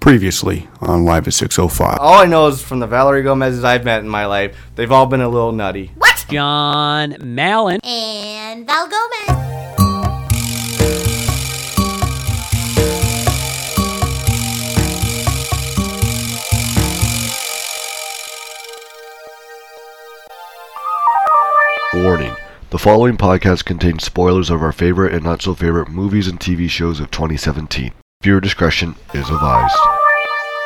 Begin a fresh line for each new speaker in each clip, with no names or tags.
previously on Live at 605.
All I know is from the Valerie Gomez's I've met in my life, they've all been a little nutty.
What?
John Mallon.
And Val Gomez.
Warning The following podcast contains spoilers of our favorite and not so favorite movies and TV shows of 2017. Viewer discretion is advised.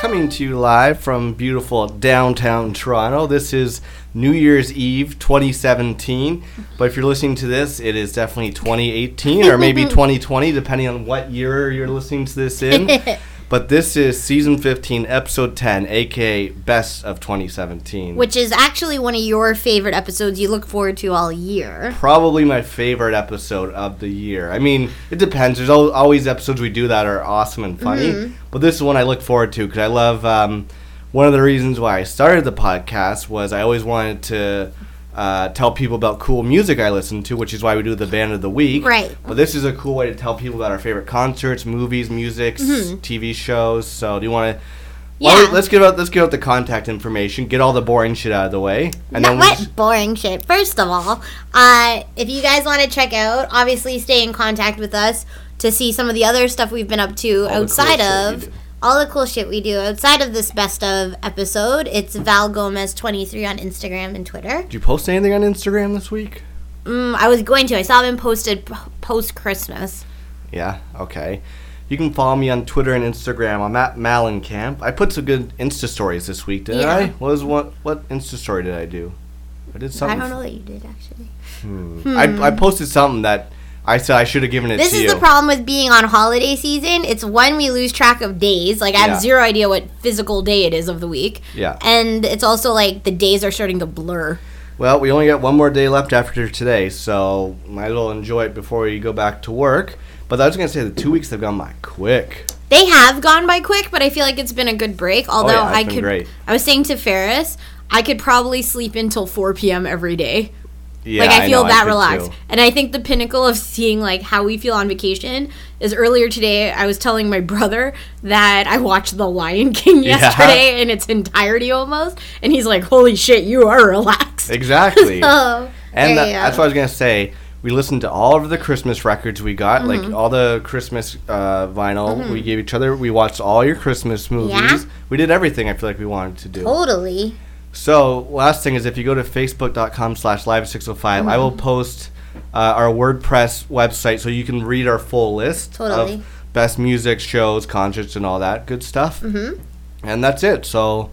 Coming to you live from beautiful downtown Toronto. This is New Year's Eve 2017. But if you're listening to this, it is definitely 2018 or maybe 2020, depending on what year you're listening to this in. But this is season 15, episode 10, aka Best of 2017.
Which is actually one of your favorite episodes you look forward to all year.
probably my favorite episode of the year. I mean, it depends. There's al- always episodes we do that are awesome and funny,
Mm-hmm.
but this is one I look forward to because I love. Um, one of the reasons why I started the podcast was I always wanted to uh, tell people about cool music I listen to, which is why we do the band of the week.
Right.
But this is a cool way to tell people about our favorite concerts, movies, music, TV shows. So, do you want to?
Mm-hmm. Yeah.
let's give out let's give out the contact information. Get all the boring shit out of the way, and
Not
then we'll
what
just-
boring shit. First of all, uh, if you guys want to check out, obviously stay in contact with us to see some of the other stuff we've been up to
cool
outside
shit we
of
do.
all the cool shit we do outside of this best of episode. It's Val Gomez twenty three on Instagram and Twitter.
Did you post anything on Instagram this week?
Mm, I was going to. I saw them posted post Christmas.
Yeah, okay. You can follow me on Twitter and Instagram. I'm at Malincamp. I put some good Insta stories this week, didn't
Yeah.
I? What was what what Insta story did I do? I did
I
something.
don't know what you did actually.
I, I posted something that I said I should have given it
This
to
is
you.
the problem with being on holiday season. It's when we lose track of days. Like I have
Yeah.
zero idea what physical day it is of the week.
Yeah.
And it's also like the days are starting to blur.
Well, we only got one more day left after today, so might as well enjoy it before we go back to work. But I was gonna say the two weeks have gone by quick.
They have gone by quick, but I feel like it's been a good break. Although
Oh, yeah, it's
I
been
could,
great.
I was saying to Ferris, I could probably sleep until 4 p.m. every day.
Yeah,
like I feel
know,
that
could
relaxed.
too.
And I think the pinnacle of seeing like how we feel on vacation is earlier today I was telling my brother that I watched The Lion King
Yeah.
yesterday in its entirety almost and he's like, "Holy shit, you are relaxed."
Exactly.
So,
And
there
that,
you go.
that's what I was gonna say. We listened to all of the Christmas records we got, like all the Christmas uh, vinyl we gave each other. We watched all your Christmas movies. We did everything I feel like we wanted to do.
totally.
So last thing is, if you go to facebook.com slash live six hundred five, I will post uh, our WordPress website so you can read our full list
Totally.
of best music shows, concerts, and all that good stuff. Mm-hmm. And that's it. So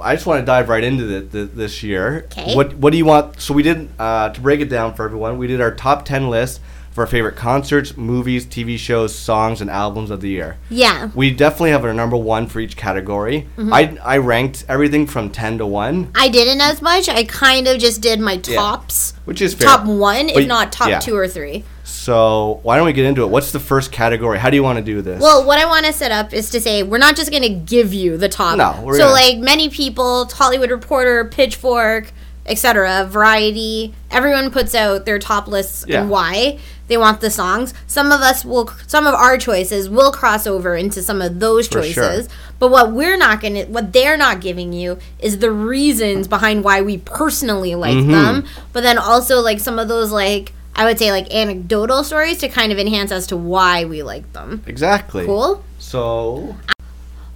I just want to dive right into the, the, this year.
'Kay.
What What do you want? So we did uh, to break it down for everyone. We did our top ten list of our favorite concerts, movies, TV shows, songs, and albums of the year.
Yeah.
We definitely have a number one for each category.
Mm-hmm.
I, I ranked everything from 10 to 1,
I didn't as much. I kind of just did my tops.
which is fair.
Top 1
But-
if not top
yeah.
2 or 3.
So, why don't we get into it? What's the first category? How do you want to do this?
Well, what I want to set up is to say we're not just going to give you the top.
No, we're
so
gonna-
like many people, Hollywood Reporter, Pitchfork, etc., Variety, everyone puts out their top lists
Yeah.
and why they want the songs. Some of us will, some of our choices will cross over into some of those choices.
sure.
But what we're not going to, what they're not giving you is the reasons behind why we personally like
Mm-hmm.
them. But then also like some of those like. I would say like anecdotal stories to kind of enhance as to why we like them.
exactly.
Cool.
So,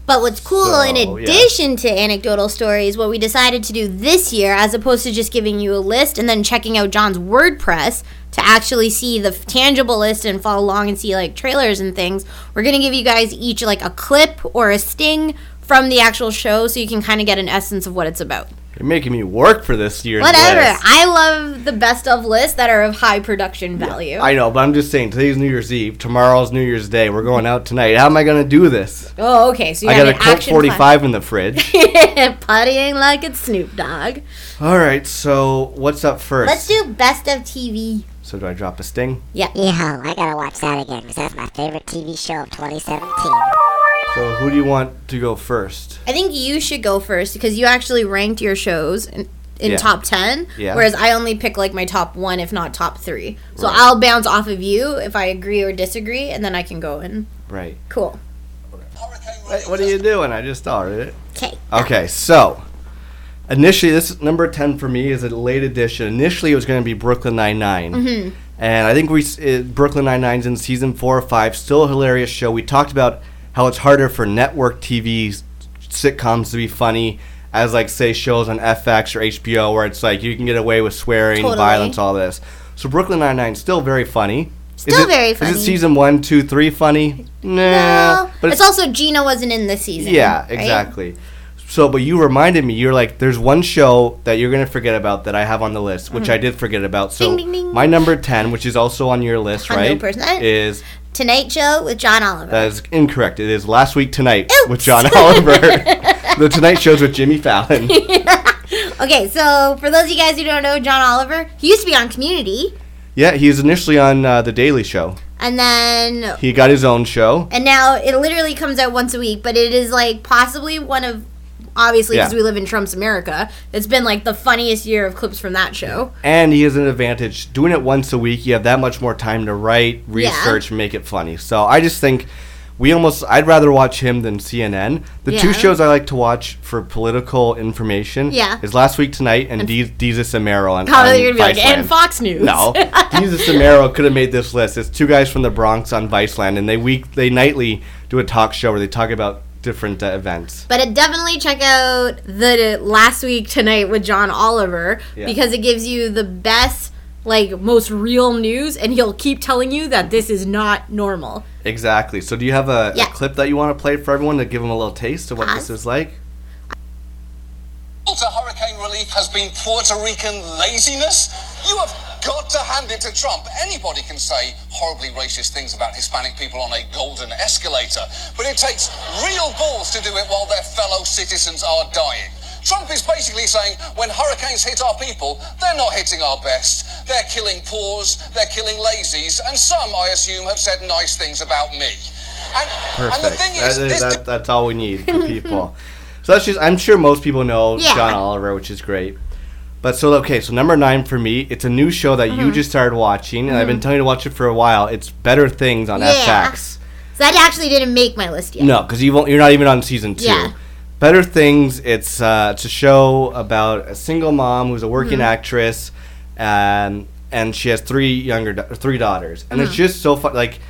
But what's cool, in
So, yeah.
addition to anecdotal stories, what we decided to do this year, as opposed to just giving you a list and then checking out John's WordPress to actually see the f- tangible list and follow along and see like trailers and things, we're going to give you guys each like a clip or a sting from the actual show so you can kind of get an essence of what it's about.
you're making me work for this year's
Whatever.
list.
I love the best of lists that are of high production value.
I know, but I'm just saying, today's New Year's Eve, tomorrow's New Year's Day. We're going out tonight. How am I going to do this?
oh, okay. So you
I
have
got a
an
Colt
action plan.
45 in the fridge.
Partying like it's Snoop Dogg.
All right, so what's up 1st
Let's do best of TV.
so, do I drop a sting?
Yeehaw, I gotta watch that again because that's my favorite TV show of 2017.
So, who do you want to go first?
I think you should go first because you actually ranked your shows in, in
Yeah.
top 10,
Yeah.
whereas I only pick like my top one, if not top three. So I'll bounce off of you if I agree or disagree, and then I can go in.
Right.
Cool.
Hurricane
What, what are you doing? I just started it.
Okay.
Okay, so initially, this is number ten for me is a late edition. Initially, it was going to be Brooklyn Nine
Mm-hmm.
and I think we s- uh Brooklyn Nine Nine's in season four or five. Still a hilarious show. We talked about how it's harder for network TV s- sitcoms to be funny, as like say shows on FX or HBO, where it's like you can get away with swearing,
Totally.
violence, all this. So Brooklyn Nine Nine's still very funny.
Still
is it,
very
Is
funny.
it season one, two, three funny? Nah,
Well, it's, also Gina wasn't in this season.
yeah,
right?
exactly. So, but you reminded me, you're like, there's one show that you're going to forget about that I have on the list, which I did forget about. So,
Mm-hmm. Ding, ding, ding.
my number 10, which is also on your list, right?
100%.
Is
Tonight Show with John Oliver.
that is incorrect. It is Last Week Tonight with
Oops.
John Oliver. the Tonight Show's with Jimmy Fallon.
okay, so for those of you guys who don't know John Oliver, he used to be on Community,
yeah, he was initially on uh, The Daily Show.
and then
He got his own show.
and now it literally comes out once a week, but it is like possibly one of obviously because
Yeah.
we live in Trump's America, it's been like the funniest year of clips from that show.
And he has an advantage. Doing it once a week, you have that much more time to write, research, make it funny. So I just think we almost, I'd rather watch him than CNN. The
Yeah.
two shows I like to watch for political information
Yeah.
is Last Week Tonight and De- Desus Amaro on,
Probably
on
you're gonna be like,
Um, Viceland.
and Fox News.
No, Desus Amaro could have made this list. It's two guys from the Bronx on Viceland, and they week they nightly do a talk show where they talk about different uh, events.
But it definitely check out the last week tonight with John Oliver
Yeah.
because it gives you the best, like most real news, and he'll keep telling you that this is not normal.
Exactly. So do you have a,
Yeah.
a clip that you want to play for everyone to give them a little taste of what this is like?
to hurricane relief has been Puerto Rican laziness? You have got to hand it to Trump. Anybody can say horribly racist things about Hispanic people on a golden escalator, but it takes real balls to do it while their fellow citizens are dying. Trump is basically saying when hurricanes hit our people, they're not hitting our best. They're killing poors, they're killing lazies, and some, I assume, have said nice things about me. And, and the
Perfect.
thing
That
is,
is-
this
that- that's all we need for people. so that's just, I'm sure most people know
Yeah.
John Oliver, which is great. But so, okay, so number nine for me, it's a new show that
Mm-hmm.
you just started watching, and I've been telling you to watch it for a while. It's Better Things on
Yeah.
FX.
So that actually didn't make my list yet.
No, because you won't, you're not even on season two.
Yeah.
Better Things, it's, uh, it's a show about a single mom who's a working
Mm-hmm.
actress, um, and she has three younger da- three daughters. And
Mm.
it's just so fun. Like,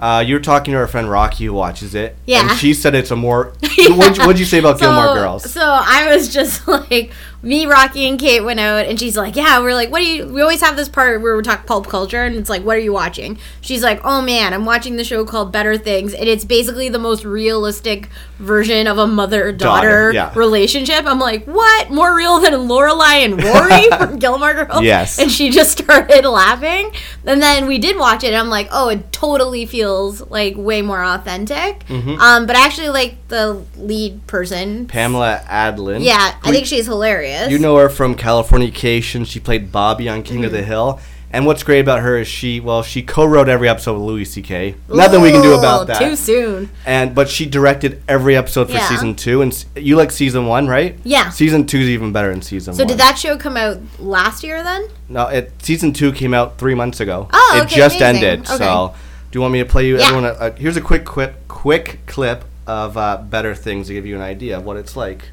uh, you were talking to our friend Rocky who watches it.
Yeah.
And she said it's a more. What'd, you, what'd you say about Gilmore Girls?
So I was just like, me, Rocky, and Kate went out, and she's like, "Yeah, we're like, what do you?" We always have this part where we talk pulp culture, and it's like, "What are you watching?" She's like, "Oh man, I'm watching the show called Better Things, and it's basically the most realistic version of a mother-daughter
Daughter, yeah.
relationship." I'm like, "What? More real than Lorelai and Rory from Gilmore Girls?"
Yes.
And she just started laughing, and then we did watch it, and I'm like, "Oh, it totally feels like way more authentic."
Mm-hmm.
Um, but I actually like the lead person.
Pamela Adlin.
Yeah, I
We-
think she's hilarious.
You know her from Californication. She played Bobby on King
Mm-hmm.
of the Hill. And what's great about her is she, well, she co-wrote every episode with Louis C.K. Nothing we can do about
Ooh,
that.
Too soon.
and but she directed every episode for
Yeah.
season two, and s- you like season one, right?
Yeah.
Season two's even better than season
So
one.
did that show come out last year then?
No, it season two came out three months ago.
Oh,
It
okay,
just
amazing.
ended. So
Okay.
do you want me to play you
Yeah.
everyone? A, a, here's a quick quip, quick clip of uh, Better Things to give you an idea of what it's like.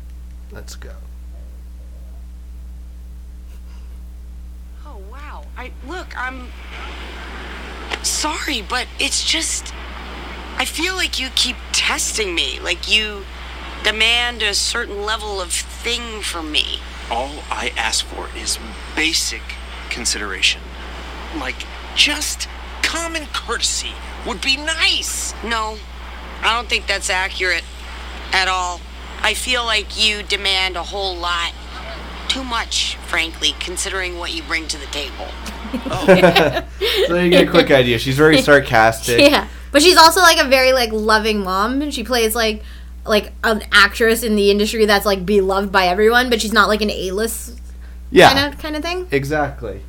Let's go.
Oh wow. I look, I'm sorry, but it's just I feel like you keep testing me. Like you demand a certain level of thing from me.
All I ask for is basic consideration. Like, just common courtesy would be nice.
No. I don't think that's accurate at all. I feel like you demand a whole lot. Too much, frankly, considering what you bring to the table.
So you get a quick idea. She's very sarcastic.
Yeah. But she's also like a very like loving mom and she plays like like an actress in the industry that's like beloved by everyone, but she's not like an A-list
Yeah.
kind of kind of thing.
Exactly.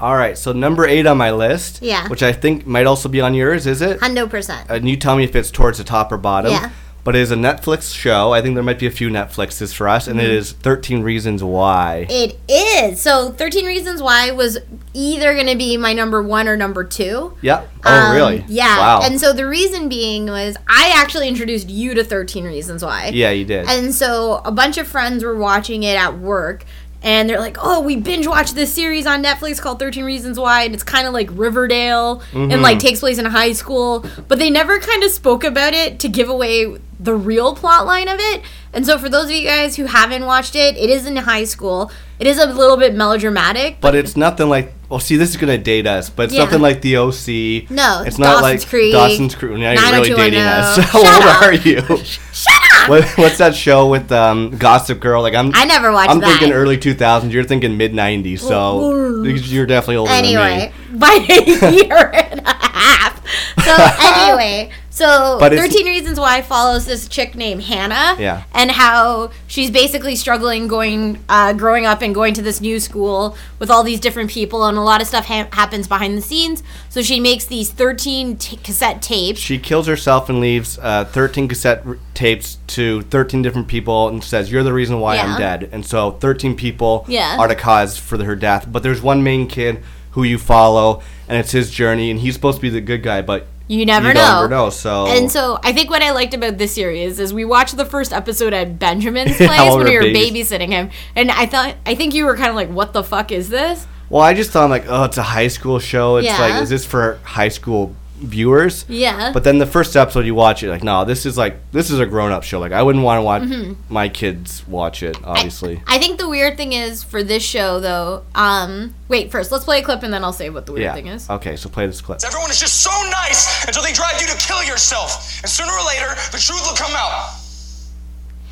All right. So number eight on my list.
Hmm. Yeah.
Which I think might also be on yours. Is it?
Hundo percent.
and you tell me if it's towards the top or bottom.
Yeah.
but it is a Netflix show. I think there might be a few Netflixes for us, and
Mm-hmm.
it is 13 Reasons Why.
It is. So 13 Reasons Why was either going to be my number one or number two.
Yeah. Oh,
Um,
really?
Yeah.
Wow.
And so the reason being was I actually introduced you to 13 Reasons Why.
yeah, you did.
And so a bunch of friends were watching it at work. And they're like, oh, we binge watched this series on Netflix called 13 Reasons Why. And it's kind of like Riverdale and like takes place in high school. But they never kind of spoke about it to give away the real plot line of it. And so for those of you guys who haven't watched it, it is in high school. It is a little bit melodramatic.
but it's nothing like. Well, see, this is gonna date us, but it's
Yeah.
nothing like the OC.
No,
it's not
Dawson's
like
Creek,
Dawson's Creek. Now you're really dating us.
90210.
How old
Shut up.
are you?
Shut up!
What, what's that show with um, Gossip Girl? Like I'm,
I never watched
I'm
that.
thinking early 2000s. You're thinking mid 90s, so you're definitely older than me.
anyway, by a year and a half. So anyway, so
But it's-
Thirteen Reasons Why follows this chick named Hannah.
Yeah.
And how she's basically struggling going, uh, growing up and going to this new school with all these different people, and a lot of stuff ha- happens behind the scenes. So she makes these thirteen t- cassette tapes.
She kills herself and leaves uh, 13 cassette r- tapes to 13 different people and says, You're the reason why I'm
Yeah.
dead. And so 13 people
Yeah.
are the cause for her death. But there's one main kid who you follow, and it's his journey, and he's supposed to be the good guy, but
you never
you
know.
never know. So,
And so I think what I liked about this series is we watched the first episode at Benjamin's
Yeah,
place
while
when
we
we were
were
babysitting him, and I thought I think you were kind of like, "What the fuck is this?"
well, I just thought, like, oh, it's a high school show. It's
Yeah.
like, is this for high school viewers?
Yeah.
But then the first episode you watch it, like, no, this is like, this is a grown up show. Like, I wouldn't want to watch my kids watch it, obviously.
Mm-hmm. I think the weird thing is for this show though. Um, wait, first let's play a clip and then I'll say what the weird
yeah. Uh,
thing is.
Okay, so play this clip.
Everyone is just so nice until they drive you to kill yourself. And sooner or later, the truth will come out.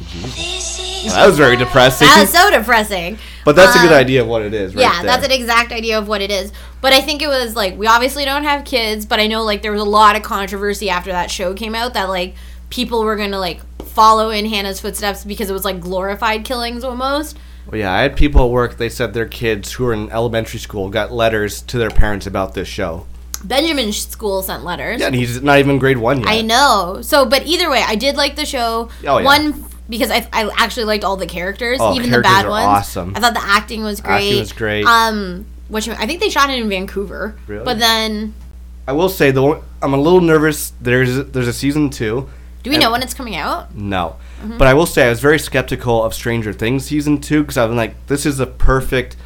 That was very depressing.
That was so depressing.
But that's a good idea of what it is, right?
Uh, yeah, that's an
there.
exact idea of what it is. But I think it was like we obviously don't have kids, but I know like there was a lot of controversy after that show came out that like people were gonna like follow in Hannah's footsteps because it was like glorified killings almost.
Well, yeah, I had people at work. They said their kids who were in elementary school got letters to their parents about this show.
Benjamin's school sent letters.
Yeah, and he's not even grade one yet.
I know. So, but either way, I did like the show.
Oh, yeah.
One because I, I actually liked all the characters,
Oh,
even the
characters
bad
are
ones.
awesome.
I thought the acting was great.
Acting Ah, was great.
Um, which I think they shot it in Vancouver.
Really?
But then,
I will say though, I'm a little nervous. There's there's a season two.
do we know when it's coming out?
No,
Mm-hmm.
but I will say I was very skeptical of Stranger Things season two because I was like, this is the perfect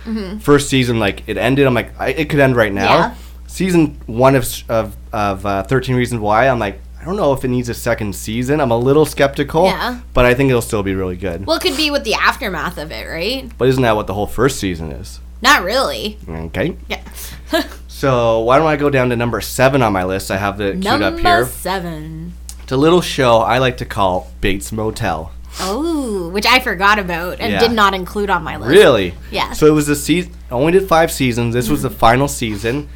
first season. Like it ended. I'm like, I, it could end right now.
Mm-hmm. Yeah.
Season one of s- of of uh, Thirteen Reasons Why. I'm like, I don't know if it needs a second season. I'm a little skeptical.
Yeah.
But I think it'll still be really good.
Well, it could be with the aftermath of it, right?
But isn't that what the whole first season is?
Not really.
Okay.
Yeah.
So why don't I go down to number seven on my list? I have it queued up
Number
here.
seven.
It's a little show I like to call Bates Motel.
Oh, which I forgot about and
Yeah.
did not include on my list.
Really?
Yeah.
So it was a season. Only did five seasons. This was the final season.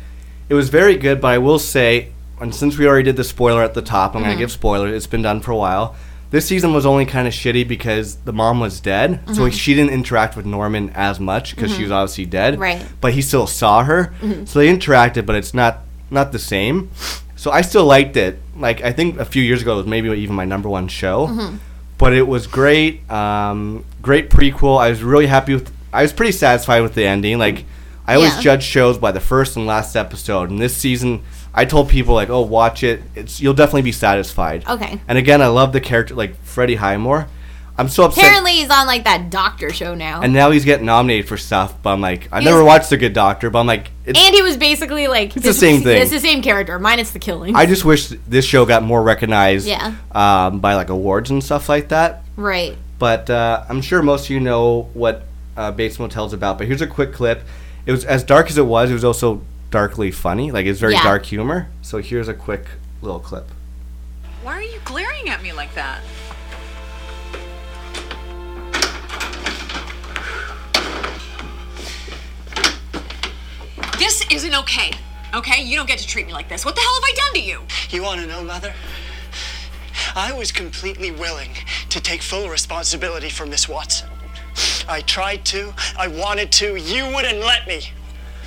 It was very good, but I will say, and since we already did the spoiler at the top, I'm gonna give spoilers. It's been done for a while. This season was only kind of shitty because the mom was dead, so she didn't interact with Norman as much because she was obviously dead.
Right.
But he still saw her, so they interacted, but it's not not the same. So I still liked it. Like I think a few years ago, it was maybe even my number one show but it was great. Um, great prequel. I was really happy with. I was pretty satisfied with the ending. Like, I always
Yeah.
judge shows by the first and last episode. And this season, I told people like, "Oh, watch it. It's you'll definitely be satisfied."
Okay.
And again, I love the character like Freddie Highmore. I'm so upset.
Apparently, he's on like that doctor show now.
and now he's getting nominated for stuff, but I'm like, I
He
never
was-
watched The Good Doctor, but I'm like, it's,
and he was basically like
the same thing.
It's the same character, minus the killing.
I just wish this show got more recognized,
Yeah.
um, by like awards and stuff like that.
right.
but uh, I'm sure most of you know what uh, Bates Motel's about. But here's a quick clip. It was as dark as it was. It was also darkly funny. Like it's very
Yeah.
dark humor. So here's a quick little clip.
Why are you glaring at me like that? This isn't okay. Okay? You don't get to treat me like this. What the hell have I done to you?
You want to know, Mother? I was completely willing to take full responsibility for Miss Watson. I tried to, I wanted to, you wouldn't let me.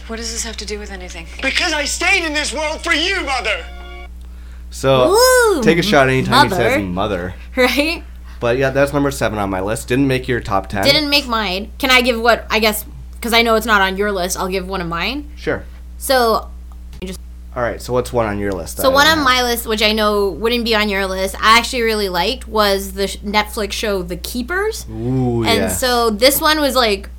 What does this have to do with anything?
Because I stayed in this world for you, Mother!
So
Ooh,
take a shot anytime he says
mother.
mother.
right?
But yeah, that's number seven on my list. Didn't make your top 10
Didn't make mine. Can I give what I guess because I know it's not on your list. I'll give one of mine.
Sure.
So
All right. So what's one on your list?
So one on my list, which I know wouldn't be on your list, I actually really liked was the sh- Netflix show The Keepers,
Ooh,
and
yeah.
so this one was like,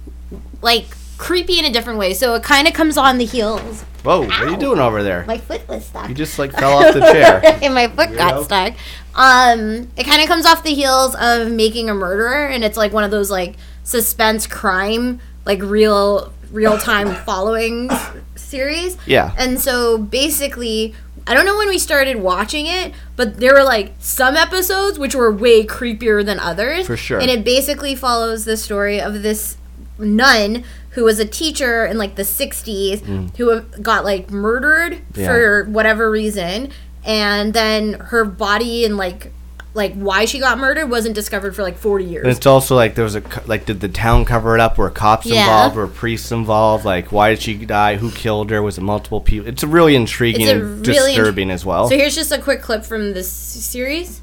like creepy in a different way. So it kind of comes on the heels.
Whoa, what are you doing over there?
My foot was stuck.
You just like fell off the chair.
and my foot got
Weirdo.
stuck. Um, it kind of comes off the heels of Making a Murderer, and it's like one of those like suspense crime, like real real time following s- series.
Yeah.
And so basically, I don't know when we started watching it, but there were like some episodes which were way creepier than others.
For sure.
And it basically follows the story of this nun who was a teacher in like the 60s
Mm.
who uh, got like murdered
Yeah.
for whatever reason and then her body and like like why she got murdered wasn't discovered for like 40 years
And it's also like there was a co- like did the town cover it up? Were cops
Yeah.
involved? Were priests involved? Like why did she die? Who killed her? Was it multiple people? It's really intriguing
It's a
and
really int-
disturbing as well.
so here's just a quick clip from this series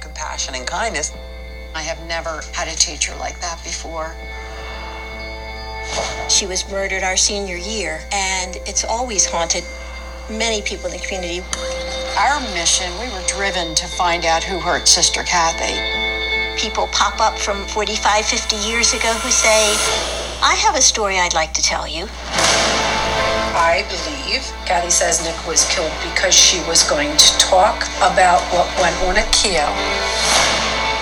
compassion and kindness. I have never had a teacher like that before. She was murdered our senior year, and it's always haunted many people in the community. Our mission, we were driven to find out who hurt Sister Kathy. People pop up from 45, 50 years ago who say, I have a story I'd like to tell you.
I believe Kathy Sesnick was killed because she was going to talk about what went on at Kiev.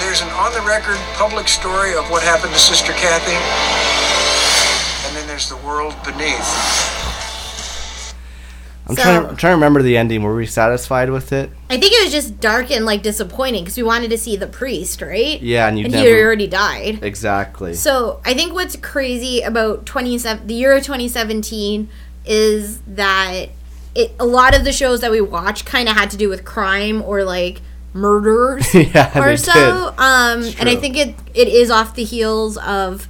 There's an on the record public story of what happened to Sister Kathy. And then there's the world beneath.
I'm
So-
trying. To, I'm trying to remember the ending. Were we satisfied with it?
i think it was just dark and like disappointing because we wanted to see the priest right
Yeah, and you
and he
never-
already died
Exactly.
So I think what's crazy about 27 the year of 2017 is that it, a lot of the shows that we watch kind of had to do with crime or like murders
Yeah,
or
they
so.
did.
Um,
It's
and I
true.
think it it is off the heels of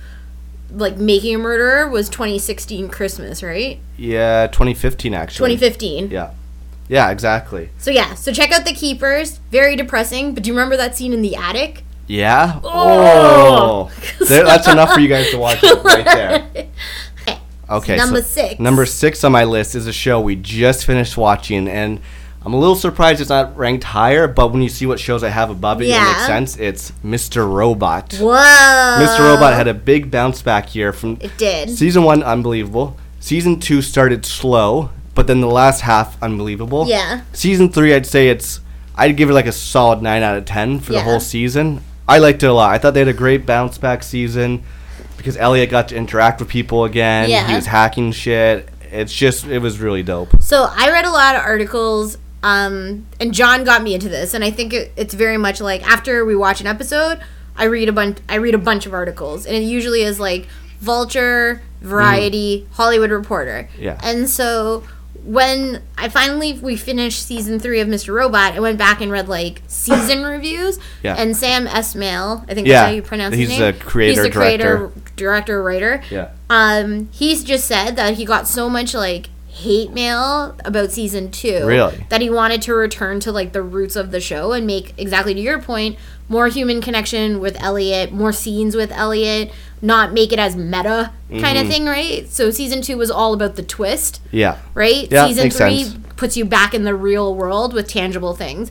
like Making a Murderer was 2016 Christmas, right?
yeah, 2015 actually.
2015.
Yeah, yeah, exactly.
So yeah, so check out The Keepers. Very depressing, but do you remember that scene in the attic?
Yeah. Oh, There- that's enough for you guys to watch right there. Okay.
number
so
six.
Number six on my list is a show we just finished watching, and I'm a little surprised it's not ranked higher. But when you see what shows I have above it, it
Yeah.
makes sense. It's Mr. Robot.
Whoa.
Mr. Robot had a big bounce back year from
It did.
season one, unbelievable. Season two started slow, but then the last half, unbelievable.
Yeah.
Season three, I'd say it's, I'd give it like a solid nine out of ten for
Yeah.
the whole season. I liked it a lot. I thought they had a great bounce back season because Elliot got to interact with people again.
Yeah.
He was hacking shit. It's just, it was really dope.
So I read a lot of articles, um, and John got me into this, and I think it, it's very much like after we watch an episode, I read a bunch. I read a bunch of articles, and it usually is like Vulture, Variety, Hollywood Reporter.
Yeah.
And so when I finally we finished season three of Mr. Robot, I went back and read like season reviews.
Yeah.
And Sam Esmail, I think
Yeah.
that's how you pronounce
He's
his
the
name.
creator,
He's the creator, director, writer
Yeah.
um he's just said that he got so much like hate mail about season two
Really?
that he wanted to return to like the roots of the show and make exactly to your point more human connection with elliot more scenes with elliot not make it as meta kind of
Mhm.
thing right so season two was all about the twist
Yeah.
right
Yeah,
season
makes
three
sense.
puts you back in the real world with tangible things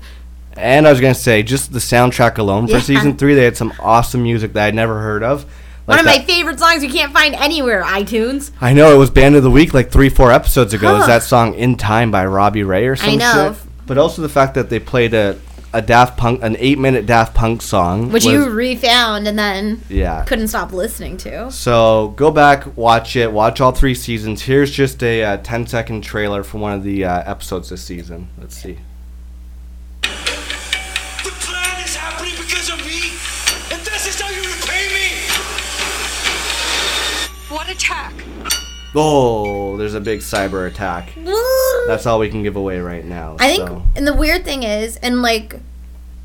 And I was gonna say, just the soundtrack alone for
Yeah.
season three, they had some awesome music that I'd never heard of.
one of
that-
my favorite songs you can't find anywhere itunes
I know it was band of the week like three, four episodes ago.
Huh.
Is that song "In Time" by Robbie Ray or
I
some
know.
shit? But also the fact that they played a, a Daft Punk, an eight-minute Daft Punk song.
which
was-
you refound and then
Yeah.
couldn't stop listening to
So go back, watch it, watch all three seasons. Here's just a uh, 10-second trailer for one of the uh, episodes this season. Let's see.
The plan is happening because of me, and this is how you repay me.
What attack?
Oh, there's a big cyber attack. That's all we can give away right now.
I think,
so.
and the weird thing is, and like,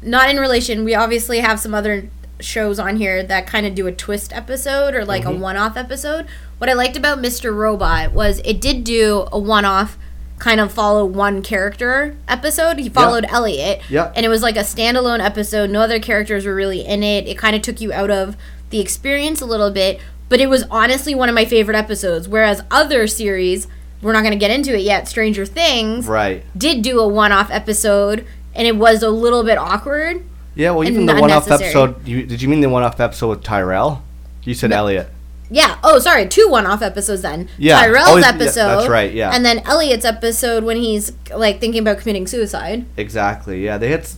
not in relation, we obviously have some other shows on here that kind of do a twist episode or
Mm-hmm.
like a
Mhm.
one off episode. What I liked about Mr. Robot was it did do a one off kind of follow one character episode. He followed Elliot.
Yeah.
And it was like a standalone episode. No other characters were really in it. It kind of took you out of the experience a little bit, but it was honestly one of my favorite episodes. Whereas other series, we're not going to get into it yet, Stranger Things
Right.
did do a one off episode and it was a little bit awkward.
Yeah, well,
And
even the
not
one off
necessary.
episode. You, did you mean the one off episode with Tyrell? You said Elliot.
Yeah. Oh, sorry. Two one-off episodes then.
Yeah.
Tyrell's
Oh, yeah,
episode.
that's right, yeah.
And then Elliot's episode when he's like thinking about committing suicide.
Exactly. Yeah, they had. s-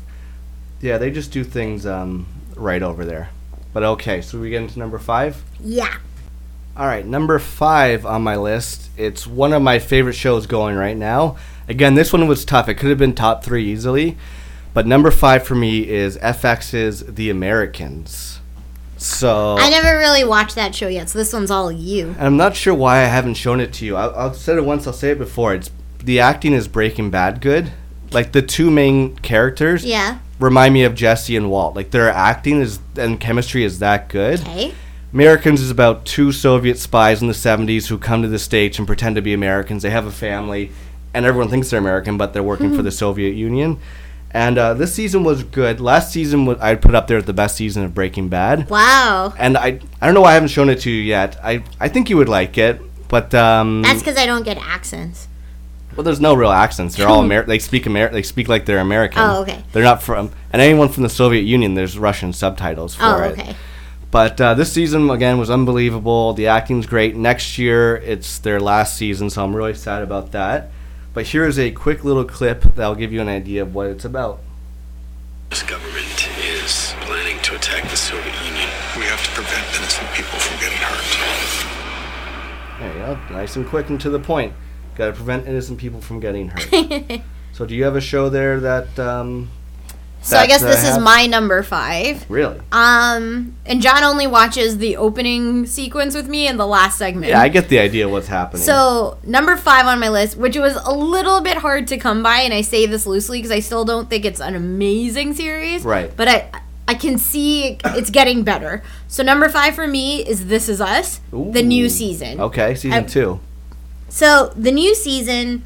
Yeah, they just do things um, right over there. But okay, so we get into number five.
Yeah.
All right, number five on my list. It's one of my favorite shows going right now. Again, this one was tough. It could have been top three easily, but number five for me is FX's The Americans. So
I never really watched that show yet, so this one's all you.
And I'm not sure why I haven't shown it to you. I, I've said it once. I'll say it before. It's the acting is Breaking Bad good. Like the two main characters.
Yeah.
Remind me of Jesse and Walt. Like their acting is and chemistry is that good.
Okay.
Americans is about two Soviet spies in the 70s who come to the States and pretend to be Americans. They have a family, and everyone thinks they're American, but they're working
Hmm.
for the Soviet Union. And uh, this season was good. Last season, wa- I'd put up there at the best season of Breaking Bad.
Wow.
And I, I don't know why I haven't shown it to you yet. I, I think you would like it, but um,
That's because I don't get accents.
well, there's no real accents. They're all Amer- they speak Amer- they speak like they're American.
Oh, okay.
They're not from and anyone from the Soviet Union. There's Russian subtitles for
Oh,
it.
okay.
But uh, this season again was unbelievable. The acting's great. Next year it's their last season, so I'm really sad about that. But here is a quick little clip that'll give you an idea of what it's about.
This government is planning to attack the Soviet Union. We have to prevent innocent people from getting hurt.
There you go. Nice and quick and to the point. Got to prevent innocent people from getting hurt. so do you have a show there that? Um,
So I
that,
guess
uh,
this is
have-
my number five.
Really?
Um, and John only watches the opening sequence with me and the last segment.
Yeah, I get the idea of what's happening.
So number five on my list, which was a little bit hard to come by, and I say this loosely because I still don't think it's an amazing series.
Right.
But I I can see it's getting better. So number five for me is This Is Us, the new
Ooh.
season.
Okay, season
I-
two.
So the new season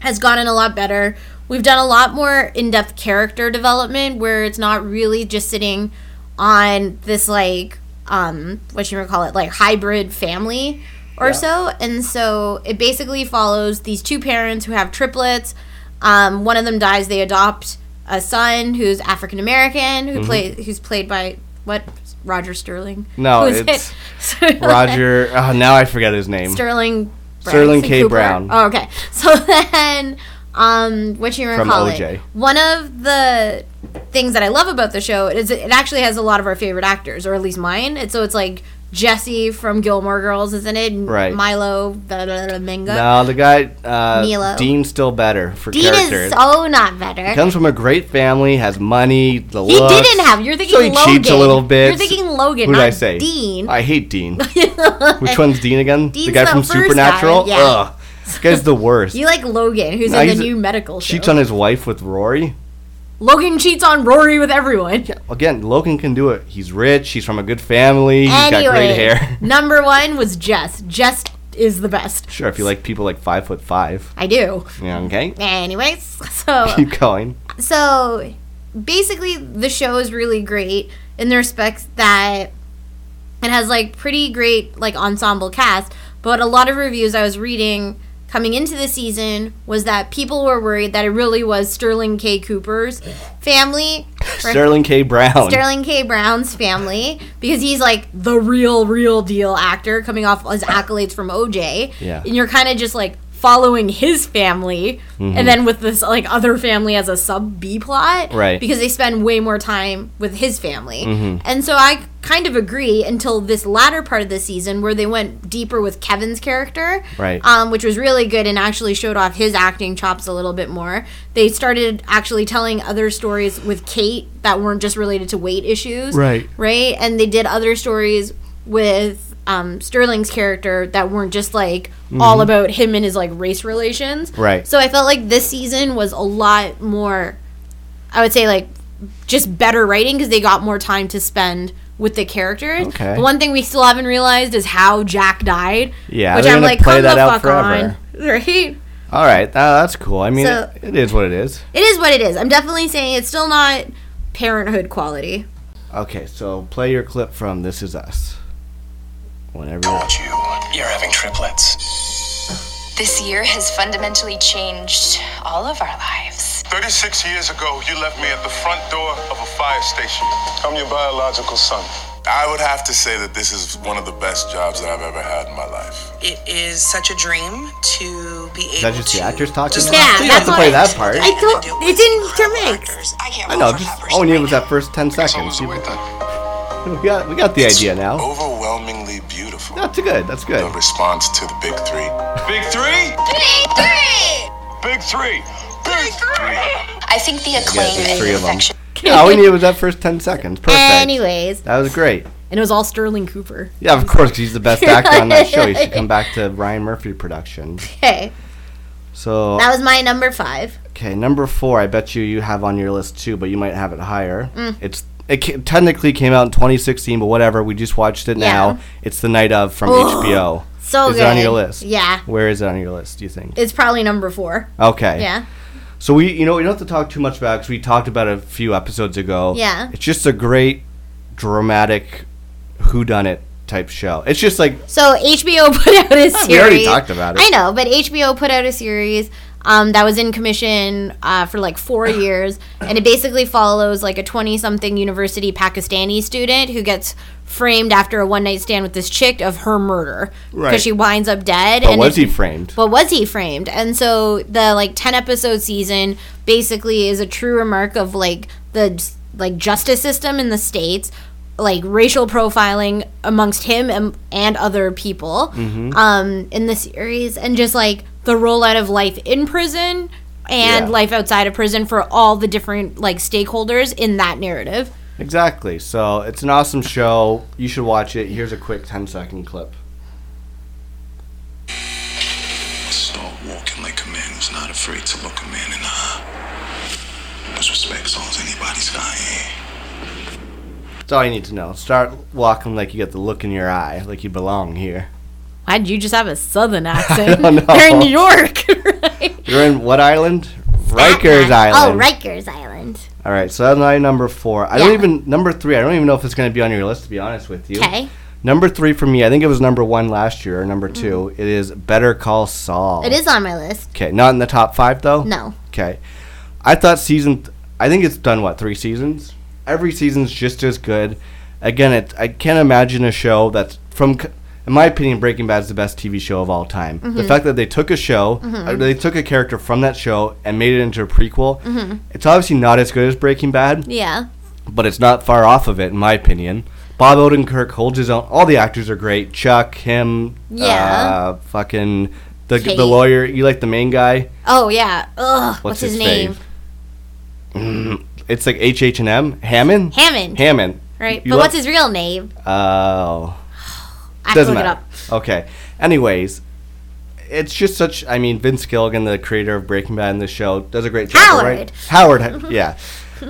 has gotten a lot better. We've done a lot more in-depth character development where it's not really just sitting on this like um what you call it like hybrid family or
Yeah.
so and so it basically follows these two parents who have triplets um, one of them dies they adopt a son who's african american who
Mhm.
play who's played by what roger sterling
No,
Who's
it's
So-
Roger. Oh, now I forget his name.
Sterling.
Sterling
K.
K. Brown.
Oh, okay. So then, um, what you
From
call
OJ.
it? One of the things that I love about the show is it actually has a lot of our favorite actors, or at least mine. And so it's like Jesse from Gilmore Girls, isn't it? M-
Right.
Milo blah, blah, blah, Minga.
No, the guy uh,
Milo.
Dean's still better for
Dean
character.
is so not better.
He comes from a great family, has money. The
he
looks.
didn't have. You're thinking
so he
Logan.
cheats a little bit.
You're thinking Logan.
Who did
not
I say?
Dean.
I hate Dean. Which one's Dean again? the
Dean's
guy
the
from
first guy,
Supernatural.
yeah.
Ugh, this guy's the worst.
You like Logan, who's
Nah,
in
he's
the
a-
new medical show.
Cheats on his wife with Rory.
Logan cheats on Rory with everyone.
Again, Logan can do it. He's rich. He's from a good family. He's got great hair.
number one was Jess. Jess is the best.
sure, if you like people like five foot five.
I do.
Yeah. Okay.
Anyways, so
Keep going.
so basically the show is really great in the respects that it has like pretty great like ensemble cast, but a lot of reviews I was reading coming into the season was that people were worried that it really was Sterling K. Cooper's family.
Sterling K. Brown.
Sterling K. Brown's family because he's like the real, real deal actor coming off his accolades from OJ.
Yeah.
And you're kind of just like following his family
Mhm.
and then with this like other family as a sub B plot.
Right.
Because they spend way more time with his family.
Mhm.
And so I kind of agree until this latter part of the season where they went deeper with Kevin's character
Right.
um, which was really good and actually showed off his acting chops a little bit more. They started actually telling other stories with Kate that weren't just related to weight issues,
Right.
Right, and they did other stories with um, Sterling's character that weren't just like all
Mhm.
about him and his like race relations,
Right.
So I felt like this season was a lot more, I would say like just better writing because they got more time to spend. With the characters,
Okay.
The one thing we still haven't realized is how Jack died.
Yeah,
which
they're
I'm
gonna
like,
play
come
that
the
out
fuck
forever.
on, right?
All right, uh, that's cool. I mean,
So-
it, it is what it is.
It is what it is. I'm definitely saying it's still not parenthood quality.
Okay, so play your clip from This Is Us. Whenever.
You're having triplets.
This year has fundamentally changed all of our lives.
36 years ago, you left me at the front door of a fire station. I'm your biological son. I would have to say that this is one of the best jobs that I've ever had in my life.
It is such a dream to be
Is
able
that just the actors talking?
Just-
you don't have to play that part.
I don't. It didn't connect.
I know. Just all we needed was that first ten seconds. We got, we got the idea
Oh.
now.
Overwhelmingly beautiful.
That's good. That's good.
The response to the big three. Big three?
Big three!
Big three. Big three.
I think the acclaim
Yeah,
and
three of them.
affection.
Yeah, all we needed was that first ten seconds. Perfect.
Anyways,
That was great.
and it was all Sterling Cooper.
Yeah, of course, 'cause he's the best actor on that show. He should come back to Ryan Murphy production.
Okay,
So,
that was my number five.
okay, number four. I bet you you have on your list too, but you might have it higher.
Mm.
It's it ca- technically came out in 2016, but whatever. We just watched it
Yeah.
now. It's the night of from
Ugh,
HBO.
so
is it on
good.
your list?
Yeah.
Where is it on your list? Do you think?
It's probably number four.
Okay.
Yeah.
So we, you know, we don't have to talk too much about because we talked about it a few episodes ago.
Yeah.
It's just a great dramatic whodunit type show. It's just like
So HBO put out a series.
we already talked about it.
I know, but HBO put out a series um, that was in commission uh, for like four years, and it basically follows like a twenty-something university Pakistani student who gets framed after a one-night stand with this chick of her murder because
Right.
she winds up dead.
But
and
was he
it-
framed?
But was he framed? And so the like ten episode season basically is a true remark of like the like justice system in the states, like racial profiling amongst him and, and other people
Mm-hmm.
Mhm.
um, in the series, and just like the rollout of life in prison and
Yeah.
life outside of prison for all the different like stakeholders in that narrative.
Exactly. So it's an awesome show. You should watch it. Here's a quick 10 second clip.
Start walking like a man who's not afraid to look a man in the eye. Disrespect's all anybody's got here.
That's all you need to know. Start walking like you got the look in your eye, like you belong here.
Why'd you just have a southern accent?
don't know.
They're in New York.
You're in what island? Rikers Island.
Oh, Rikers Island.
All right, so that's my number four. I don't
Yeah.
even number three. I don't even know if it's going to be on your list. To be honest with you,
Okay. Mm-hmm.
Number three for me, I think it was number one last year or number two. It is Better Call Saul.
It is on my list.
Okay, not in the top five though.
No.
Okay, I thought season. Th- I think it's done what three seasons. Every season's just as good. Again, it. I can't imagine a show that's from. c- In my opinion, Breaking Bad is the best TV show of all time. The
Mm-hmm.
Mhm.
fact that they took a show,
Mhm.
uh, they took a character from that show and made it into a prequel.
Mhm.
It's obviously not as good as Breaking Bad
Yeah.
but it's not far off of it in my opinion. Bob Odenkirk holds his own. All the actors are great. Chuck, him,
Yeah.
uh, fucking the
Kate.
the lawyer. You like the main guy?
Oh yeah. Ugh. What's,
What's
his,
his
name?
Mm, it's like H H and M Hammond.
Hammond.
Hammond.
Right.
You
but
love-
what's his real name?
Oh.
I have to
Doesn't
look it
matter. Okay. Anyways, it's just such. I mean, Vince Gilligan, the creator of Breaking Bad, in the show does a great job. right? Howard. Yeah.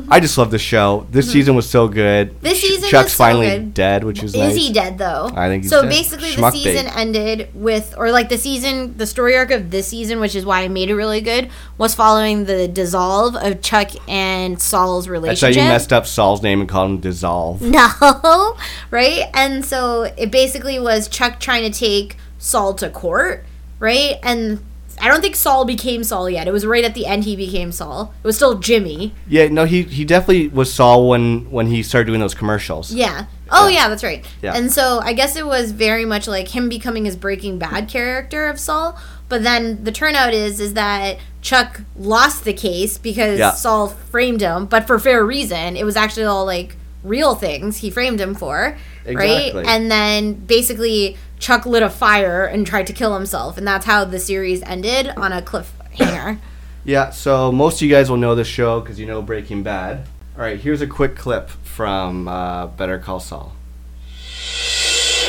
I just love the show. This season was so good.
Mm-hmm. This
Ch-
season
Chuck's
is so
finally
good.
dead, which is
Is
nice.
he dead though?
I think he's
so.
dead.
Basically,
Schmuck
the
bait.
season ended with, or like the season, the story arc of this season, which is why I made it really good, was following the dissolve of Chuck and Saul's
That's how
relationship.
you messed up Saul's name and called him
Mm.
Dissolve.
No, right? And so it basically was Chuck trying to take Saul to court, right? And I don't think Saul became Saul yet. It was right at the end he became Saul. It was still Jimmy.
Yeah, no, he he definitely was Saul when when he started doing those commercials.
Yeah. Oh yeah, that's right.
Yeah.
And so I guess it was very much like him becoming his Breaking Bad character of Saul. But then the turnout is is that Chuck lost the case because
Yeah.
Saul framed him, but for fair reason. It was actually all like real things he framed him for,
Exactly.
right? And then basically Chuck lit a fire and tried to kill himself, and that's how the series ended on a cliffhanger.
Yeah, so most of you guys will know this show because you know Breaking Bad. All right, here's a quick clip from uh, Better Call Saul.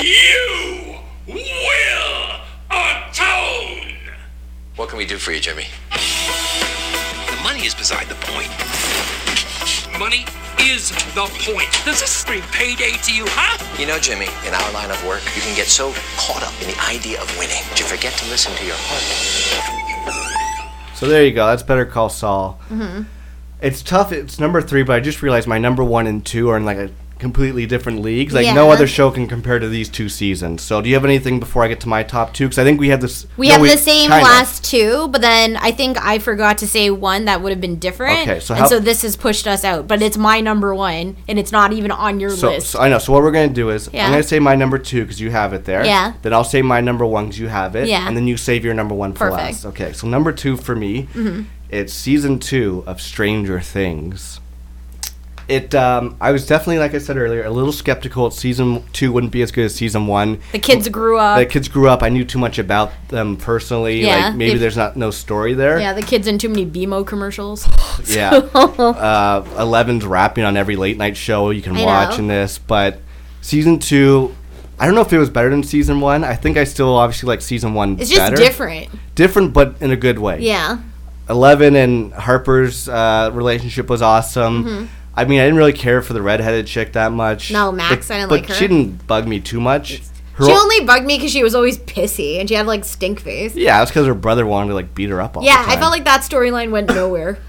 You will atone! What can we do for you, Jimmy? The money is beside the point.
Money is the point. Does this scream payday to you, huh?
You know, Jimmy, in our line of work, you can get so caught up in the idea of winning that you forget to listen to your heart.
So there you go. That's Better Call Saul.
hmm
It's tough. It's number three, but I just realized my number one and two are in like a completely different leagues. Like no
Yeah.
other show can compare to these two seasons. So do you have anything before I get to my top two? Because I think we had this.
We
no,
have the same
kinda.
last two, but then I think I forgot to say one that would have been different.
Okay, so
and
how-
so this has pushed us out, but it's my number one, and it's not even on your
So,
list.
so I know. So what we're gonna do is
Yeah.
I'm gonna say my number two because you have it there.
Yeah.
Then I'll say my number one because you have it.
Yeah.
And then you save your number one for
Perfect.
last. Okay. So number two for me,
Mhm.
it's season two of Stranger Things. It. Um, I was definitely, like I said earlier, a little skeptical. Season two wouldn't be as good as season one.
the kids grew up.
the kids grew up. I knew too much about them personally.
Uh, Yeah,
Like maybe
they've-
there's not no story there.
yeah, the kids in too many BMO commercials.
Yeah.
So-
uh, 11's rapping on every late night show you can
I
watch
know.
in this, but season two, I don't know if it was better than season one. I think I still obviously like season one
It's just
better.
different.
Different, but in a good way.
Yeah.
11 and Harper's uh, relationship was awesome.
Mhm.
I mean, I didn't really care for the redheaded chick that much.
No, Max,
but,
I didn't
but
like her.
she didn't bug me too much. Her
She
o-
only bugged me because she was always pissy and she had like stink face.
yeah, it's because her brother wanted to like beat her up all
Yeah,
the time.
I felt like that storyline went nowhere.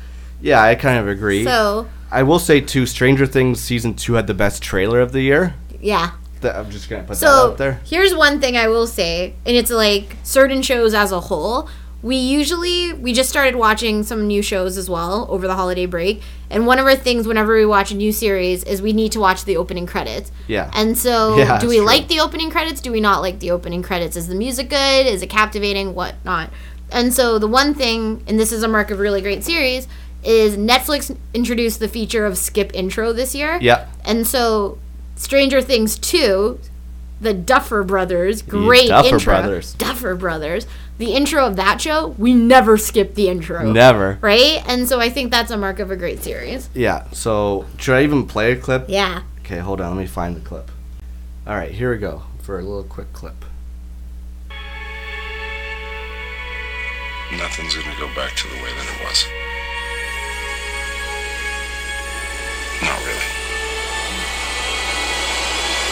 Yeah, I kind of agree.
so,
I will say too, Stranger Things season two had the best trailer of the year.
yeah.
Th- I'm just gonna put that
So
out there.
here's one thing I will say, and it's like certain shows as a whole. We usually we just started watching some new shows as well over the holiday break, and one of our things whenever we watch a new series is we need to watch the opening credits.
Yeah.
And so,
Yeah,
do
that's
we
true.
like the opening credits? Do we not like the opening credits? Is the music good? Is it captivating? What not? And so, the one thing, and this is a mark of really great series, is Netflix introduced the feature of skip intro this year.
Yeah.
And so, Stranger Things 2, the Duffer Brothers, great
Duffer
intro.
Brothers.
Duffer Brothers. The intro of that show, we never skip the intro.
Never.
Right? And so, I think that's a mark of a great series.
Yeah. So should I even play a clip?
Yeah.
Okay, hold on. Let me find the clip. All right, here we go for a little quick clip.
Nothing's gonna go back to the way that it was. Not really.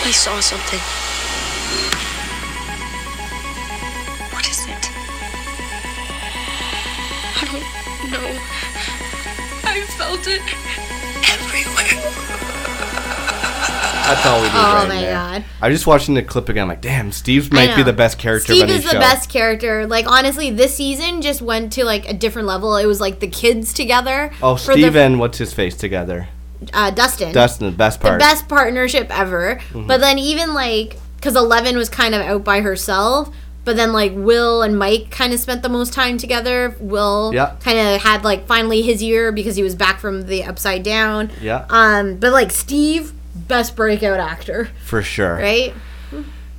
I saw something. What is it? I don't know. I felt it everywhere.
That's all we do
Oh
right
my
there.
God.
I was just watching the clip again. I'm like, damn, Steve's might be
know.
the best character
Steve
of any
is the
show.
best character. Like honestly, this season just went to like a different level. It was like the kids together.
Oh,
for the-
Steve and what's his face together?
uh, Dustin.
Dustin, the best
The
part.
best partnership ever.
Mhm.
But then even like because Eleven was kind of out by herself. But then like Will and Mike kind of spent the most time together. Will
Yeah.
kind of had like finally his year because he was back from the Upside Down.
Yeah,
Um, but like Steve, best breakout actor,
for sure.
right?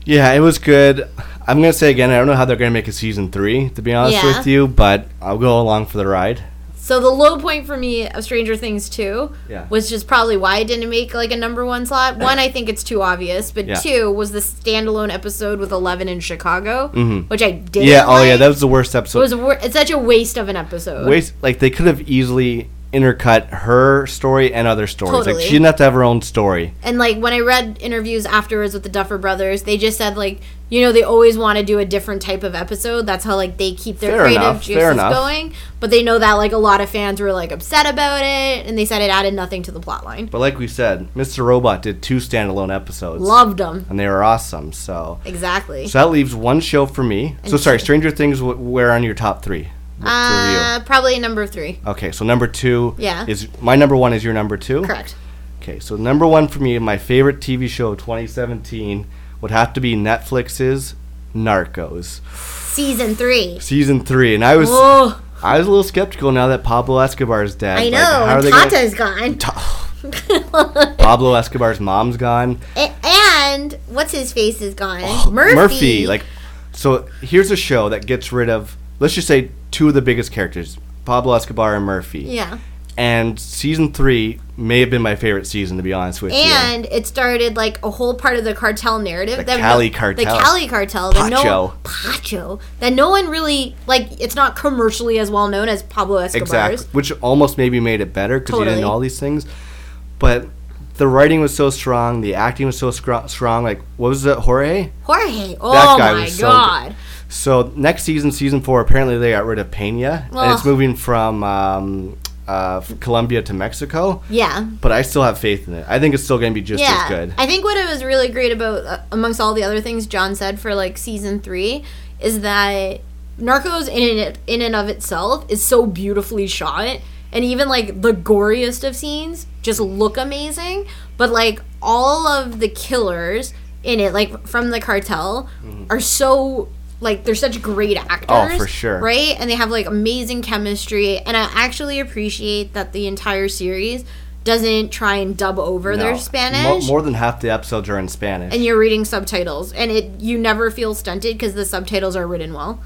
Yeah, it was good. I'm gonna say again, I don't know how they're gonna make a season three, to be honest
Yeah.
with you, but I'll go along for the ride.
So the low point for me of Stranger Things 2
Yeah.
was just probably why I didn't make like a number one slot. One, I think it's too obvious, but
Yeah.
two was the standalone episode with Eleven in Chicago,
Mhm.
which I did.
Yeah. Oh, yeah.
like.
That was the worst episode.
it was wor- it's such a waste of an episode.
waste like they could have easily intercut her story and other stories. Like
Totally.
she didn't have to have her own story.
And like when I read interviews afterwards with the Duffer Brothers, they just said like you know they always want to do a different type of episode. That's how like they keep their
Fair
creative
enough, fair
juices
enough.
going. But they know that like a lot of fans were like upset about it, and they said it added nothing to the plot line.
But like we said, Mr. Robot did two standalone episodes.
Loved them
and they were awesome. So
exactly.
so that leaves one show for me. so
And
sorry,
two.
Stranger Things. wh- Where on your top three?
Uh, probably number three.
Okay, so number two
Yeah.
is my number one is your number two.
Correct.
Okay, so number one for me, my favorite TV show of 2017 would have to be Netflix's Narcos
Season three.
season three, and I was
Whoa.
I was a little skeptical now that Pablo Escobar is dead.
I
Like,
know.
how are
and
they gonna-
Tata's gone.
Pablo Escobar's mom's gone.
A- and what's his face is gone. Murphy.
Oh, like, so here's a show that gets rid of, let's just say, two of the biggest characters, Pablo Escobar and Murphy.
yeah.
And season three may have been my favorite season, to be honest with you.
And it started like a whole part of the cartel narrative.
The
that
Cali
no, The
cartel.
Cali cartel. That
Pacho.
no, Pacho. That no one really like. It's not commercially as well known as Pablo Escobar's.
Exactly. Which almost maybe made it better because you didn't
Totally.
know all these things. But The writing was so strong. The acting was so scr- strong. Like, what was it, Jorge?
Jorge. Oh
That guy
my
was so
god.
So next season, season four, apparently they got rid of Pena, and it's
Ugh.
moving from um, uh, from Colombia to Mexico.
Yeah.
But I still have faith in it. I think it's still going to be just
yeah.
as good.
I think what it was really great about, uh, amongst all the other things John said for like season three, is that Narcos in and, in and of itself is so beautifully shot. And even like the goriest of scenes just look amazing. But like all of the killers in it, like from the cartel,
Mm-hmm.
are so like they're such great actors.
Oh, sure.
Right? And they have like amazing chemistry. And I actually appreciate that the entire series doesn't try and dub over
No.
their
Mo-
Spanish.
more than half the episodes are in Spanish.
and you're reading subtitles, and it you never feel stunted because the subtitles are written well.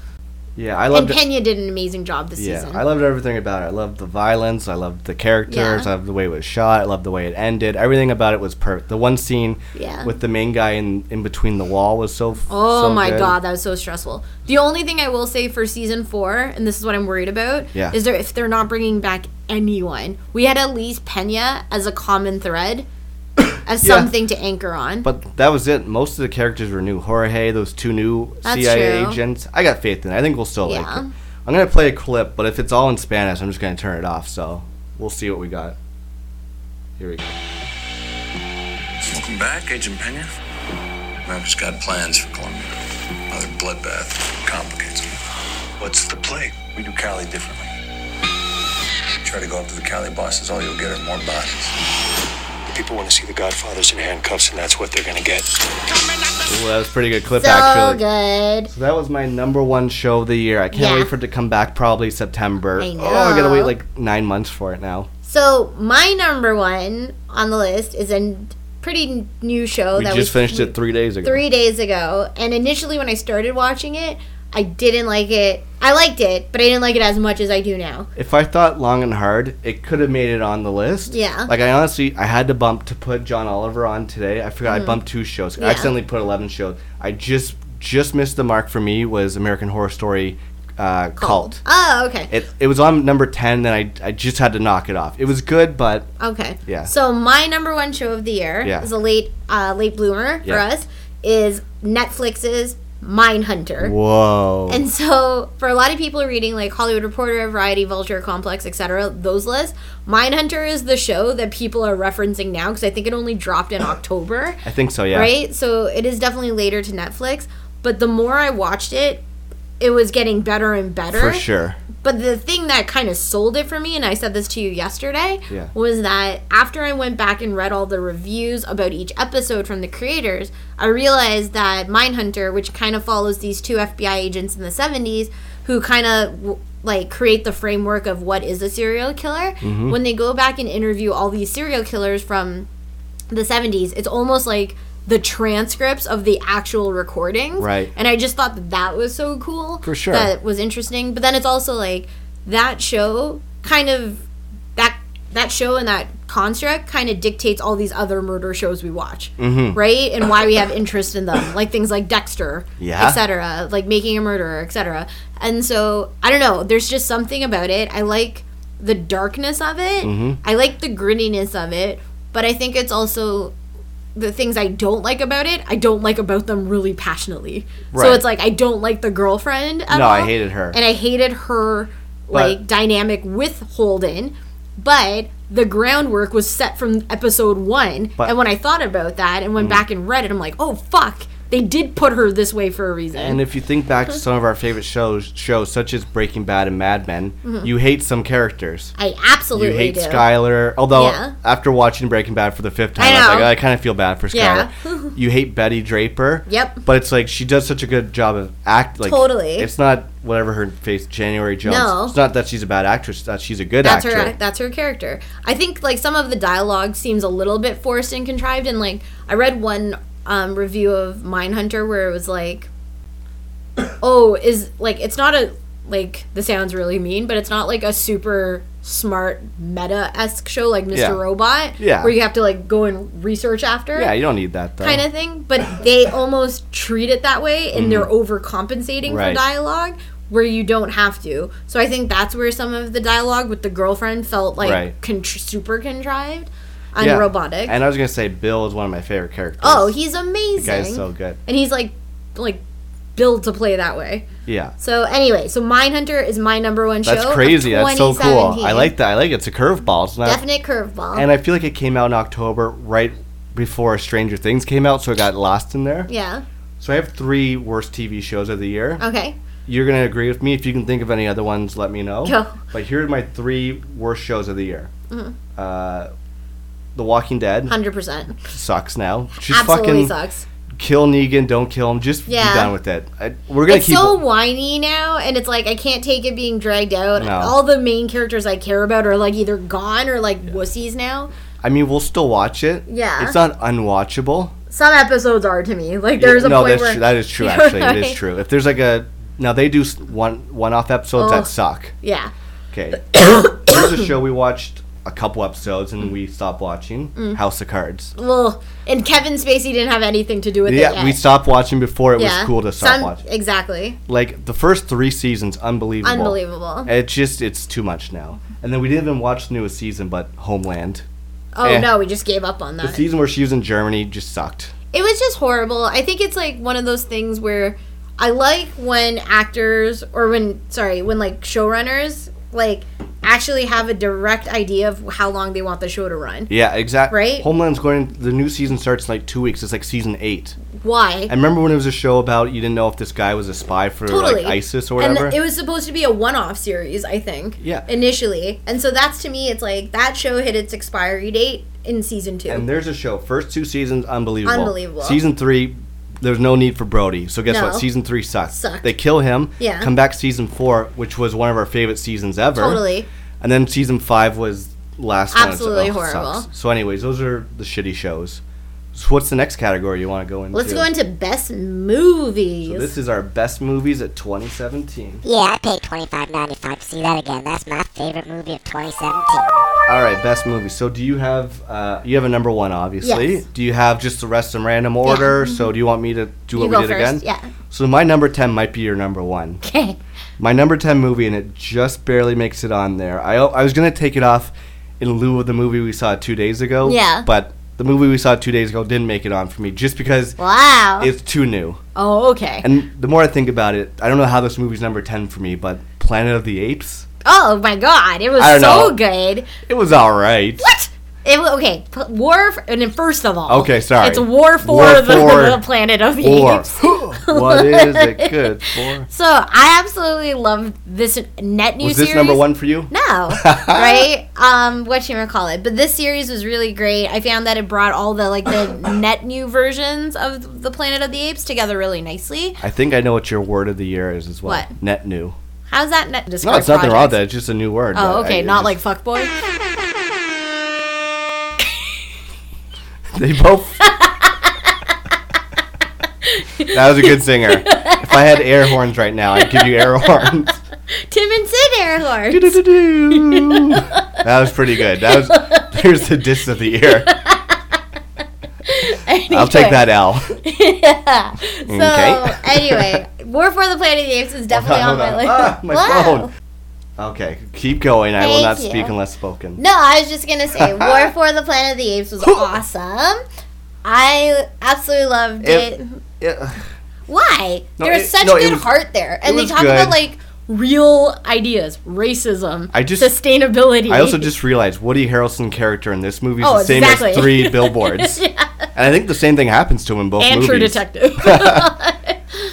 yeah, I
and
loved it.
Pena did an amazing job this
Yeah,
season.
I loved everything about it. I loved the violence. I loved the characters. I loved the way it was shot. I loved the way it ended. Everything about it was perfect. The one scene
Yeah.
with the main guy in, in between the wall was so. f-
Oh
so
my
good.
god, that was so stressful. The only thing I will say for season four, and this is what I'm worried about,
Yeah.
is there if they're not bringing back anyone, we had at least Pena as a common thread, as
Yeah.
something to anchor on.
But that was it. Most of the characters were new. Jorge, those two new
That's
CIA
true.
agents. I got faith in it. I think we'll still like
Yeah.
it. I'm gonna play a clip, but if it's all in Spanish, I'm just gonna turn it off. So we'll see what we got. Here we go.
Welcome back, Agent Pena. America's got plans for Colombia. Another bloodbath complicates it. What's the play? We do Cali differently. Try to go up to the Cali bosses, all you'll get are more bodies.
People want to see the Godfathers in handcuffs, and that's what they're going to get.
Ooh, that was a pretty good clip,
so
actually.
good.
So that was my number one show of the year. I can't
Yeah.
wait for it to come back probably September.
I
Oh, I gotta wait
know.
like nine months for it now.
So my number one on the list is a n- pretty n- new show
we
Oh,
just
that was
finished it three days ago.
three days ago. And initially, when I started watching it, I didn't like it. I liked it, but I didn't like it as much as I do now.
If I thought long and hard, it could have made it on the list.
Yeah.
Like I honestly, I had to bump to put John Oliver on today. I forgot
Mhm.
I bumped two shows.
Yeah.
I accidentally put eleven shows. I just just missed the mark for me was American Horror Story uh, Cult.
Oh, okay.
It it was on number ten. Then I I just had to knock it off. It was good, but
Okay.
Yeah.
So my number one show of the year
Yeah.
is a late uh, late bloomer for
Yeah.
us is Netflix's Mindhunter.
whoa.
And so for a lot of people reading like Hollywood Reporter, Variety, Vulture, Complex, etc., those lists, Mindhunter is the show that people are referencing now because I think it only dropped in October.
I think so. Yeah.
Right? So it is definitely later to Netflix, but the more I watched it, it was getting better and better.
For sure.
But the thing that kind of sold it for me, and I said this to you yesterday,
Yeah.
was that after I went back and read all the reviews about each episode from the creators, I realized that Mindhunter, which kind of follows these two FBI agents in the 70s who kind of like create the framework of what is a serial killer,
Mm-hmm.
Mhm.
when they go back and interview all these serial killers from the 70s, it's almost like the transcripts of the actual recordings.
Right.
And I just thought that that was so cool.
For sure.
That was interesting. But then it's also like that show kind of that that show and that construct kind of dictates all these other murder shows we watch.
Mm.
Mhm.
Right? And why we have interest in them. Like things like Dexter,
Yeah.
etc. Like making a murderer, etc. And so I don't know, there's just something about it. I like the darkness of it.
Mhm.
Mm-hmm.
I like the grittiness of it, but I think it's also the things I don't like about it, I don't like about them really passionately. So
Right.
it's like I don't like the girlfriend at
No,
all.
I hated her.
And I hated her
But-
like dynamic with Holden, but the groundwork was set from episode 1.
But-
and when I thought about that and went
Mhm.
back and read it, I'm like, "Oh fuck, they did put her this way for a reason."
And if you think back to some of our favorite shows, shows such as Breaking Bad and Mad Men,
Mhm.
you hate some characters.
I absolutely
you hate
do.
Skyler. Although
Yeah.
after watching Breaking Bad for the fifth time,
I
I, was like, "Oh,
know.
I kind of feel bad for
Yeah.
Skyler. you hate Betty Draper.
Yep.
But it's like she does such a good job of act. Like
Totally.
It's not whatever her face January Jones.
No.
It's not that she's a bad actress. It's that she's a good
that's
actor.
her that's her character i think like some of the dialogue seems a little bit forced and contrived and like i read one um, review of mindhunter where it was like oh is like it's not a like this sounds really mean but it's not like a super smart meta-esque show like mr
Yeah.
robot
Yeah.
where you have to like go and research after
Yeah, you don't need that though.
kind of thing but they almost treat it that way and they're overcompensating
Mm.
for
Right.
dialogue where you don't have to so i think that's where some of the dialogue with the girlfriend felt like
Right.
contr- super contrived on
Yeah.
Robotic.
And I was gonna say Bill is one of my favorite characters.
oh, he's
the
amazing.
guy's so good.
And he's like, like built to play that way.
Yeah.
So anyway, so Mindhunter is my number one show.
That's
of
crazy. That's so cool.
2017.
I like that. I like it. It's a curveball. It's not
Definite curveball.
And I feel like it came out in October, right before Stranger Things came out, so it got lost in there.
yeah.
So I have three worst TV shows of the year.
Okay.
You're gonna agree with me. If you can think of any other ones, let me know.
Go.
But here are my three worst shows of the year.
Mhm.
Uh, the Walking Dead.
Hundred percent.
Sucks now. Just
Absolutely
fucking
sucks.
kill Negan. Don't kill him. Just
Yeah.
be done with it. I, we're gonna
it's
keep.
so whiny now, and it's like I can't take it being dragged out.
No.
All the main characters I care about are like either gone or like wussies now.
I mean, we'll still watch it.
Yeah.
It's not unwatchable.
Some episodes are to me like there's
Yeah,
a
no,
point
that's
where
true. that is true.
You know
Actually,
what I
it is
mean?
true. If there's like a now they do s- one one-off episodes
Oh.
that suck.
Yeah.
Okay, there's a show we watched a couple episodes and we stopped watching
Mm.
House of Cards.
Well, and Kevin Spacey didn't have anything to do with it.
Yeah,
yet.
we stopped watching before it was cool to stop
Some-
watching.
Exactly.
Like the first three seasons, unbelievable.
Unbelievable.
It just it's too much now. And then we didn't even watch the newest season, but Homeland.
Oh
Eh.
no, we just gave up on
The
that.
season where she was in Germany just sucked.
It was just horrible. I think it's like one of those things where I like when actors or when sorry, when like showrunners like actually have a direct idea of how long they want the show to run.
Yeah, exactly.
Right?
Homeland's going. The new season starts in like two weeks. It's like season eight.
Why?
I remember when it was a show about you didn't know if this guy was a spy for
totally
like ISIS or whatever.
And it was supposed to be a one-off series, I think.
Yeah.
Initially, and so that's to me, it's like that show hit its expiry date in season two.
and there's a show. First two seasons, unbelievable.
Unbelievable.
Season three, there's no need for Brody. So guess what?
No.
Season three sucks.
Sucked.
They kill him.
Yeah.
Come back season four, which was one of our favorite seasons ever.
Totally.
And then season five was last
Absolutely
one. It's-
horrible.
sucks. So anyways, those are the shitty shows. So what's the next category you want to go into?
Let's go into best movies.
So this is our best movies at 2017.
Yeah, I paid twenty five ninety five to see that again. That's my favorite movie of 2017.
All right, best movie. So do you have uh, you have a number one, obviously?
Yes.
Do you have just the rest in random order? So do you want me to do what
Mm-hmm. You
we
go
did
first,
again?
yeah.
So my number ten might be your number one.
okay.
My number ten movie, and it just barely makes it on there. I I was gonna take it off in lieu of the movie we saw two days ago.
Yeah.
But the movie we saw two days ago didn't make it on for me just because
Wow.
it's too new.
oh, okay.
And the more I think about it, I don't know how this movie's number ten for me, but Planet of the Apes.
Oh my god, it was
I
so
don't know.
good.
It was all right.
What? It wa- okay. p- War f- and then first of all,
Okay, sorry.
It's war for,
War
the,
for-
the planet of the
Or
apes.
what is it good for?
So I absolutely loved this net new
Was
series.
this number one for you?
No, right? Um, what you call it? But this series was really great. I found that it brought all the like the net new versions of the Planet of the Apes together really nicely.
I think I know what your word of the year is as well.
What?
Net new.
How's that net?
no, it's nothing wrong with that. It's just a new word.
Oh, okay, not
like
like fuckboy.
They both. that was a good singer. If I had air horns right now, I'd give you air horns.
Tim and Sid air horns.
That was pretty good. That was. There's the diss of the year. I'll take that L.
yeah. So
Okay.
anyway, War for the Planet of the Apes is definitely
Hold
on, my
on.
list.
Ah, my
Wow.
phone. Okay, keep going. I will
Thank
not
you.
speak unless spoken.
No, I was just gonna say War for the Planet of the Apes was awesome. I absolutely loved it.
It- Yeah.
Why?
No,
there was
it-
such
no, it
good
was-
heart there, and they
was
talk about
good.
like real ideas, racism,
I just-
sustainability.
I also just realized Woody Harrelson character in this movie is
Oh,
the same
exactly.
as three billboards.
Yeah.
And I think the same thing happens to him in both
and
movies.
True Detective.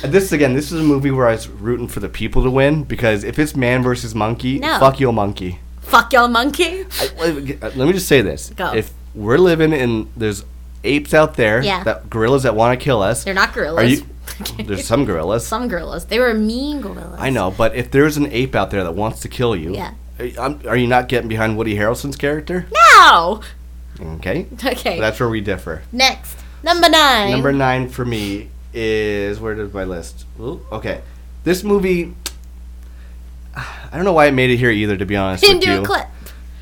And This again, this is a movie where I was rooting for the people to win because if it's man versus monkey,
No.
fuck your monkey.
Fuck y'all, monkey.
I- let me just say this:
Go.
if we're living in there's apes out there,
Yeah.
that gorillas that want to kill us,
They're not
Are
gorillas.
you? There's some gorillas.
Some gorillas. They were mean gorillas.
I know, but if there's an ape out there that wants to kill you,
Yeah.
are- I'm- are you not getting behind Woody Harrelson's character?
No.
Okay,
Okay.
that's where we differ.
Next, number nine.
Number nine for me is where did my list? Ooh, okay, this movie. I don't know why it made it here either. To be honest
Didn't
with
do
you,
a clip.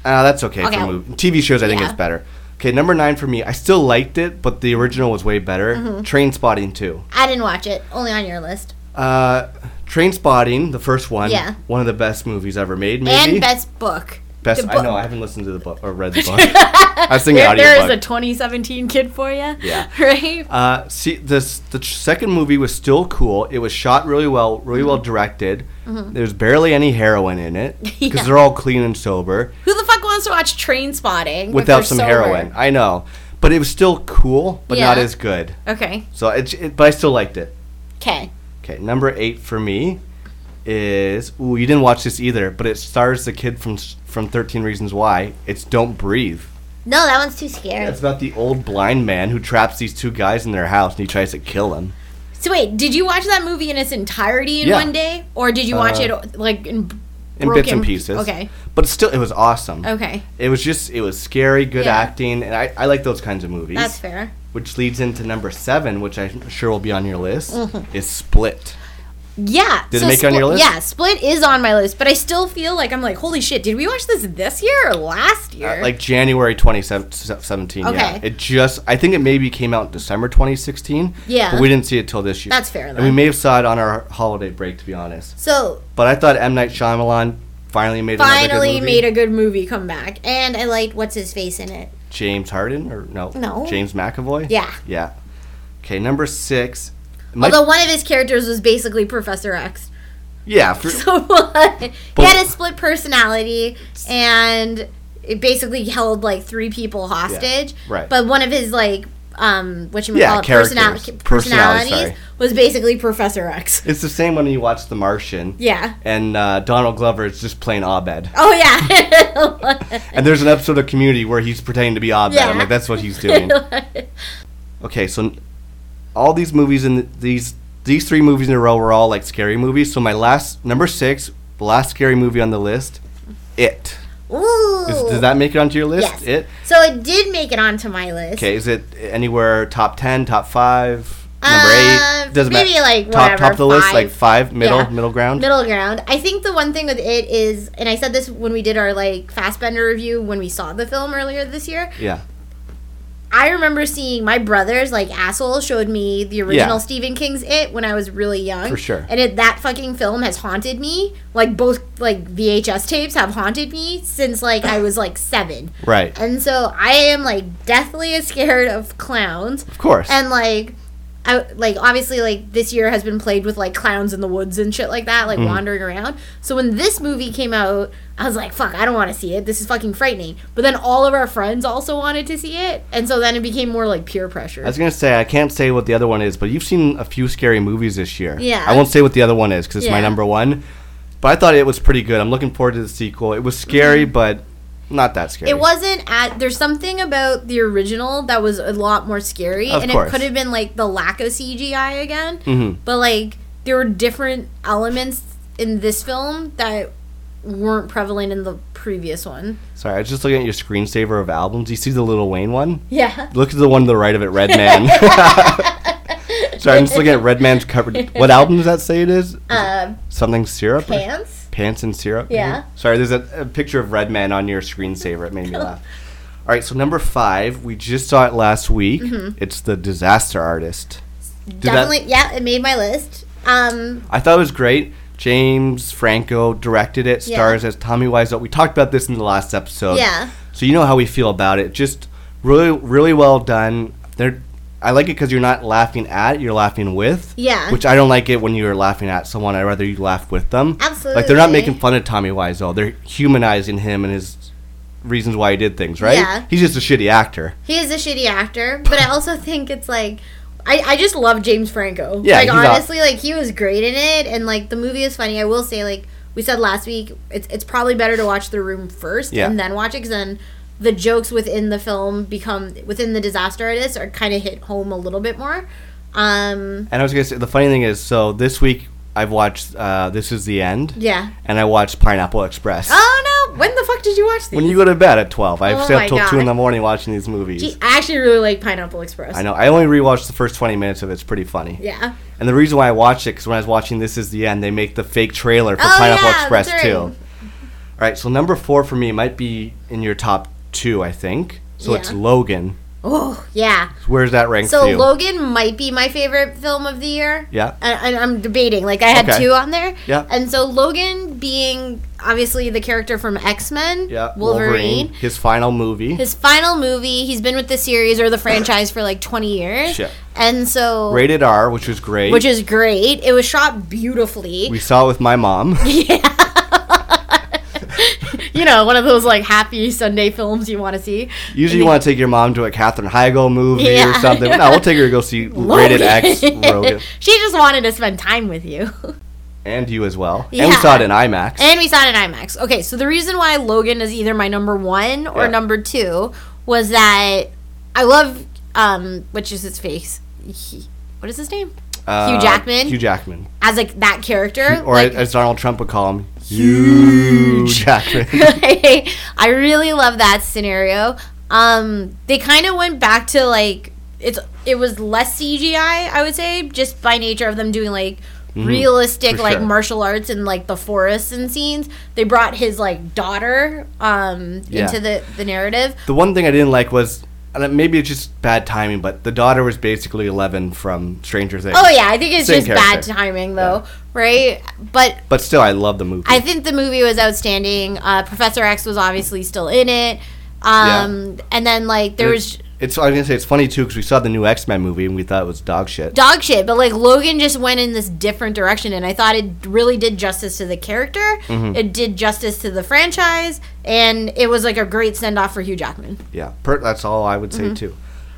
Ah, that's okay,
Okay.
for movie. TV shows. I think
Yeah.
it's better. Okay, number nine for me. I still liked it, but the original was way better.
Mhm.
Train Spotting too.
I didn't watch it. Only on your list.
Uh, Train Spotting, the first one.
Yeah.
One of the best movies ever made, maybe.
And best book.
Best.
The
I know.
book-
I haven't listened to the book or read the book. I was thinking
There-
audio
there is a 2017 kid for you.
Yeah.
Right?
Uh, see, this the tr- second movie was still cool. It was shot really well, really
Mm-hmm.
well directed.
Mhm.
There's barely any heroin in it because
Yeah.
they're all clean and sober
Who the fuck wants to watch Train Spotting
without some heroin. I know, but it was still cool, but not
Yeah.
as good.
Okay.
So it, it, but I still liked it.
Okay.
Okay, number eight for me is ooh, you didn't watch this either, but it stars the kid from s- from Thirteen Reasons Why. It's Don't Breathe.
No, that one's too scary.
It's about the old blind man who traps these two guys in their house and he tries to kill them.
So wait, did you watch that movie in its entirety in
Yeah.
one day, or did you watch
Uh,
it like in,
in bits
broken-
and pieces.
Okay.
But still, it was awesome.
Okay.
It was just, it was scary, good
Yeah.
acting, and I, I like those kinds of movies.
That's fair.
Which leads into number seven, which I'm sure will be on your list,
Mhm.
is Split.
Yeah.
Did it make it on your
Split-
list?
Yeah, Split is on my list, but I still feel like I'm like, holy shit, did we watch this this year or last year?
Uh, like January 2017, yeah.
Okay.
It just, I think it maybe came out in December 2016.
Yeah.
But we didn't see it till this year.
That's fair,
And we
though.
may have saw it on our holiday break, to be honest.
So-
But I thought M. Night Shyamalan finally made another good
finally
movie.
made a good movie come back, and I liked what's his face in it.
James Harden or no?
No.
James McAvoy.
Yeah.
Yeah. Okay, number six. Might-
Although one of his characters was basically Professor X.
yeah, for,
So what? he had a split personality, and it basically held like three people hostage.
right.
But one of his like um, what you
Yeah,
call it,
characters.
personali-
Personality,
personalities
sorry.
was basically Professor X.
it's the same when you watch The Martian.
Yeah.
And uh, Donald Glover is just playing Abed,
Oh yeah.
and there's an episode of Community where he's pretending to be Abed. I'm
Yeah.
like, that's what he's doing. okay, so n- all these movies in the, these these three movies in a row were all like scary movies. So my last number six, the last scary movie on the list, It.
Ooh.
Is, does that make it onto your list?
Yes.
It.
so it did make it onto my list.
Okay, is it anywhere top ten, top five, number
Uh,
eight? Doesn't
maybe,
matter.
like,
top top
whatever,
of the list, like five, middle,
Yeah.
middle ground.
Middle ground. I think the one thing with it is, and I said this when we did our like Fastbender review when we saw the film earlier this year.
Yeah,
I remember seeing my brothers, like asshole, showed me the original
Yeah.
Stephen King's It when I was really young.
For sure.
And it, that fucking film has haunted me. Like both like VHS tapes have haunted me since like I was like seven.
right.
And so I am like deathly scared of clowns. Of
course.
And like I like obviously like this year has been played with like clowns in the woods and shit like that, like
Mm-hmm.
Mhm.
wandering around. So when this movie came out, I was like, fuck, I don't want to see it. This is fucking frightening. But then all of our friends also wanted to see it, and so then it became more like peer pressure.
I was gonna say I can't say what the other one is, but you've seen a few scary movies this year.
Yeah.
I won't say what the other one is because it's my
Yeah.
number one. But I thought it was pretty good. I'm looking forward to the sequel. It was scary, but not that scary.
Mm-hmm. It wasn't at. There's something about the original that was a lot more scary,
Of
and
course.
it could have been like the lack of CGI again.
Mhm.
But like there were different elements in this film that weren't prevalent in the previous one.
Sorry, I was just looking at your screensaver of albums. You see the Little Wayne one?
Yeah.
Look at the one to the right of it, Red Man. Sorry, I'm just looking at Red Man's cover. What album does that say it is?
Uh,
Something syrup? or-
pants.
Pants and syrup? maybe?
Yeah.
Sorry, there's a, a picture of Red Man on your screensaver. It made me laugh. All right, so number five, we just saw it last week.
Mhm.
It's The Disaster Artist. Did that-
Definitely, yeah. It made my list. Um,
I thought it was great. James Franco directed it,
Yeah.
stars as Tommy Wiseau. We talked about this in the last episode.
Yeah.
So you know how we feel about it. Just really, really well done. They're, I like it because you're not laughing at, you're laughing with.
Yeah.
Which I don't like it when you're laughing at someone. I'd rather you laugh with them. Like they're not
Absolutely.
making fun of Tommy Wiseau. They're humanizing him and his reasons why he did things, right?
Yeah.
He's just a shitty actor.
he is a shitty actor, but I also think it's like. I, I just love James Franco.
Yeah,
like
he's aw-
honestly, like he was great in it, and like the movie is funny. I will say, like we said last week, it's it's probably better to watch The Room first
Yeah.
and then watch it, because then the jokes within the film become within the disaster artist are kind of hit home a little bit more. Um,
And I was going to say, the funny thing is, so this week I've watched uh, This Is the End.
yeah.
And I watched Pineapple Express.
Oh no! When the fuck did you watch these?
When you go to bed at 12, I
Oh
stay up
my
till 2 in
God.
the morning watching these movies.
Gee, I actually really like Pineapple Express.
I know. I only rewatched the first 20 minutes of it. It's pretty funny.
Yeah.
And the reason why I watched it, because when I was watching This Is the End, they make the fake trailer for
Oh,
Pineapple
yeah, that's
Express
right.
2. All right, so number four for me might be in your top two, I think. So it's
Yeah.
Logan.
Oh, yeah.
Where's that rank
So
for you?
Logan might be my favorite film of the year.
Yeah.
And, and I'm debating. Like I had
Okay.
two on there.
Yeah.
And so Logan being obviously the character from X Men.
yeah,
Wolverine.
His final movie.
His final movie. He's been with the series or the franchise for like 20 years.
Shit.
And so.
Rated R, which was great.
Which is great. It was shot beautifully.
we saw it with my mom.
you know, one of those like happy Sunday films you want to see.
Usually, you want to take your mom to a Katherine Heigl movie or
Yeah.
something. No, we'll take her to go see Rated X Rogan,
she just wanted to spend time with you.
and you as well. And we
Yeah.
saw it in IMAX.
And we saw it in IMAX. Okay, so the reason why Logan is either my number one or
Yeah.
number two was that I love um which is his face. He, what is his name?
Uh,
Hugh Jackman
Hugh Jackman,
as like that character.
or
like,
as Donald Trump would call him, Hugh Jackman.
I really love that scenario. Um, they kind of went back to like it's it was less CGI, I would say, just by nature of them doing like
Mm-hmm.
Mhm,
realistic
for
like
sure.
martial arts and like the forests and scenes. They brought his like daughter um
Yeah.
into the the narrative.
The one thing I didn't like was, and it- maybe it's just bad timing, but the daughter was basically Eleven from Stranger Things.
Oh yeah, I think it's
Same
just bad
character.
timing though, right? But
But still, I love the movie.
I think the movie was outstanding. Uh, Professor X was obviously still in it. Um, and then like there
And
was
it's- It's. I was gonna say it's funny too because we saw the new X Men movie and we thought it was dog shit.
dog shit, but like Logan just went in this different direction, and I thought it really did justice to the character.
Mhm.
It did justice to the franchise, and it was like a great send off for Hugh Jackman.
Yeah, per- that's all I would say
Mhm.
too.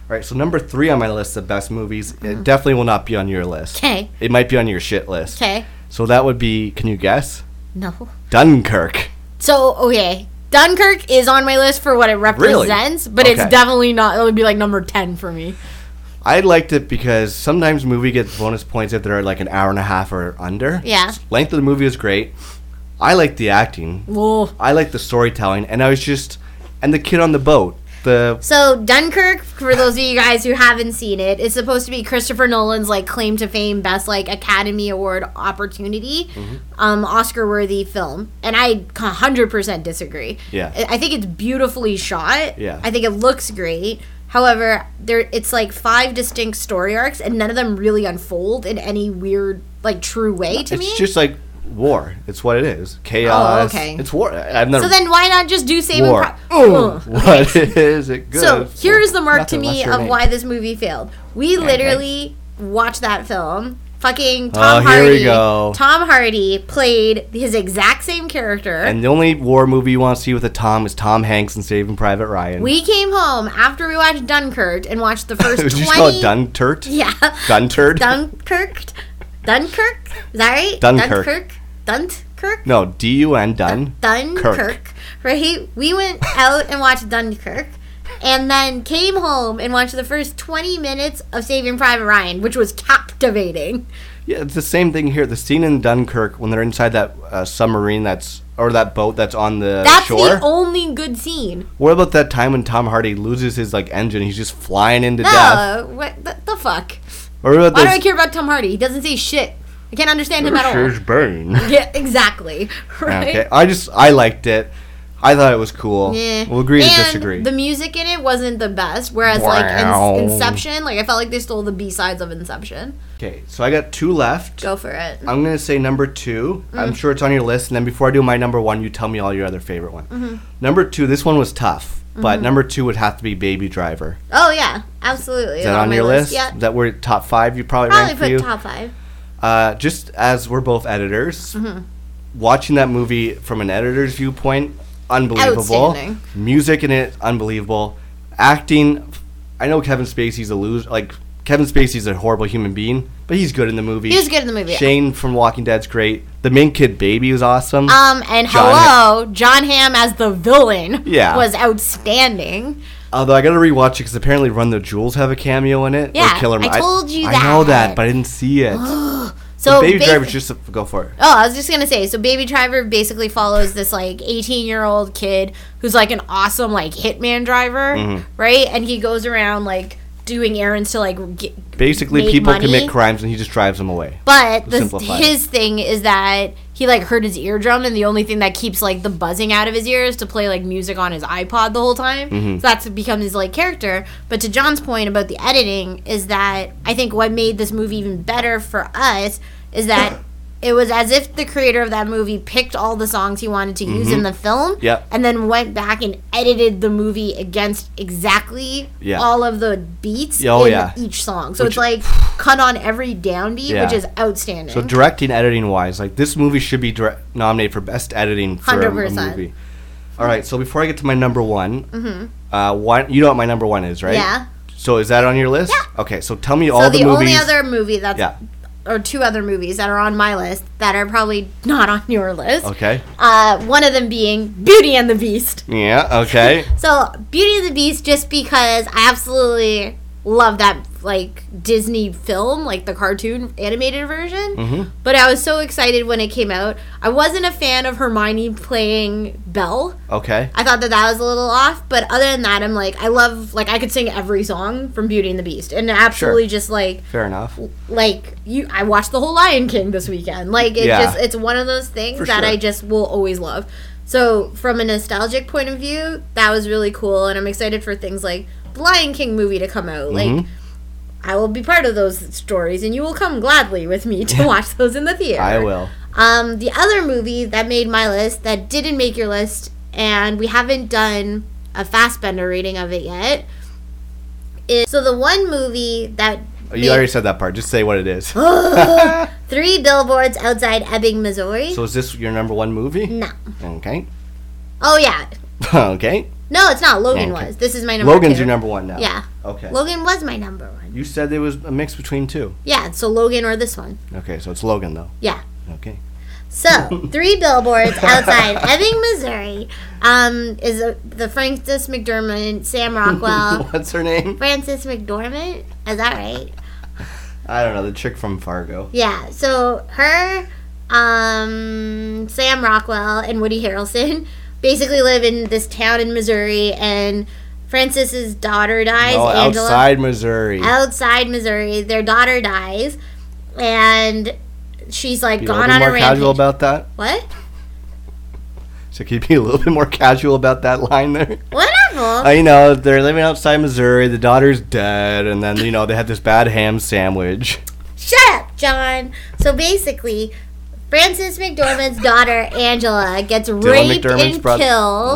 All right, so number three on my list of best movies, it definitely will not be on your list.
Mm-hmm. 'Kay.
It might be on your shit list.
Okay,
So that would be. Can you guess?
no.
Dunkirk.
So okay, Dunkirk is on my list for what it represents, but it's
Okay.
definitely not. It would be like number ten for me.
I liked it because sometimes movie gets bonus points if they're like an hour and a half or under.
Yeah.
Length of the movie was great. I liked the acting.
Whoa.
I liked the storytelling, and I was just, and the kid on the boat. The
So Dunkirk, for those of you guys who haven't seen it, is supposed to be Christopher Nolan's like claim to fame, best like Academy Award opportunity,
Mm-hmm.
um, Oscar-worthy film, and I hundred percent disagree.
Yeah.
I I think it's beautifully shot.
Yeah.
I think it looks great. However, there it's like five distinct story arcs, and none of them really unfold in any weird, like true way to
it's
me. Oh,
just like war. It's what it is. Chaos.
okay.
It's war. I- I've never.
so then, why not just do Saving
war.
Pri-
Oh, what is it good?
So
for?
here's the mark to
Nothing,
me
what's your
of
name?
why this movie failed. We
Okay.
literally watched that film. Fucking
Oh,
Tom
here we
Hardy.
go.
Tom Hardy played his exact same character.
And the only war movie you want to see with a Tom is Tom Hanks in Saving Private Ryan.
we came home after we watched Dunkirk and watched the first
Did you just call it
twenty.
Dunkirk?
yeah,
Dunkirk?
Dunkirk. Dunkirk. Is that right?
Dunkirk.
Dunkirk. Dunkirk.
no, D U N Dun.
Dunkirk, right? We went out and watched Dunkirk and then came home and watched the first 20 minutes of Saving Private Ryan, which was captivating.
Yeah, it's the same thing here. The scene in Dunkirk when they're inside that uh, submarine that's or that boat that's on the
That's
shore.
the only good scene.
what about that time when Tom Hardy loses his like engine? He's just flying into death.
No, Oh, what the, the fuck?
Or what
Why
about
do I
this?
care about Tom Hardy? He doesn't say shit. I can't understand him at
This
all.
is Bane.
Yeah, exactly. Right?
Okay, I just I liked it. I thought it was cool.
Yeah.
We'll agree
Eh. and
to disagree.
The music in it wasn't the best, whereas
Wow.
like in- Inception, like I felt like they stole the B sides of Inception.
Okay, so I got two left.
Go for it.
I'm gonna say number two. I'm
Mm.
sure it's on your list, and then before I do my number one, you tell me all your other favorite one.
Mhm.
Number two, this one was tough, but
Mhm.
number two would have to be Baby Driver.
Oh yeah, absolutely.
Is that
It's
on
my
your list?
Yeah.
That we're top five. You probably,
Probably
ranked for
put
you.
top 5
Uh, just as we're both editors,
Mhm.
watching that movie from an editor's viewpoint, unbelievable.
Outstanding.
Music in it, unbelievable. Acting, I know Kevin Spacey's a loser. Like Kevin Spacey's a horrible human being, but he's good in the movie.
He was good in the movie.
Shane from Walking Dead's great. The main kid, Baby, was awesome.
Um, and
John
hello, John Hamm as the villain.
Yeah.
Was outstanding.
Although I gotta rewatch it because apparently Run the Jewels have a cameo in it. or
Yeah,
Killer
I
Mi-
told you
I know
that.
that, but I didn't see it.
so
so Baby
basi-
Driver's just a, go for it.
Oh, I was just gonna say. So, Baby Driver basically follows this like 18 year old kid who's like an awesome like hitman driver,
Mhm.
right? And he goes around like doing errands to like get,
Basically,
Made
people
money.
commit crimes and he just drives them away.
But
To
the,
simplify it.
his thing is that he like hurt his eardrum, and the only thing that keeps like the buzzing out of his ears to play like music on his iPod the whole time.
Mm-hmm.
Mhm.
So that's become his like character. But to John's point about the editing is that I think what made this movie even better for us is that it was as if the creator of that movie picked all the songs he wanted to use in
Mhm.
the film
Yep.
and then went back and edited the movie against exactly
Yeah.
all of the beats
Yeah, oh,
in
yeah.
each song. So
Which-
it's like cut on every downbeat,
Yeah.
which is outstanding.
So directing, editing wise, like this movie should be dire- nominated for best editing for a- a
100%.
movie. All right, so before I get to my number one,
hmm
uh, one you know what my number one is, right?
Yeah.
So is that on your list? Yeah. Okay, so tell me
So
all
the,
the, movies.
only other movie that's
yeah.
or two other movies that are on my list that are probably not on your list.
Okay.
Uh, one of them being Beauty and the Beast.
Yeah. Okay.
So Beauty and the Beast, just because I absolutely love that like Disney film, like the cartoon animated version.
Mm-hmm.
But I was so excited when it came out. I wasn't a fan of Hermione playing Belle.
Okay.
I thought that that was a little off, but other than that, I'm like, I love, like, I could sing every song from Beauty and the Beast, and absolutely just like,
Fair enough.
like you, I watched the whole Lion King this weekend. Like, it
Yeah.
just, it's one of those things
For
that I
sure.
just will always love. So, from a nostalgic point of view, that was really cool, and I'm excited for things like the Lion King movie to come out. Like,
Mhm.
I will be part of those stories, and you will come gladly with me to watch those in the theater.
I will.
Um, the other movie that made my list that didn't make your list, and we haven't done a Fastbender rating of it yet, is so the one movie that
You already said that part. Just say what it is.
Ugh. three billboards outside Ebbing, Missouri.
so is this your number one movie?
No.
Okay.
oh yeah,
okay.
no, it's not. Logan
Okay.
was. This is my number.
Logan's
two.
your number one now.
Yeah.
Okay.
Logan was my number one.
You said there was a mix between two.
Yeah. So Logan or this one.
Okay, so it's Logan though.
Yeah.
Okay.
So, three billboards outside Ebbing, Missouri, um, is uh the Francis McDermott, Sam Rockwell,
What's her name?
Francis McDormand. Is that right?
I don't know. The chick from Fargo.
Yeah. So her, um, Sam Rockwell, and Woody Harrelson basically live in this town in Missouri, and Francis's daughter dies.
No,
Angela.
outside Missouri.
outside Missouri. Their daughter dies, and she's like
Be a little
gone
bit
on a
more casual
rampage.
about that.
What?
So can you be a little bit more casual about that line there?
Whatever.
I know they're living outside Missouri. The daughter's dead, and then you know they had this bad ham sandwich.
Shut up, John. So basically, Frances McDormand's daughter Angela gets raped and
brother. Oh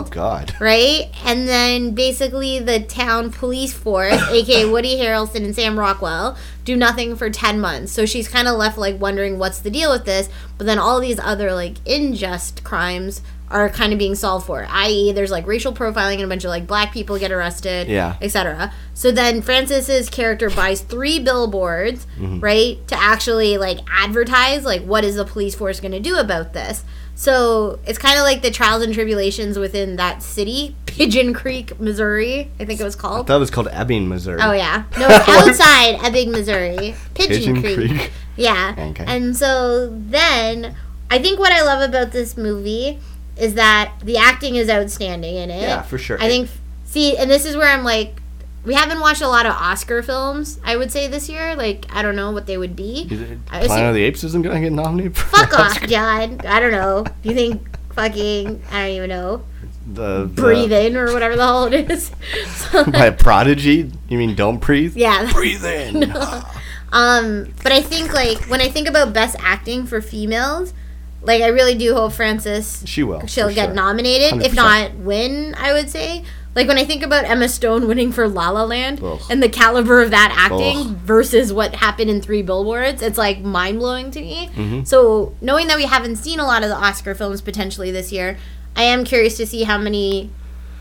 killed,
God.
right? And then basically the town police force, aka Woody Harrelson and Sam Rockwell, do nothing for 10 months. So she's kind of left like wondering what's the deal with this, but then all these other like unjust crimes are kind of being solved for, i.e., there's like racial profiling and a bunch of like black people get arrested,
Yeah.
etc. So then Francis's character buys three billboards
Mm-hmm.
Mhm.
right to actually like advertise like what is the police force going to do about this so it's kind of like the trials and tribulations within that city pigeon creek missouri i think it was
I
called
thought it was called Ebbing, Missouri.
oh yeah no it's outside ebbing missouri pigeon,
Pigeon
creek.
Creek.
yeah
Okay.
and so then i think what i love about this movie is that the acting is outstanding in it
Yeah, for sure.
i think see and this is where i'm like we haven't watched a lot of oscar films i would say this year like i don't know what they would be
Is it-
I was
Planet of the Apes isn't gonna get nominated for
Fuck off, John. I don't know. You think fucking I don't even know.
the, the
Breathe in or whatever the hell it is. So,
Uh, by Prodigy. You mean don't breathe?
yeah.
Breathe in.
No. Um, but I think like when I think about best acting for females, like I really do hope Frances
She will.
she'll
for
get
sure.
nominated, if
100%.
not win. I would say. Like when I think about Emma Stone winning for La La Land
Ugh.
and the caliber of that acting
Ugh.
versus what happened in Three Billboards, it's like mind blowing to me.
Mhm.
So knowing that we haven't seen a lot of the Oscar films potentially this year, I am curious to see how many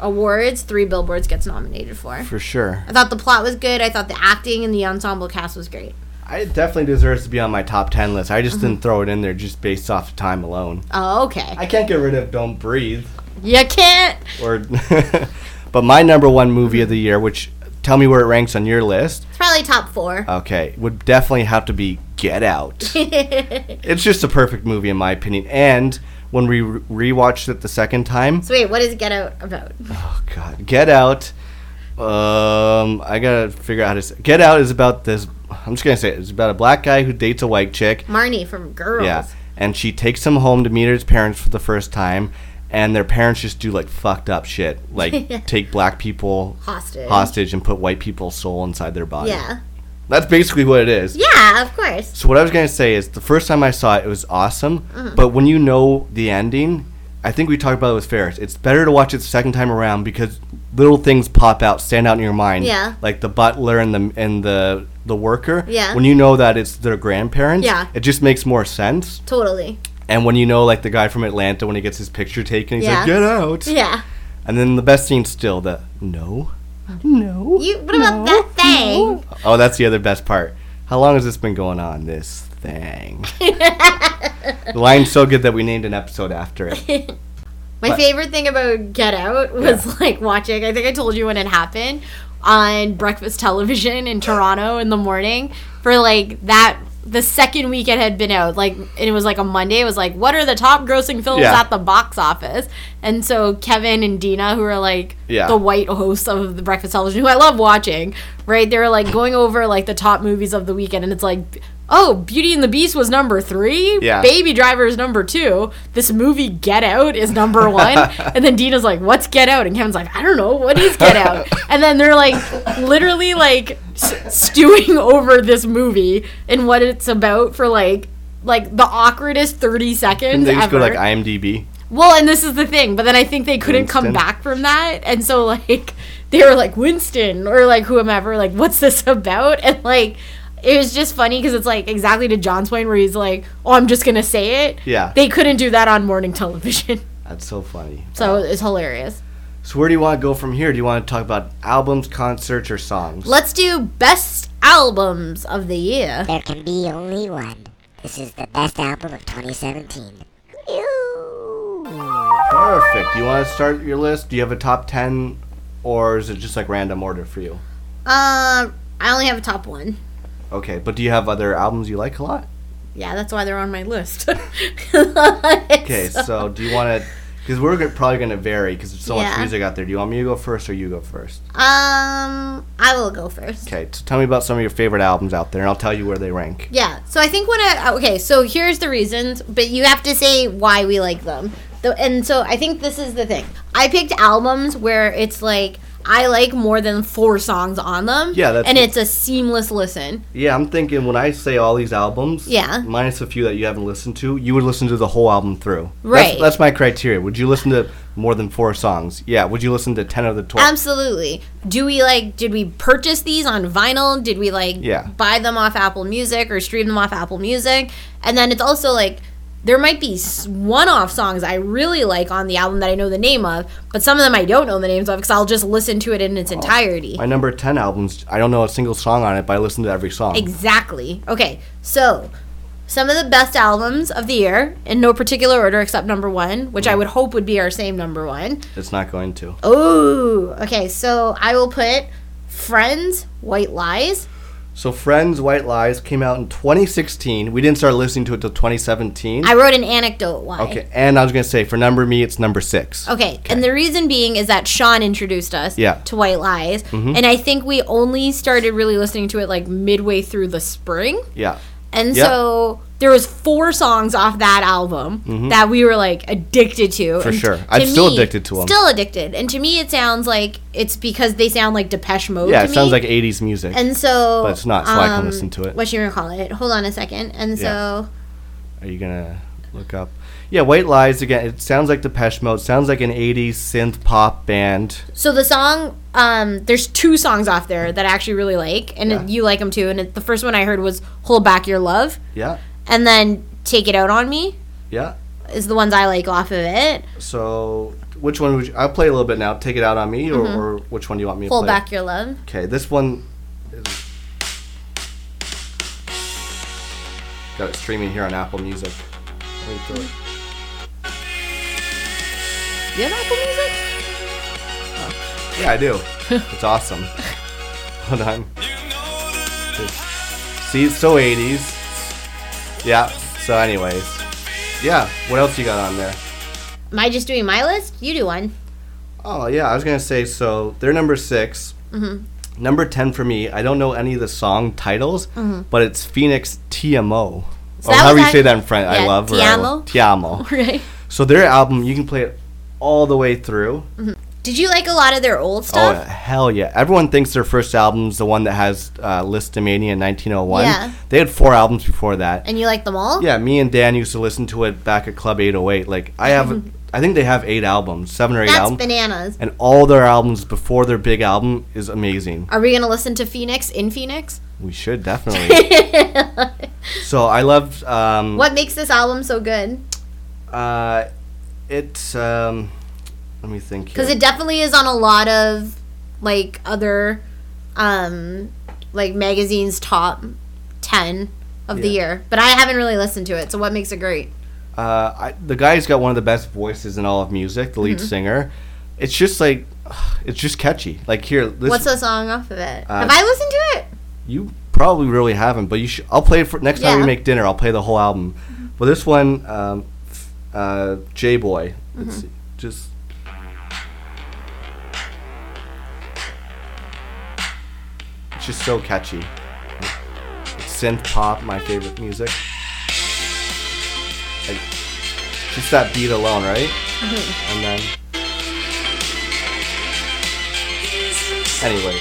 awards Three Billboards gets nominated for.
For sure.
I thought the plot was good. I thought the acting and the ensemble cast was great.
I definitely deserves to be on my top ten list. I just
Mhm.
didn't throw it in there just based off the time alone.
Oh, okay.
I can't get rid of Don't Breathe.
You can't.
Or but my number one movie of the year, which tell me where it ranks on your list.
It's probably top four.
Okay, would definitely have to be Get Out. It's just a perfect movie in my opinion. And when we re- rewatched it the second time,
So wait, what is Get Out about?
God, Get Out. Um, I gotta figure out how to say. Get Out is about this. I'm just gonna say it. it's about a black guy who dates a white chick.
Marnie from Girls.
Yeah, and she takes him home to meet his parents for the first time. And their parents just do like fucked up shit, like take black people
Hostage.
hostage and put white people's soul inside their body.
Yeah.
That's basically what it is.
Yeah, of course.
So what I was gonna say is the first time I saw it, it was awesome.
Mhm.
But when you know the ending, I think we talked about it with Ferris. It's better to watch it the second time around because little things pop out, stand out in your mind.
Yeah.
Like the butler and the and the the worker.
Yeah.
When you know that it's their grandparents.
Yeah.
It just makes more sense.
Totally.
And when you know like the guy from Atlanta when he gets his picture taken, he's
yeah.
like, "Get out!"
Yeah.
And then the best scene still the no. No.
You. What about that thing?
Oh, that's the other best part. How long has this been going on? This thing. The line's so good that we named an episode after it.
My
But-
favorite thing about Get Out was like watching. I think I told you when it happened on breakfast television in Toronto in the morning for like that. The second week it had been out, like and it was like a Monday. It was like, what are the top grossing films
Yeah.
at the box office? And so Kevin and Dina, who are like
Yeah.
the white hosts of the breakfast television, who I love watching, right? They were like going over like the top movies of the weekend, and it's like, oh, Beauty and the Beast was number three,
Yeah.
Baby Driver is number two. This movie Get Out is number one. and then Dina's like, "What's Get Out?" And Kevin's like, "I don't know. What is Get Out?" and then they're like, literally like s- stewing over this movie and what it's about for like like the awkwardest thirty seconds
And they just
ever.
go like IMDb.
well, and this is the thing. But then I think they couldn't come
Winston.
back from that, and so like they were like Winston or like whomever, like, "What's this about?" And like. It was just funny because it's like exactly to John's point where he's like, "Oh, I'm just gonna say it."
Yeah.
They couldn't do that on morning television.
That's so funny.
So it's hilarious.
So where do you want to go from here? Do you want to talk about albums, concerts, or songs?
Let's do best albums of the year.
There can be only one. This is the best album of 2017.
Perfect. You want to start your list? Do you have a top ten, or is it just like random order for you?
Um, I only have a top one.
Okay, but do you have other albums you like a lot?
Yeah, that's why they're on my list.
Okay, so do you want to? Because we're go- probably going to vary because there's so much
Yeah.
music out there. Do you want me to go first or you go first?
Um, I will go first.
Okay, so tell me about some of your favorite albums out there, and I'll tell you where they rank.
Yeah. So I think when I uh, okay, so here's the reasons, but you have to say why we like them. The, and so I think this is the thing. I picked albums where it's like I like more than four songs on them.
Yeah, that's-
and it's a seamless listen.
Yeah, I'm thinking when I say all these albums,
Yeah.
minus a few that you haven't listened to, you would listen to the whole album through. That's-
Right.
That's, my criteria. Would you listen to more than four songs? Yeah. Would you listen to ten of the twelve?
Absolutely. Do we like? Did we purchase these on vinyl? Did we like
Yeah.
buy them off Apple Music or stream them off Apple Music? And then it's also like there might be s- one-off songs I really like on the album that I know the name of, but some of them I don't know the names of because I'll just listen to it in its entirety.
my number ten albums, I don't know a single song on it, but I listen to every song.
Exactly. Okay, so some of the best albums of the year in no particular order except number one, which I would hope would be our same number one.
It's not going to.
Oh, okay. So I will put Friends, White Lies.
So Friends, White Lies came out in 2016. We didn't start listening to it till 2017.
I wrote an anecdote why.
Okay, and I was gonna say for number me, it's number six.
Okay, and the reason being is that Sean introduced us
Yeah.
to White Lies,
Mhm.
and I think we only started really listening to it like midway through the spring.
Yeah.
And
Yep.
so there was four songs off that album
Mhm.
that we were like addicted to.
For
And
sure.
t-
I'm
to
still addicted to 'em.
Still addicted. And to me, it sounds like it's because they sound like Depeche Mode.
yeah,
to
it sounds
me.
like 80s music.
And so,
But it's not, so I can
um,
listen to it.
What you gonna call it? Hold on a second. And
Yeah.
so,
Are you gonna look up? Yeah, White Lies again. It sounds like Depeche Mode. Sounds like an '80s synth pop band.
so the song, um, there's two songs off there that I actually really like, and
Yeah.
you like them too. And it, the first one I heard was "Hold Back Your Love,"
Yeah,
and then "Take It Out on Me"
yeah.
is the ones I like off of it.
So which one would you, I'll play a little bit now? Take it out on me, or,
Mhm.
or which one do you want me
"Hold
to play?
Back Your Love."
Okay, this one. Is, got it streaming here on Apple Music. Let me throw it.
You have Apple Music?
Yeah, I do. it's awesome. Hold on. See, it's so 80s. Yeah, so, anyways. Yeah, what else you got on there?
Am I just doing my list? You do one.
Oh, yeah, I was going to say so they're number six.
Mhm.
Number 10 for me, I don't know any of the song titles,
Mhm.
but it's Phoenix TMO.
So
oh,
that
how
was
do you
act-
say that in French? I
Yeah,
love or
ti
I
amo.
love- Ti amo.
Right.
So their album, you can play it all the way through.
Mhm. Did you like a lot of their old
Oh
stuff?
hell yeah! Everyone thinks their first album's the one that has uh, Listomania in 1901.
Yeah.
They had four albums before that.
And you like them all?
Yeah, me and Dan used to listen to it back at Club 808. Like I have, I think they have eight albums, seven or eight
Mm-hmm. That's
albums,
bananas.
and all their albums before their big album is amazing.
Are we gonna listen to Phoenix in Phoenix?
We should definitely. so I love. Um,
What makes this album so good?
Uh, it's um, let me think.
Because
here.
it definitely is on a lot of like other um like magazines top ten of the
Yeah.
year. But I haven't really listened to it, so what makes it great?
uh, I, the guy's got one of the best voices in all of music. The lead
Mhm.
singer. It's just like, it's just catchy. Like here, listen,
What's the song off of it?
Uh,
Have I listened to it?
you probably really haven't, but you should. I'll play it for next time we
Yeah.
make dinner. I'll play the whole album. Well, this one, um, f- uh, J Boy. Let's
Mhm.
see. Just it's just so catchy. It's synth pop, my favorite music. Like, just that beat alone, right?
Mhm.
And then. Anyway,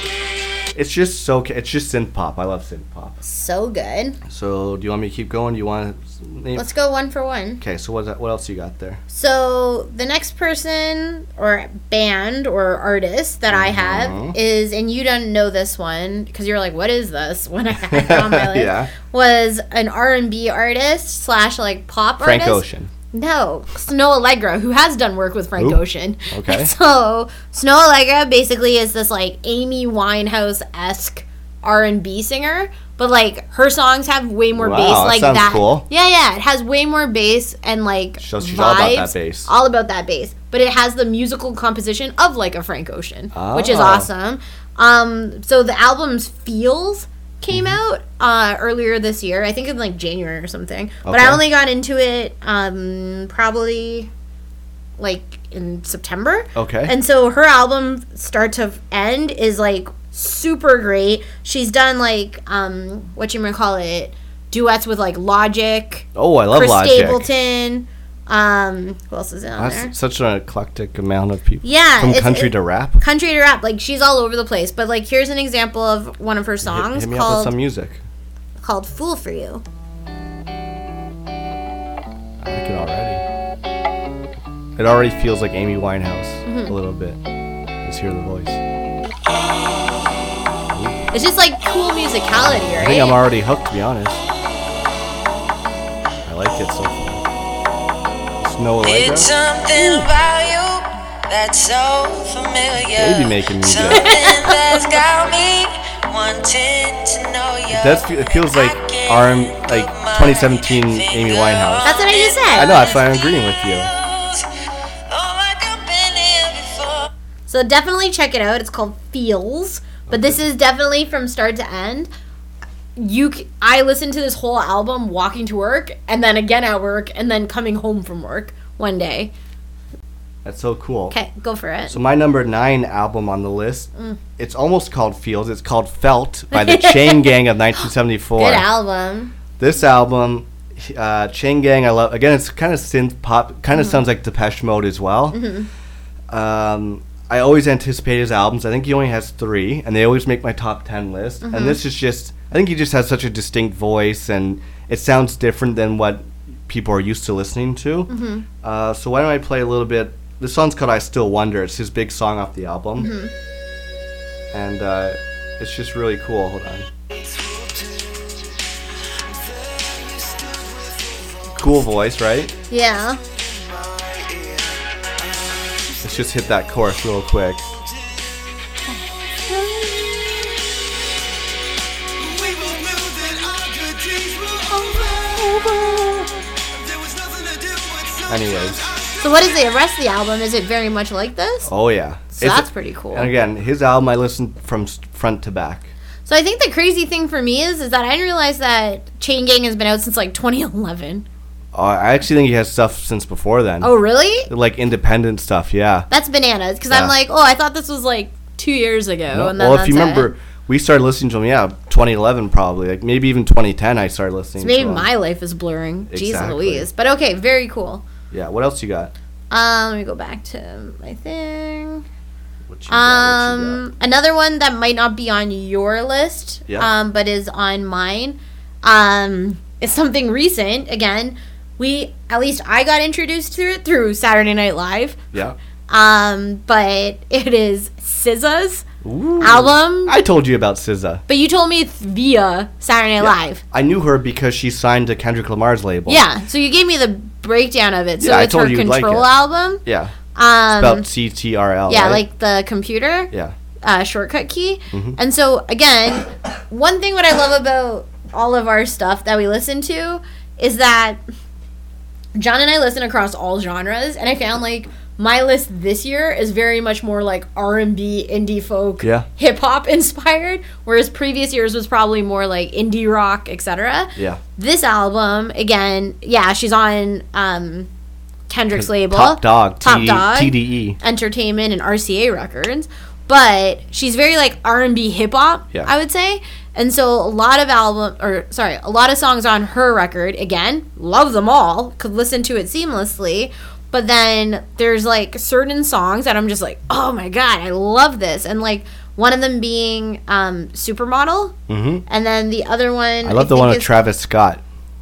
it's just so ca- it's just synth pop. I love synth pop.
So good.
So, do you want me to keep going? Do you want to name?
Let's go one for one.
Okay, so what what else you got there?
So the next person or band or artist that I
Mhm.
have is, and you don't know this one because you're like, what is this? When I had it on my list
yeah,
was an R and B artist slash like pop
Frank
artist.
Ocean.
No, Snow Allegra, who has done work with Frank
Oop.
Ocean.
Okay.
So Snow Allegra basically is this like Amy Winehouse esque R and B singer, but like her songs have way more
Wow, that
bass. Like
sounds cool.
Yeah, yeah, it has way more bass and like
So she's
vibes,
all about that bass.
all about that bass. But it has the musical composition of like a Frank Ocean, which is
Ah.
awesome. Um, so the album's feels came
Mm-hmm.
out uh, earlier this year. I think in like January or something. But
Okay.
I only got into it um, probably like in September.
Okay.
And so her album start to end is like super great. She's done like um what you gonna call it duets with like Logic,
Oh, I love
Chris
Logic.
Stapleton. Um, who else is on there?
That's such an eclectic amount of people.
Yeah,
from
it's-
country
it-
to rap.
Country to rap, like she's all over the place. But like, here's an example of one of her songs
Hit me up with
called
some music.
called "Fool for You."
I like it already. It already feels like Amy Winehouse
Mhm.
a little bit. Just hear the voice.
It's just like cool musicality,
I
right?
think I'm already hooked, to be honest. I like it so far. Snow Allegra.
It's something about you that's so familiar.
They be making me do
Something
it.
that's got me wanting to know you.
It does. Feel, it feels like RM, like 2017 Amy Winehouse.
That's what I just said.
I know. That's why I'm agreeing with you.
Oh,
So definitely check it out. It's called Feels, but this is definitely from start to end. You, c- I listened to this whole album walking to work, and then again at work, and then coming home from work one day.
That's so cool.
Okay, go for it.
So my number nine album on the list.
Mm.
It's almost called Fields. It's called Felt by the Chain Gang of 1974.
Good album.
This album, uh, Chain Gang, I love. Again, it's kind of synth pop. Kind of sounds like Depeche Mode as well.
Mhm.
Um, I always anticipate his albums. I think he only has three, and they always make my top ten list.
Mhm.
And this is just, I think he just has such a distinct voice, and it sounds different than what people are used to listening to.
Mhm.
Uh, so why don't I play a little bit? This song's called "I Still Wonder." It's his big song off the album,
Mhm.
and uh, it's just really cool. Hold on. Cool voice, right?
Yeah.
Let's just hit that chorus real quick. Anyways,
So what is the rest of the album? Is it very much like this?
oh yeah,
So that's pretty cool.
And again, his album I listened from s- front to back.
So I think the crazy thing for me is is that I didn't realize that Chain Gang has been out since like 2011.
Uh, I actually think he has stuff since before then.
Oh, really?
Like independent stuff, yeah.
That's bananas because
Yeah.
I'm like, oh, I thought this was like two years ago.
No,
and then
well, if you
that's it.
remember, we started listening to them, yeah, 2011 probably, like maybe even 2010. I started listening.
So maybe
to 'em.
my life is blurring. Jeez
Exactly.
Louise. But okay, very cool.
Yeah. What else you got?
Um, let me go back to my thing.
What
um, another one that might not be on your list,
Yeah.
um, but is on mine. Um, it's something recent. Again, we at least I got introduced to it through Saturday Night Live.
Yeah.
Um, but it is SZA's
Ooh.
album.
I told you about SZA.
But you told me it's via Saturday Night Live.
I knew her because she signed to Kendrick Lamar's label.
Yeah. So you gave me the breakdown of it. So
Yeah, I
it's
told
her
you you'd
control
like it.
album.
Yeah.
Um,
about CTRL.
yeah,
right?
like the computer
Yeah.
uh, shortcut key.
Mhm.
And so again, one thing what I love about all of our stuff that we listen to is that John and I listen across all genres, and I found like my list this year is very much more like R and B, indie folk,
Yeah.
hip hop inspired, whereas previous years was probably more like indie rock, etc.
Yeah.
This album again, yeah, she's on um, Kendrick's label,
Top Dog. E,
Top
TD
Dog,
TDE.
Entertainment and RCA Records, but she's very like R and B hip hop.
Yeah.
I would say, and so a lot of album or sorry, a lot of songs on her record. Again, love them all. Could listen to it seamlessly. But then there's like certain songs that I'm just like, oh my god, I love this, and like one of them being um, Supermodel,
Mm-hmm.
and then the other one
I love the one
think
with
is-
Travis Scott.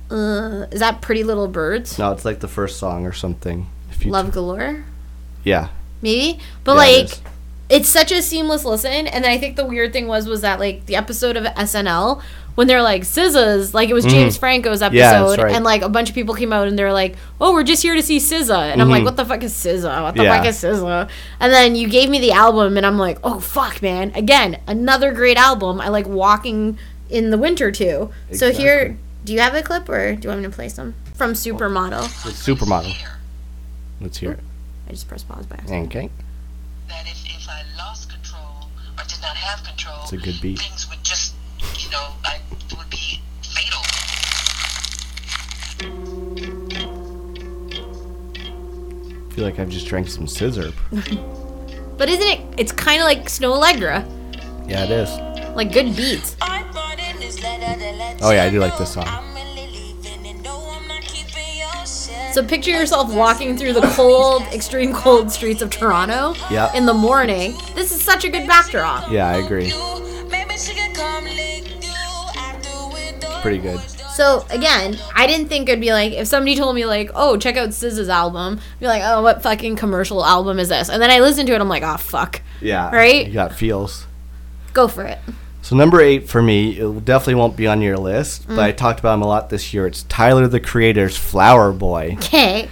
Uh, is that Pretty Little Birds?
No, it's like the first song or something. If you
Love Galore?
yeah.
maybe but
Yeah, it
like it's such a seamless listen and then i think the weird thing was was that like the episode of snl when they're like SZA's, like it was
Mhm.
James Franco's episode,
Yeah, that's right.
and like a bunch of people came out and they're like, "Oh, we're just here to see SZA," and I'm like,
Mhm.
"What the fuck is SZA? What the
Yeah.
fuck is SZA?" And then you gave me the album, and I'm like, "Oh fuck, man! Again, another great album. I like walking in the winter too." So here, do you have a clip, or do you want me to play some from Supermodel?
It's Supermodel. Let's hear it.
I just pressed pause by accident.
Okay.
that if, if I lost control or did not have control,
It's a good beat.
things would just, you know, I would be fatal.
I feel like I've just drank some scissor.
But isn't it? It's kind of like Snow Allegra,
Yeah, it is.
like good beats.
Oh yeah, I do like this song.
So picture yourself walking through the cold, extreme cold streets of Toronto
Yeah.
in the morning. This is such a good backdrop.
Yeah, I agree. It's pretty good.
So again, I didn't think it'd be like if somebody told me like, "Oh, check out SZA's album," I'd be like, "Oh, what fucking commercial album is this?" And then I listened to it, I'm like, "Oh fuck,
Yeah.
Right?
You got feels.
go for it."
So number eight for me, it definitely won't be on your list, but
Mm.
I talked about him a lot this year. It's Tyler the Creator's Flower Boy.
Okay.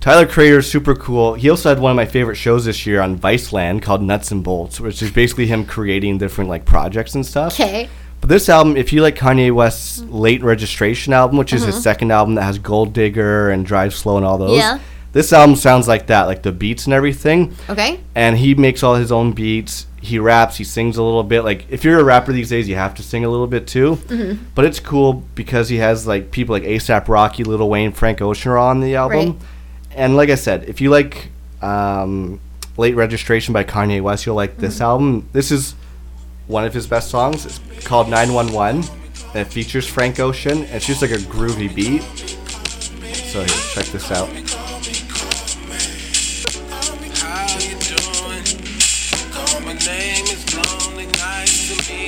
Tyler Creator is super cool. He also had one of my favorite shows this year on Viceland called Nuts and Bolts, which is basically him creating different like projects and stuff.
Okay.
But this album, if you like Kanye West's late registration album, which is
Mhm.
his second album that has Gold Digger and Drive Slow and all those,
Yeah.
this album sounds like that, like the beats and everything.
Okay.
And he makes all his own beats. He raps. He sings a little bit. Like if you're a rapper these days, you have to sing a little bit too.
Mhm.
But it's cool because he has like people like ASAP Rocky, Little Wayne, Frank Ocean are on the album.
Right.
And like I said, if you like um, Late Registration by Kanye West, you'll like
Mm-hmm.
this album. This is one of his best songs. It's called 911. And it features Frank Ocean. It's just like a groovy beat. So here, check this out.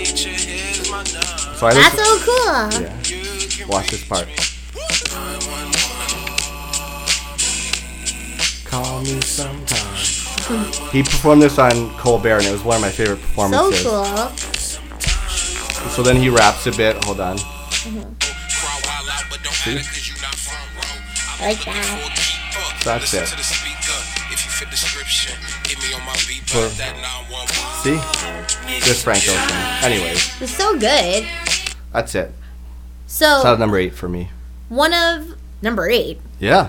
So I
That's
listen-
so cool.
Yeah. Watch this part. Call me sometime. He performed this on Colbert, and it was one of my favorite
So
performances.
cool.
So then he raps a bit. Hold on. See?
I like that.
That's it. So- See? This Frank Ocean. Anyways,
It's so good.
that's it.
So
That's out of number eight for me.
one of number eight.
Yeah.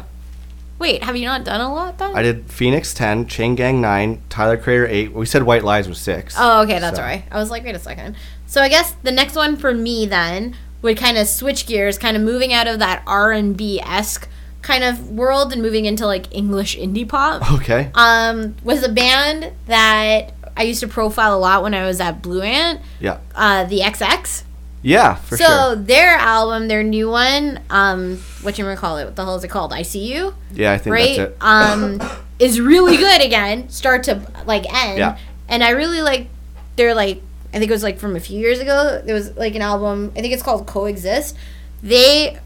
Wait, have you not done a lot then?
I did Phoenix 10, Chain Gang 9, Tyler Creator 8. We said White Lies was 6.
Oh, okay, that's
So-
all right. I was like, wait a second. So I guess the next one for me then would kind of switch gears, kind of moving out of that R and B esque kind of world and moving into like English indie pop.
Okay.
Um, was a band that I used to profile a lot when I was at Blue Ant,
Yeah.
uh, the XX.
Yeah, for
so
sure.
their album, their new one, um, what you call it? What the hell is it called? I see you.
Yeah, I think
right?
that's it.
Um, is really good again, start to like end.
Yeah.
And I really like they're like I think it was like from a few years ago. There was like an album. I think it's called Coexist. They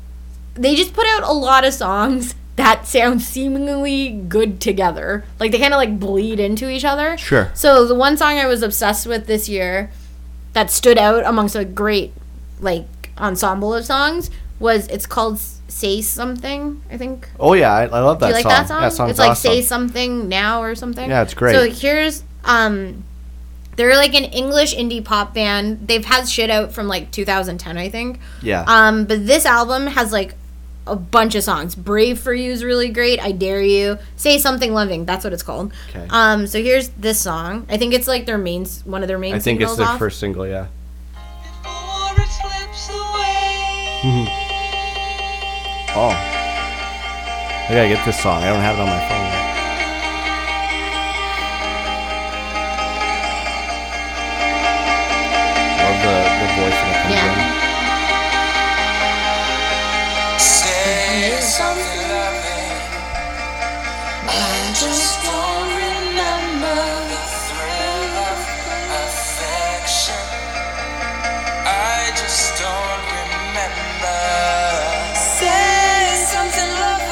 they just put out a lot of songs that sound seemingly good together. Like they kind of like bleed into each other.
Sure.
So the one song I was obsessed with this year that stood out amongst a great like ensemble of songs was it's called Say Something, I think.
Oh yeah, I, I love that
Do you
song.
like that song?
That song's
it's like
awesome.
say something now or something.
Yeah, it's great.
So here's um they're like an English indie pop band. They've had shit out from like 2010, I think.
Yeah.
Um but this album has like a bunch of songs. Brave for You is really great. I Dare You. Say Something Loving. That's what it's called.
Okay.
Um so here's this song. I think it's like their main one of their main
I think it's
singles
their
off.
first single. Yeah. oh. I gotta get this song. I don't have it on my phone. yet. Love the, the voice that comes in.
Say something loving. I just don't remember the thrill of affection. I just don't remember. Say something loving.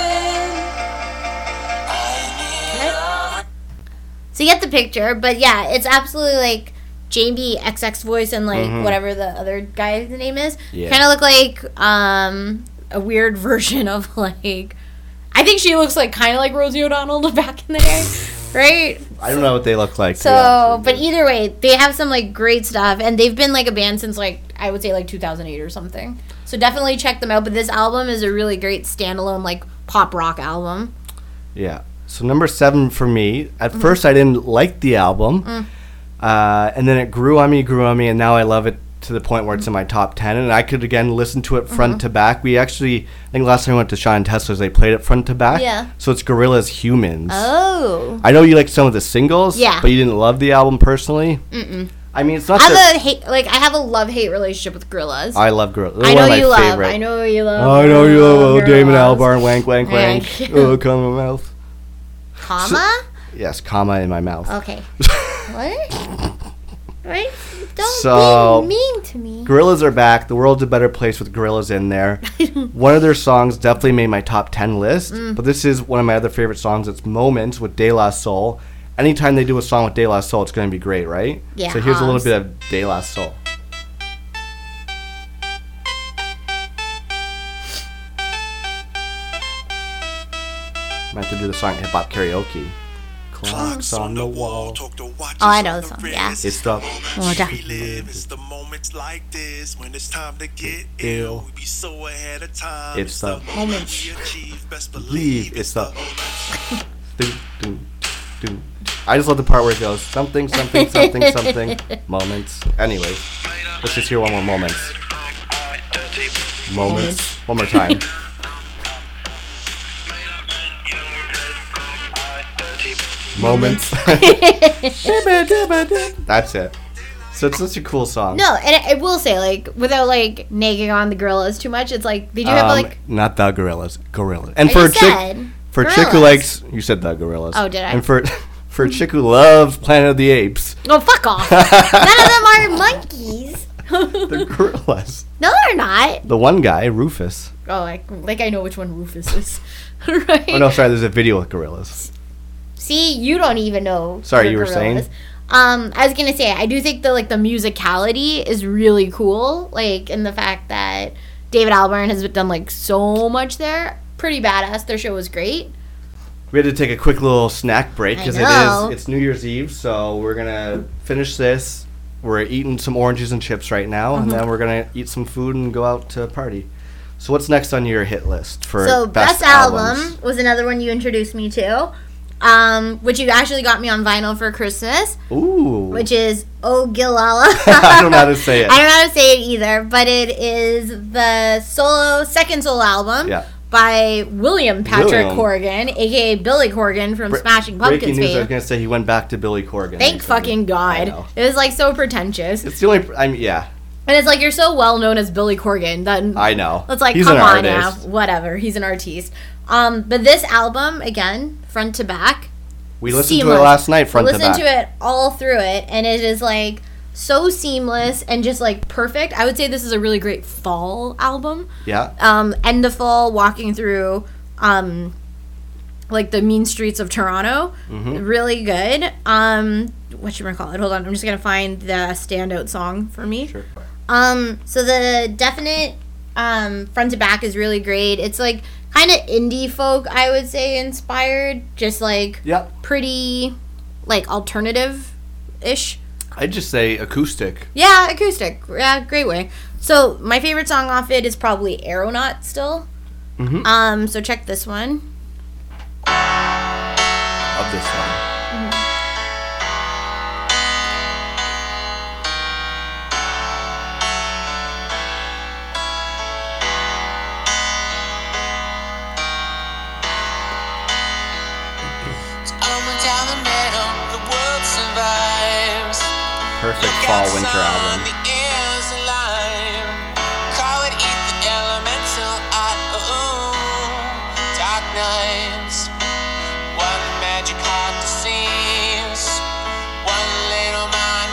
So you get the picture, but yeah, it's absolutely like Jamie XX voice and like
Mhm.
whatever the other guy's name is.
Yeah.
Kind of look like um a weird version of like I think she looks like kind of like Rosie O'Donnell back in the day, right?
I don't know what they look like. to be honest.
So, but either way, they have some like great stuff, and they've been like a band since like I would say like 2008 or something. So definitely check them out. But this album is a really great standalone like pop rock album.
yeah. So number seven for me. At
Mhm.
first, I didn't like the album.
Mm.
Uh, and then it grew on me, grew on me, and now I love it to the point where it's in my top 10. And I could, again, listen to it front
Mhm.
to back. We actually, I think last time we went to Sean Tesla's, they played it front to back.
Yeah.
So it's Gorillas Humans.
Oh.
I know you like some of the singles,
Yeah.
but you didn't love the album personally.
Mm-mm.
I mean, it's not
I
that
have a hate, like I have a love hate relationship with gorillas.
I love Gorillaz.
I
They're one
know
of my
you love.
favorite.
I know you love.
I know you love oh,
Gorillaz.
Damon Albarn, wank, wank,
Yeah.
wank. Oh, comma mouth.
Comma.
Yes, comma in my mouth.
okay. what? Right? Don't
So,
be mean to me.
Gorillas are back. The world's a better place with gorillas in there. one of their songs definitely made my top 10 list,
Mm.
but this is one of my other favorite songs. It's Moments with De La Soul. Anytime they do a song with De La Soul, it's going to be great, right?
Yeah,
So here's a little
Hans.
bit of De La Soul. Meant to do the song hip hop karaoke. Clocks on the wall.
Oh, I know this one. Yeah.
It's the
Oh, yeah.
ill. It's the
Moments.
leave. It's the. Dun, dun, dun. I just love the part where it goes something, something, something, something. Moments. Anyway, let's just hear one more moments. Moments. One more time. moments. That's it. So it's such a cool song.
No, and I, I will say, like, without like nagging on the gorillas too much, it's like they do have
Um,
like.
not the gorillas, gorillas. And
I
for a
just
chick,
said
for a chick who likes, you said the gorillas.
Oh, did I?
And for for a chick who loves Planet of the Apes,
Oh, fuck off! None of them are monkeys.
gorillas.
no, they're not.
The one guy, Rufus.
Oh, I, like I know which one Rufus is. right?
Oh no, sorry. There's a video with gorillas.
See, you don't even know.
Sorry,
the
you were saying?
Gorillaz. Um, I was gonna say I do think the like the musicality is really cool, like in the fact that David Albarn has done like so much there. Pretty badass. Their show was great.
We had to take a quick little snack break because it
know.
is it's New Year's Eve, so we're gonna finish this. We're eating some oranges and chips right now, and
Mhm.
then we're gonna eat some food and go out to a party. So what's next on your hit list for
so
best,
best album
albums?
was another one you introduced me to, um, which you actually got me on vinyl for Christmas,
Ooh,
which is Oh Gilala.
I don't know how to say it.
I don't know how to say it either, but it is the solo second solo album.
Yeah.
by William
William.
Patrick Corgan, aka Billy Corgan from
Bre-
Smashing
Breaking
Pumpkins
news, I was
fame.
going to say he went back to Billy Corgan.
Thank fucking God. It was like so pretentious.
It's the only, I mean, yeah,
And it's like you're so well known as Billy Corgan that
I know.
It's like,
He's
come
an
on
artist.
now. Whatever. He's an artiste. Um, but this album, again, front to back.
We listened to
seamless.
it last night,
We
front to
listened
back.
to it all through it, and it is like so seamless and just like perfect. I would say this is a really great fall album.
Yeah.
Um, end of fall, walking through um like the mean streets of Toronto.
Mhm.
Really good. Um what should I call it? Hold on, I'm just gonna find the standout song for me. Sure. Um, so the definite um, front to back is really great. It's like kind of indie folk, I would say, inspired. Just like
Yep.
pretty, like alternative ish.
I'd just say acoustic.
Yeah, acoustic. Yeah, great way. So my favorite song off it is probably Aeronaut still.
Mhm.
Um, so check this one.
Of this song.
Coming down the middle, the world survives.
Perfect fall winter
Sun,
album.
the air's alive. Call it eat the elemental art. Ooh, dark nights. One magic heart deceives.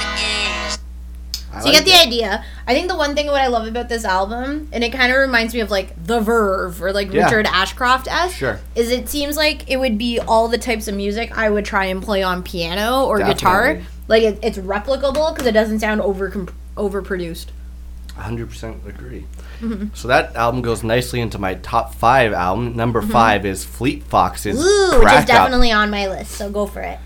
One little mind ease.
so you get the idea. I think the one thing what I love about this album, and it kind of reminds me of like The Verve or like
Yeah.
Richard Ashcroft esque.
Sure.
is it seems like it would be all the types of music I would try and play on piano or guitar.
Definitely.
Like it, it's replicable because it doesn't sound over overproduced.
100% agree.
Mhm.
So that album goes nicely into my top five album. Number
Mhm.
five is Fleet Foxes.
Ooh, which is
Crack Up.
definitely on my list. So go for it.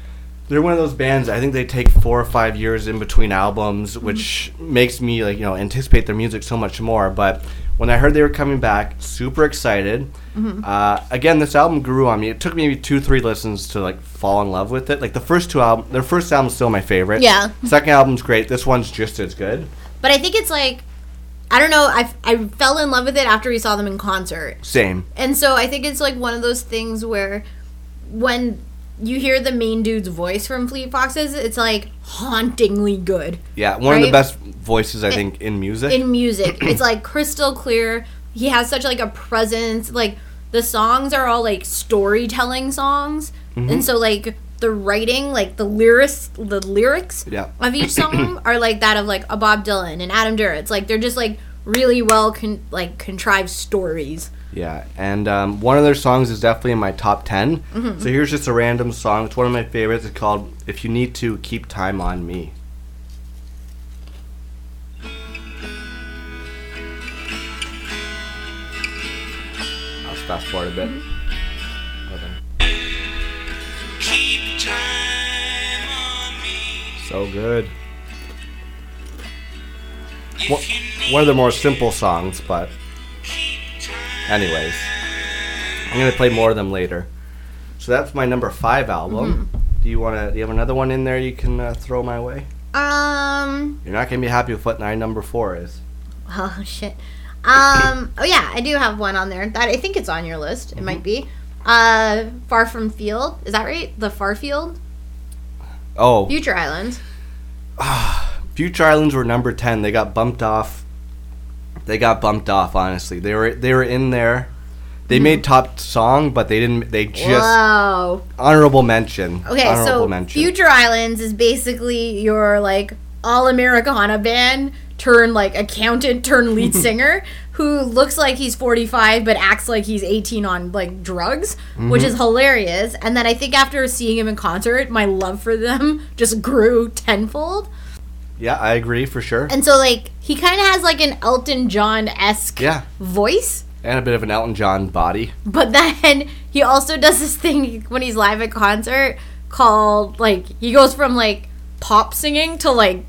They're one of those bands. I think they take four or five years in between
Mm-hmm.
albums, which makes me like you know anticipate their music so much more. But when I heard they were coming back, super excited.
Mm-hmm.
Mhm.
Uh, again, this album grew on me. It took me maybe two, three listens to like fall in love with it. Like the first two album, their first album's still my favorite.
Yeah.
Second album's great. This one's just as good.
But I think it's like I don't know. I I fell in love with it after we saw them in concert.
Same.
And so I think it's like one of those things where when you hear the main dude's voice from Fleet Foxes, it's like hauntingly good.
Yeah, one of
Right?
the best voices I
It-
think in music.
in music. it's like crystal clear. He has such like a presence. Like the songs are all like storytelling songs,
Mhm.
and so like the writing, like the lyrics, the lyrics
yeah.
of each song are like that of like a Bob Dylan and Adam Duritz. Like they're just like really well con- like contrived stories.
Yeah, and um, one of their songs is definitely in my top 10.
Mhm.
So here's just a random song. It's one of my favorites. It's called If You Need to Keep Time on Me. I'll just fast forward a bit. Okay. So good. Wha- One of the more simple songs, but. Anyways, I'm gonna play more of them later. So that's my number five album.
Mm-hmm.
Do you wanna? Do you have another one in there you can uh, throw my way?
Um.
You're not gonna be happy with what my number four is.
Oh shit. Um. Oh yeah, I do have one on there that I think it's on your list. It might be. Uh, Far from Field. Is that right? The Far Field.
Oh,
Future Island.
Future Islands were number ten. They got bumped off. They got bumped off. Honestly, they were they were in there. They
Mm-hmm.
made top song, but they didn't. They just
Whoa.
honorable mention.
Okay,
honorable
so Future Islands is basically your like all Americana band turn like accountant turn lead singer who looks like he's 45 but acts like he's 18 on like drugs, which is
Mm-hmm.
Mhm.
hilarious. And then I think after seeing him in concert, my love for them just grew tenfold.
yeah, I agree for sure.
And so like he kind of has like an Elton John esque
yeah,
voice.
and a bit of an Elton John body.
But then he also does this thing when he's live at concert called like he goes from like pop singing to like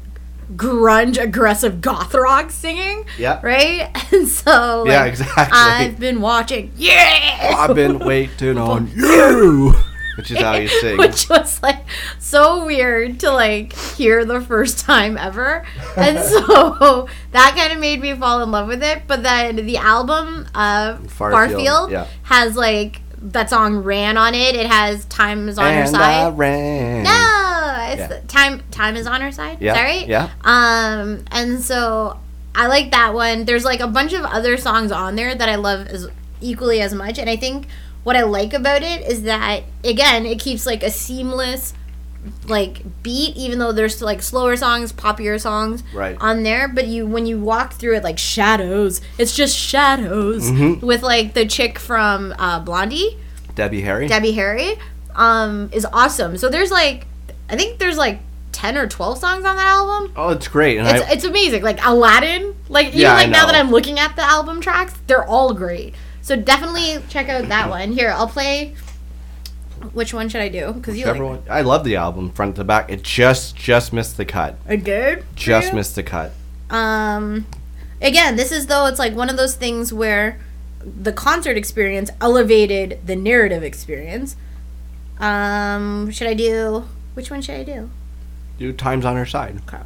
grunge aggressive goth rock singing,
Yeah.
right? And so
Yeah,
like,
exactly.
I've been watching. Yeah.
I've been waiting on you. which is how you sing.
which was like so weird to like hear the first time ever and so that kind of made me fall in love with it but then the album of
Farfield,
farfield,
yeah.
has like that song ran on it it has time is on her
and
side
I ran.
no, it's
Yeah.
time. Time is on her side.
Yeah,
Is that right?
yeah.
Um, and so I like that one. There's like a bunch of other songs on there that I love as equally as much, and I think what I like about it is that again, it keeps like a seamless like beat even though there's like slower songs poppier songs
Right.
on there but you when you walk through it like shadows it's just shadows
Mhm.
with like the chick from uh, blondie
Debbie Harry.
Debbie Harry um, is awesome. So there's like, I think there's like ten or twelve songs on that album.
Oh, it's great, and
It's,
I
it's amazing. Like Aladdin. Like even
Yeah, I
like now
know.
that I'm looking at the album tracks, they're all great. So definitely check out that one. Here, I'll play. Which one should I do? Because you
whichever one-
like.
I love the album front to back. It just just missed the cut.
I did. for
Just
you?
missed the cut.
Um, again, this is though it's like one of those things where the concert experience elevated the narrative experience. Um, should I do which one should I do?
Dude, time's on her side.
Okay.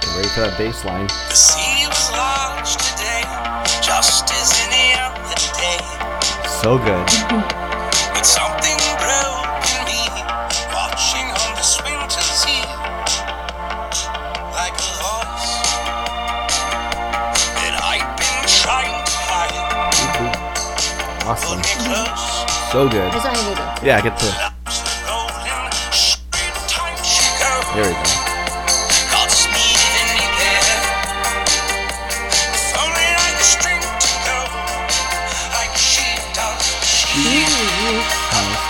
Get ready for that bass line.
The sea was large today, just as any other day.
So good.
But something broke in me, watching on this winter sea, like a voice that I've been trying to hide.
Awesome.
Close,
So good.
That's what I wanted.
Yeah, get to. There we go.
cost me even there. If only I could strength to go, like she does.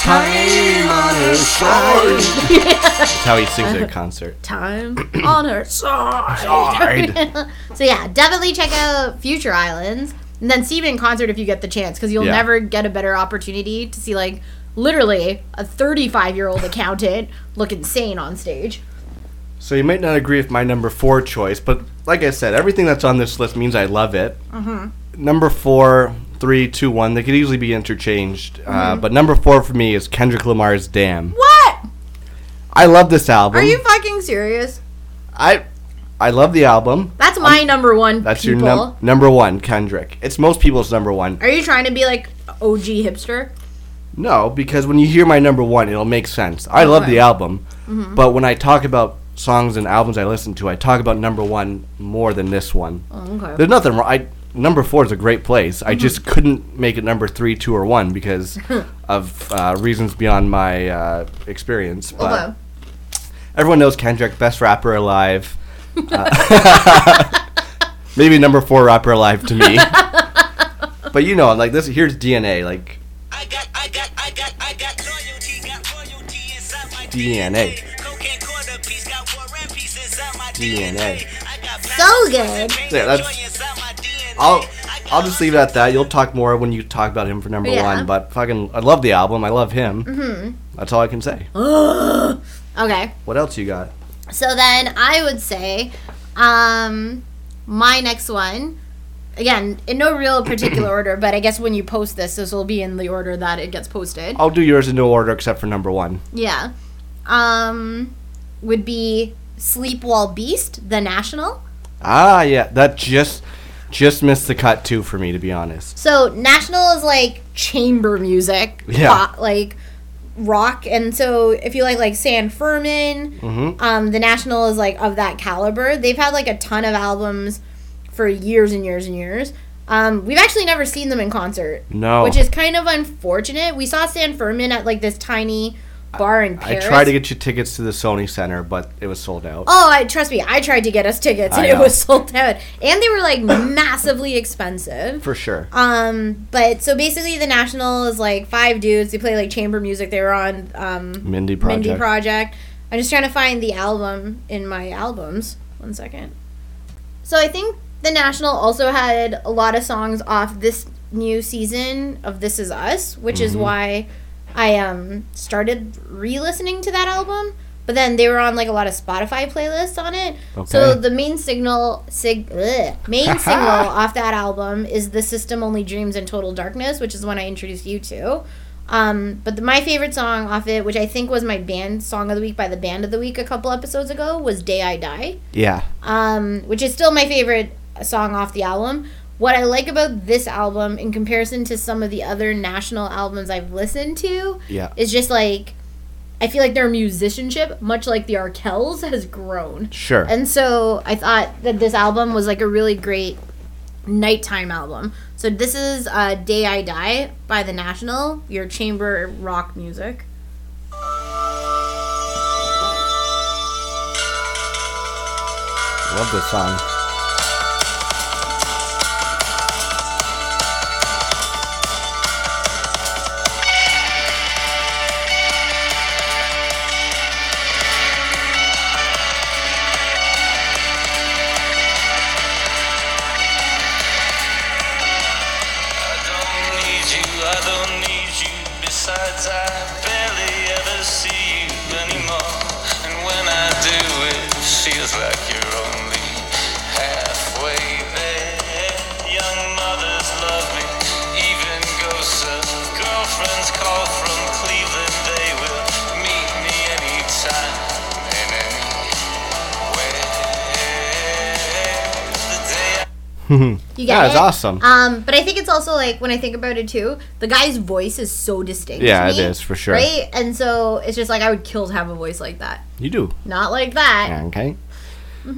Time on her side. That's how he sings at a concert.
Time on her side.
Side.
so yeah, definitely check out Future Islands and then see him in concert if you get the chance because you'll
Yeah.
never get a better opportunity to see like literally a 35 year old accountant look insane on stage.
So you might not agree with my number four choice, but like I said, everything that's on this list means I love it.
Mm-hmm.
Number four, three, two, one. They could easily be interchanged, uh, but number four for me is Kendrick Lamar's "Damn."
Mm-hmm. What?
I love this album.
Are you fucking serious?
I I love the album.
That's my number one.
That's
people.
your num- number one, Kendrick. It's most people's number one.
Are you trying to be like OG hipster?
No, because when you hear my number one, it'll make sense. I love
Okay.
the album,
Mhm.
but when I talk about songs and albums I listen to, I talk about number one more than this one.
Oh, okay.
There's nothing wrong. I, number four is a great place. I
Mm-hmm.
just couldn't make it number three, two, or one because of uh, reasons beyond my uh, experience. But
Although,
everyone knows Kendrick, best rapper alive. Uh, maybe number four rapper alive to me. but you know, like this. Here's DNA. Like DNA. DNA.
so good.
Yeah, that's. I'll I'll just leave it at that. You'll talk more when you talk about him for number
Yeah.
one. But fucking, I love the album. I love him.
Mhm.
That's all I can say.
Okay.
What else you got?
So then I would say um my next one again in no real particular order but I guess when you post this this will be in the order that it gets posted.
I'll do yours in no order except for number one.
Yeah. Um would be Sleepwall Beast, The National.
Ah, yeah, that just just missed the cut too for me, to be honest.
So National is like chamber music,
Yeah.
pop- like rock and so if you like like San Furman,
Mm-hmm.
um, the National is like of that caliber. They've had like a ton of albums for years and years and years. Um, we've actually never seen them in concert,
No,
which is kind of unfortunate. We saw San Furman at like this tiny bar in
I
Paris.
tried to get you tickets to the Sony Center, but it was sold out.
Oh, I, trust me, I tried to get us tickets and
I
it
know.
was sold out, and they were like massively expensive.
For sure.
Um, but so basically, the National is like five dudes. They play like chamber music. They were on um,
Mindy
Mindy
Project.
Project. I'm just trying to find the album in my albums. One second. So I think the National also had a lot of songs off this new season of This Is Us, which is
Mhm.
why I um started re-listening to that album. But then they were on like a lot of Spotify playlists on it. So
Okay.
the main signal sig bleh, main single off that album is "The System Only Dreams" and "Total Darkness," which is one I introduced you to. Um, but the, my favorite song off it, which I think was my band song of the week by the band of the week a couple episodes ago, was "Day I Die."
Yeah.
um, which is still my favorite song off the album. What I like about this album, in comparison to some of the other national albums I've listened to,
Yeah.
is just like I feel like their musicianship, much like the Arkells, has grown.
Sure.
And so I thought that this album was like a really great nighttime album. So this is uh, "Day I Die" by the National, your chamber rock music.
Love this song.
I don't need you, I don't need you. Besides, I barely ever see you anymore. And when I do, it feels like you're only halfway there. Young mothers love me, even ghosts of girlfriends call from Cleveland. They will meet me anytime and anywhere. The day I
You get
Yeah, it's
it?
awesome.
Um, but I think it's also like when I think about it too, the guy's voice is so distinct. to
Yeah, it
me,
is, for sure.
Right, and so it's just like I would kill to have a voice like that.
You do.
Not like that.
Yeah, okay.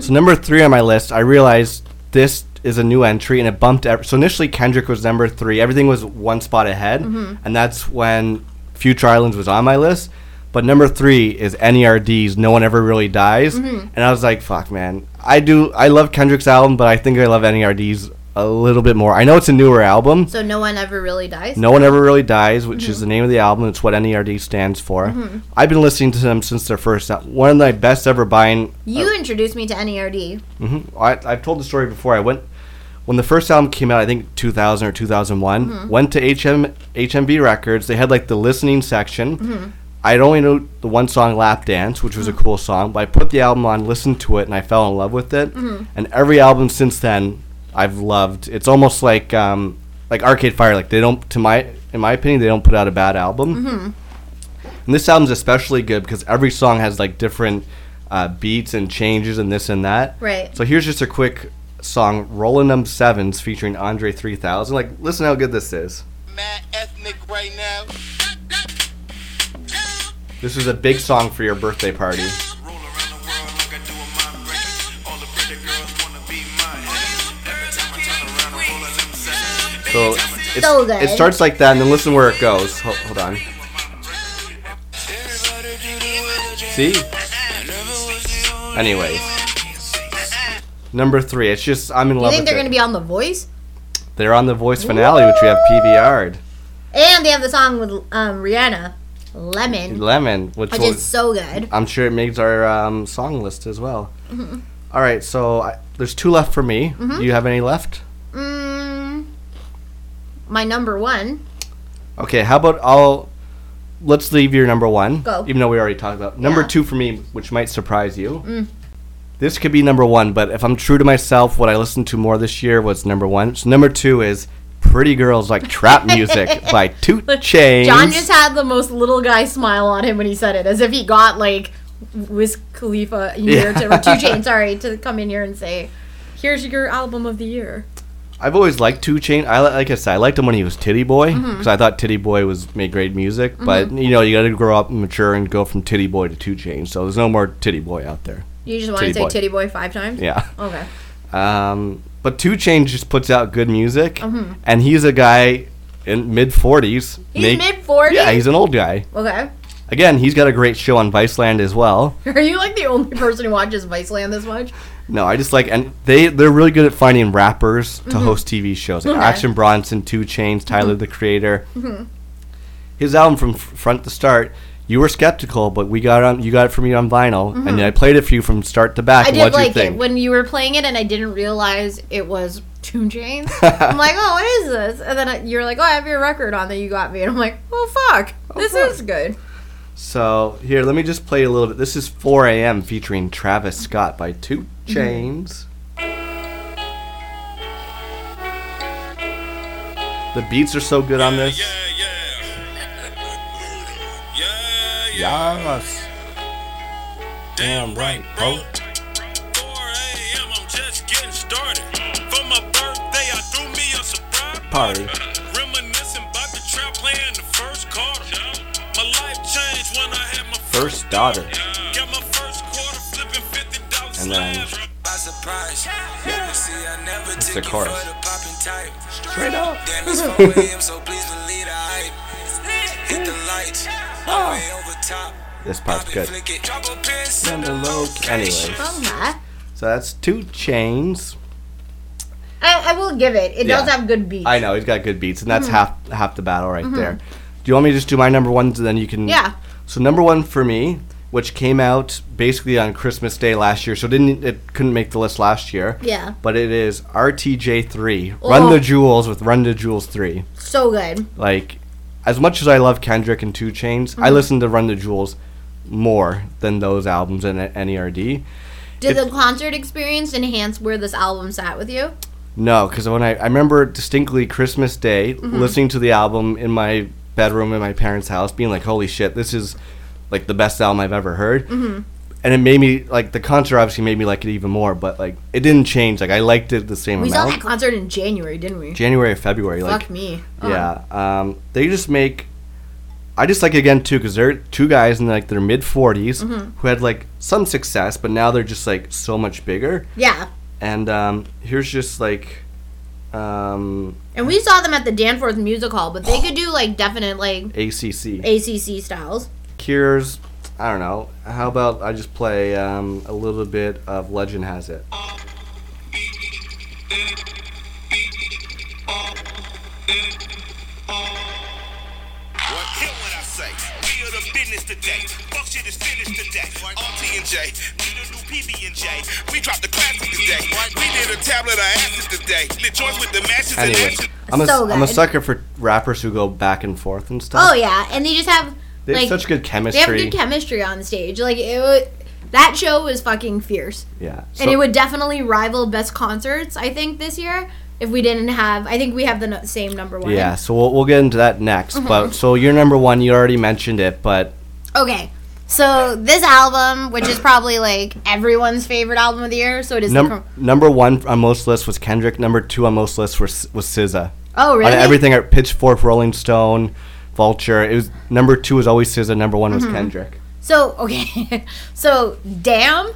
So number three on my list, I realized this is a new entry and it bumped. Ev- so initially Kendrick was number three. Everything was one spot ahead,
Mhm.
and that's when Future Islands was on my list. But number three is NERD's "No One Ever Really Dies,"
Mhm.
and I was like, "Fuck, man! I do. I love Kendrick's album, but I think I love NERD's a little bit more. I know it's a newer album.
So no one ever really dies.
No One Ever Really Dies, which is the name of the album. It's what NERD stands for.
Mhm.
I've been listening to them since their first. al- One of my best ever buying
You introduced me to E NERD.
hmm I, I've told the story before. I went when the first album came out. I think 2000 or 2001.
Mhm.
Went to HM HMV Records. They had like the listening section.
Mhm.
I'd only know the one song "Lap Dance," which was a cool song. But I put the album on, listened to it, and I fell in love with it.
Mhm.
And every album since then, I've loved. It's almost like um, like Arcade Fire. Like they don't, to my in my opinion, they don't put out a bad album.
Mm-hmm.
And this album's especially good because every song has like different uh, beats and changes and this and that.
Right.
So here's just a quick song, Rollin' Them Sevens featuring Andre 3000. Like, listen how good this is. This is a big song for your birthday party. So, it's,
So good.
it starts like that, and then listen where it goes. Hold, hold on. See? Anyways. Number three. It's just, I'm in
Do you
love
think
with
they're
it.
going to be on The Voice?
They're on the Voice finale, which we have PVR'd.
And they have the song with um, Rihanna, Lemon,
Lemon, which,
which
will-
is so good.
I'm sure it makes our um, song list as well.
Mhm.
All right, so I, there's two left for me.
Mhm.
Do you have any left?
Mm, my number one.
Okay, how about I'll let's leave your number one.
Go.
Even though we already talked about number
Yeah.
two for me, which might surprise you.
Mm.
This could be number one, but if I'm true to myself, what I listened to more this year was number one. So number two is "Pretty Girls Like Trap Music" by Toot Chainz.
John just had the most little guy smile on him when he said it, as if he got like Wiz Khalifa in here to
Yeah.
or two chain, sorry, to come in here and say, "Here's your album of the year."
I've always liked Two Chain. I li- like I said, I liked him when he was Titty Boy because
Mhm.
I thought Titty Boy was made great music. But
Mhm.
you know, you got to grow up and mature and go from Titty Boy to Two Chain. So there's no more Titty Boy out there.
You just want to say "titty boy" five times.
Yeah.
Okay.
Um, but Two Chain just puts out good music,
Mhm.
and he's a guy in mid 40s.
He's mid-40s?
Yeah, he's an old guy.
Okay.
Again, he's got a great show on Viceland as well.
Are you like the only person who watches Viceland this much?
No, I just like and they they're really good at finding rappers to
Mhm.
host TV shows. Like
Okay. Mm-hmm.
Action Bronson, Two Chains, Tyler the Creator.
hmm
his album from f- front to start. You were skeptical, but we got on. You got it for me on vinyl, and
Mhm.
I played it for you from start to back.
I
and
did
what'd
like
you think?
it when you were playing it, and I didn't realize it was Two Chains. I'm like, "Oh, what is
Oh,
this?" And then I- you're like, "Oh, I have your record on that you got me," and I'm like, "Oh, fuck, this is good."
So here, let me just play a little bit. This is 4 a.m. featuring Travis Scott by Two
Mm-hmm.
Chains. The beats are so good on this.
Yes. Damn right, bro.
Party.
First daughter. And then it's the chorus. Straight up. Ah.
This part's good. Anyways,
I,
so that's Two Chains.
I will give it. It
Yeah.
does have good beats.
I know he's got good beats, and that's
Mhm.
half half the battle right
Mhm.
there. Do you want me to just do my number ones, and then you can?
Yeah.
So number one for me, which came out basically on Christmas Day last year, so it didn't it couldn't make the list last year.
Yeah.
But it is RTJ three, Run
Oh.
the Jewels with Run the Jewels three.
So good.
Like, as much as I love Kendrick and Two Chains, I
Mhm.
listen to Run the Jewels more than those albums and E NERD.
Did
It-
the concert experience enhance where this album sat with you?
No, because when I, I remember distinctly Christmas Day
Mhm.
listening to the album in my bedroom in my parents' house, being like, "Holy shit, this is like the best album I've ever heard."
Mhm.
And it made me like the concert obviously made me like it even more, but like it didn't change. Like I liked it the same
We saw
amount.
that concert in January, didn't we?
January, February, like
Fuck me. Oh.
yeah, um, they just make. I just like it again too because they're two guys in like their mid 40s
Mhm.
who had like some success, but now they're just like so much bigger.
Yeah.
And um, here's just like, um,
And we saw them at the Danforth Music Hall, but
Oh.
they could do like definite like
ACC.
ACC styles.
Cures. I don't know. How about I just play um, a little bit of Legend Has It?
Hear what I say. We are the business today. Fuck shit is finished today. RT and J. We the new PB and J. We dropped the classic today. We did a tablet of asses today. The joints with the matches and
Anyway,
ashes.
I'm a,
So
am a
good.
sucker for rappers who go back and forth and stuff.
Oh yeah, and they just have
They have
like
such good
they have
chemistry.
good chemistry on stage. Like it, wa- that show was fucking fierce,
yeah.
and
so-
it would definitely rival best concerts. I think this year, if we didn't have, I think we have the no- same number one.
Yeah, so we'll, we'll get into that next.
Mhm.
But so your number one, you already mentioned it, but
Okay. So this album, which is probably like everyone's favorite album of the year, so it is. the
num-
cor-
number one on most lists was Kendrick. Number two on most lists was was SZA.
Oh,
On
really?
everything, uh, Pitchfork, Rolling Stone, Vulture. It was number two was always SZA. Number one was
Mhm.
Kendrick.
so okay, so damn,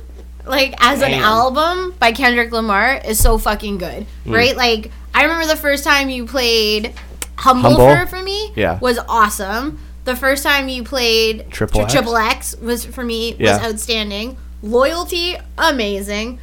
like as an
Damn.
album by Kendrick Lamar is so fucking good,
Mm.
right? Like I remember the first time you played Humble,
Humble?
For, for me
Yeah.
was awesome. The first time you played
Triple
Tri-
X?
Triple X was for me
Yeah.
was outstanding. Loyalty, amazing.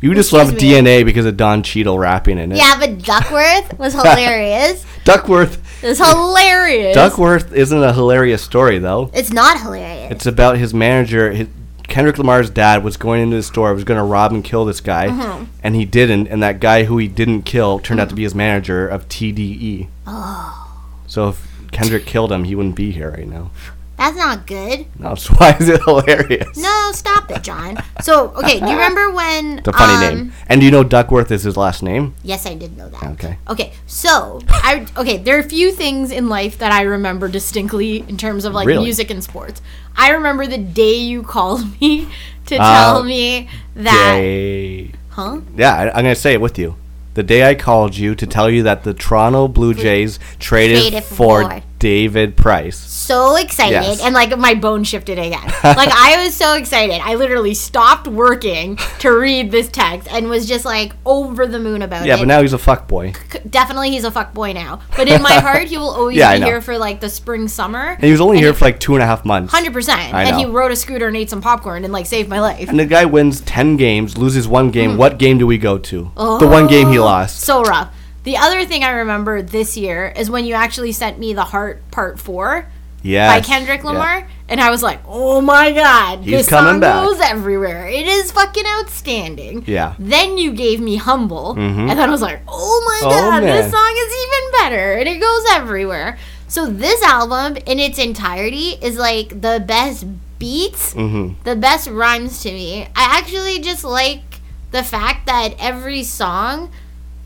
You just
Excuse
love
me.
DNA because of Don Cheadle rapping in it.
Yeah, but Duckworth was hilarious.
Duckworth.
It was hilarious.
Duckworth isn't a hilarious story though.
It's not hilarious.
It's about his manager. His, Kendrick Lamar's dad was going into the store, was going to rob and kill this guy,
Mhm.
and he didn't. And that guy who he didn't kill turned out to be his manager of TDE.
Uh-huh. Oh,
So if Kendrick killed him, he wouldn't be here right now.
that's not good.
No, so why is it hilarious?
No, stop it, John. So, okay, do you remember when?
It's a funny
um,
name. And do you know Duckworth is his last name?
Yes, I did know that.
Okay.
Okay, so I okay. There are a few things in life that I remember distinctly in terms of like
Really?
music and sports. I remember the day you called me to
Uh,
tell me that.
Day.
Huh?
Yeah, I, I'm going to say it with you. The day I called you to tell you that the Toronto Blue Jays traded,
traded
for
for-
David Price.
So excited,
Yes.
and like my bone shifted again. like I was so excited, I literally stopped working to read this text and was just like over the moon about
Yeah,
it.
but now he's a fuckboy.
C- definitely he's a fuck boy now. But in my heart, he will always
Yeah, I
be
know.
here for like the spring summer.
And he was only here for like two and a half months.
Hundred percent.
I
And he
know.
rode a scooter and ate some popcorn and like saved my life.
And the guy wins 10 games, loses one game. What game do we go to?
Hmm. Oh.
The one game he lost.
So rough. The other thing I remember this year is when you actually sent me the Heart Part Four
Yes.
by Kendrick
Yeah.
Lamar, and I was like, "Oh my God,
He's
this
coming
song
back.
goes everywhere. It is fucking outstanding."
Yeah.
Then you gave me Humble,
Mhm.
and then I was like, oh my
Oh,
god,
man.
this song is even better, and it goes everywhere. So this album in its entirety is like the best beats,
Mhm.
the best rhymes to me. I actually just like the fact that every song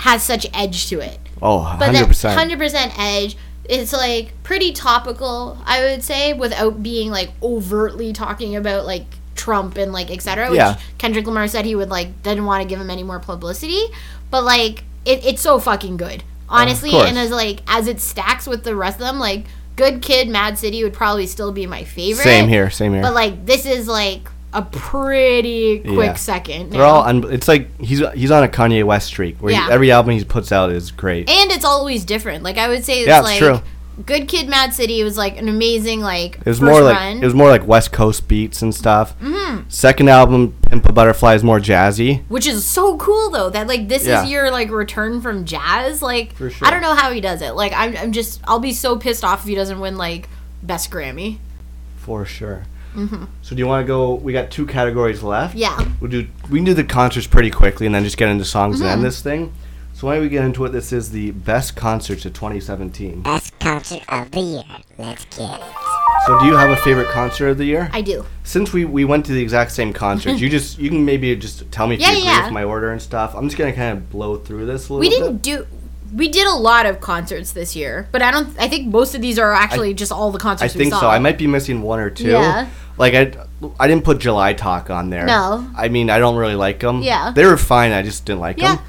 has such edge to it.
Oh,
But
100
that
percent.
hundred percent edge. It's like pretty topical, I would say, without being like overtly talking about like Trump and like etc. Which
Yeah.
Kendrick Lamar said he would like didn't want to give him any more publicity, but like it, it's so fucking good, honestly.
course.
and as like as it stacks with the rest of them, like Good Kid, Mad City would probably still be my favorite.
Same here, same here.
But like this is like a pretty quick
Yeah.
second.
They're all. Un- it's like he's he's on a Kanye West streak where he-
Yeah.
every album he puts out is great.
and it's always different. Like I would say, it's
Yeah, it's
like
true.
Good Kid, Mad City was like an amazing like
It was
first
more like
run.
it was more like West Coast beats and stuff.
Mhm.
Second album, Pimp a Butterfly, is more jazzy.
which is so cool though that like this
Yeah.
is your like return from jazz like
For
i
sure.
don't know how he does it like I'm, I'm just i'll be so pissed off if he doesn't win like best grammy
For sure.
hmm
So do you want to go? We got two categories left.
Yeah.
We'll do. We can do the concerts pretty quickly and then just get into songs and
Mm-hmm.
Mhm.
end this thing. So why don't we get into it? This is the best concerts of 2017.
Best concert of the year. Let's get it.
So do you have a favorite concert of the year?
i do
Since we, we went to the exact same concerts, you just you can maybe just tell me if
Yeah,
you agree
yeah.
with my order and stuff. I'm just gonna kind of blow through this a little
we
bit.
didn't do we did a lot of concerts this year but i don't i think most of these are actually just all the
I
concerts we
think
saw
so. I might be missing one or two.
Yeah.
Like I, I didn't put July Talk on there.
No.
I mean, I don't really like them.
Yeah.
They were fine. I just didn't like
Yeah.
them.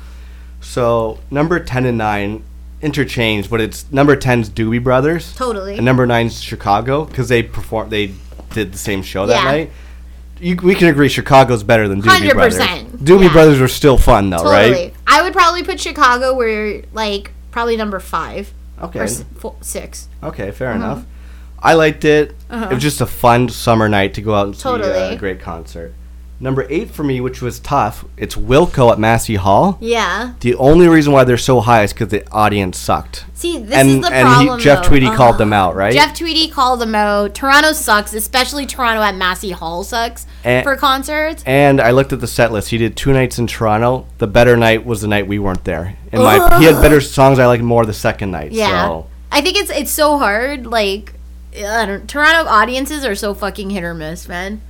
So number ten and nine interchange, but it's number 10's Doobie Brothers.
Totally.
And number nine's Chicago because they perform. They did the same show that
Yeah.
night. You, we can agree Chicago's better than Doobie Brothers.
100%,
Doobie Brothers were still fun though,
totally
right?
i would probably put chicago where like probably number five
Okay.
or s- four, six
Okay, fair
Mhm.
enough. I liked it. It
Uh-huh.
was just a fun summer night to go out and see uh,
Totally.
a great concert. Number eight for me, which was tough, it's Wilco at Massey Hall.
yeah
The only reason why they're so high is because the audience sucked.
See, this
and
is the
and
problem.
he, Jeff
though.
Tweedy
Uh-huh.
called them out, right?
Jeff Tweedy called them out. Toronto sucks, especially Toronto at Massey Hall sucks
And-
for concerts.
and I looked at the set list. He did two nights in Toronto. The better night was the night we weren't there. In my, he had better songs I liked more the second night.
Yeah.
So
I think it's it's so hard. Like, I don't. Toronto audiences are so fucking hit or miss, man.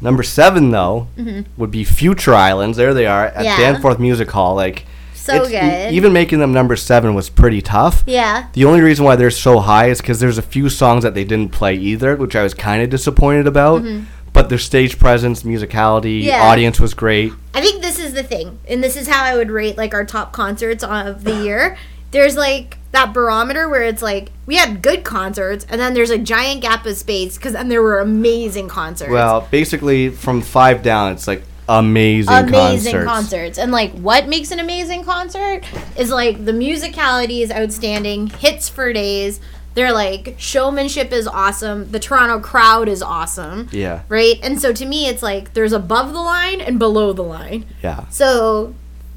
number seven though
Mhm.
would be Future Islands. There they are at
Yeah.
Danforth Music Hall. Like
So
it's- e-
good.
even making them number seven was pretty tough.
yeah.
The only reason why they're so high is because there's a few songs that they didn't play either, which I was kind of disappointed about.
Mhm.
But their stage presence, musicality,
Yeah.
audience was great.
I think this is the thing, and this is how I would rate like our top concerts of the year. There's like that barometer where it's like we had good concerts, and then there's a giant gap of space because then there were amazing concerts.
Well, basically from five down, it's like amazing,
amazing
concerts.
concerts. And like what makes an amazing concert is like the musicality is outstanding, hits for days. They're like showmanship is awesome. The Toronto crowd is awesome.
Yeah,
Right? And so to me it's like there's above the line and below the line.
yeah.
So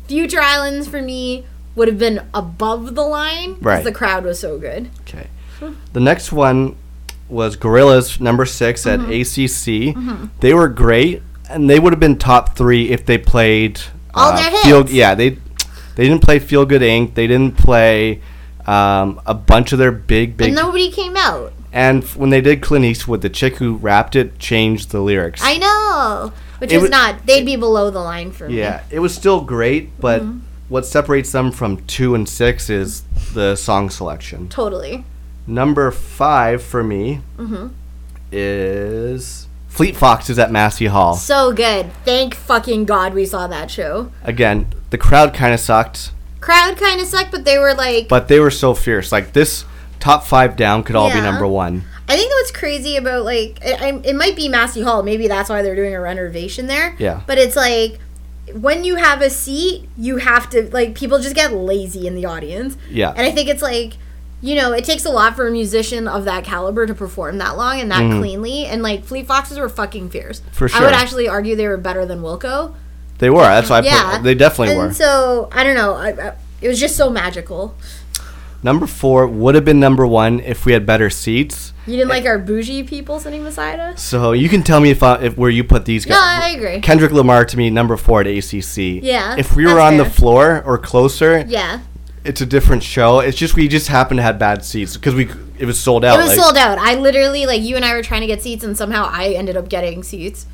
Future Islands for me would have been above the line because
Right.
the crowd was so good.
Okay. The next one was Gorillas number 6 at
Mhm.
ACC.
Mhm.
They were great, and they would have been top three if they played
All their
Feel,
hits.
yeah, they they didn't play Feel Good Inc. They didn't play um, a bunch of their big big.
And nobody came out.
and f- when they did Clint Eastwood, the chick who rapped it changed the lyrics.
I know. Which
It
is
would-
not they'd be below the line for me.
yeah, it was still great, but
Mm-hmm.
what separates them from two and six is the song selection.
Totally.
Number five for me
hmm
is Fleet Foxes at Massey Hall.
So good. Thank fucking God we saw that show.
Again, the crowd kind of sucked,
Crowd kind of sucked, but they were like.
but they were so fierce. Like this top five down could all be
Yeah.
number one.
I think what's crazy about like it, I, it might be Massey Hall. Maybe that's why they're doing a renovation there.
Yeah.
But it's like when you have a seat, you have to like people just get lazy in the audience.
Yeah.
And I think it's like, you know, it takes a lot for a musician of that caliber to perform that long and that
Mhm.
cleanly. And like Fleet Foxes were fucking fierce.
For
I would
sure.
actually argue they were better than Wilco.
They were. That's why I
Yeah.
put. They definitely
and
were.
so I don't know. I, I, it was just so magical.
number four would have been number one if we had better seats.
You didn't like our bougie people sitting beside us.
So you can tell me if, I, if where you put these
No,
guys.
I agree.
Kendrick Lamar to me number four at ACC.
Yeah,
If we were
that's
on the
fair.
floor or closer,
Yeah.
it's a different show. It's just we just happened to have bad seats because we it was sold out.
it was
like-
sold out. I literally like you and I were trying to get seats, and somehow I ended up getting seats.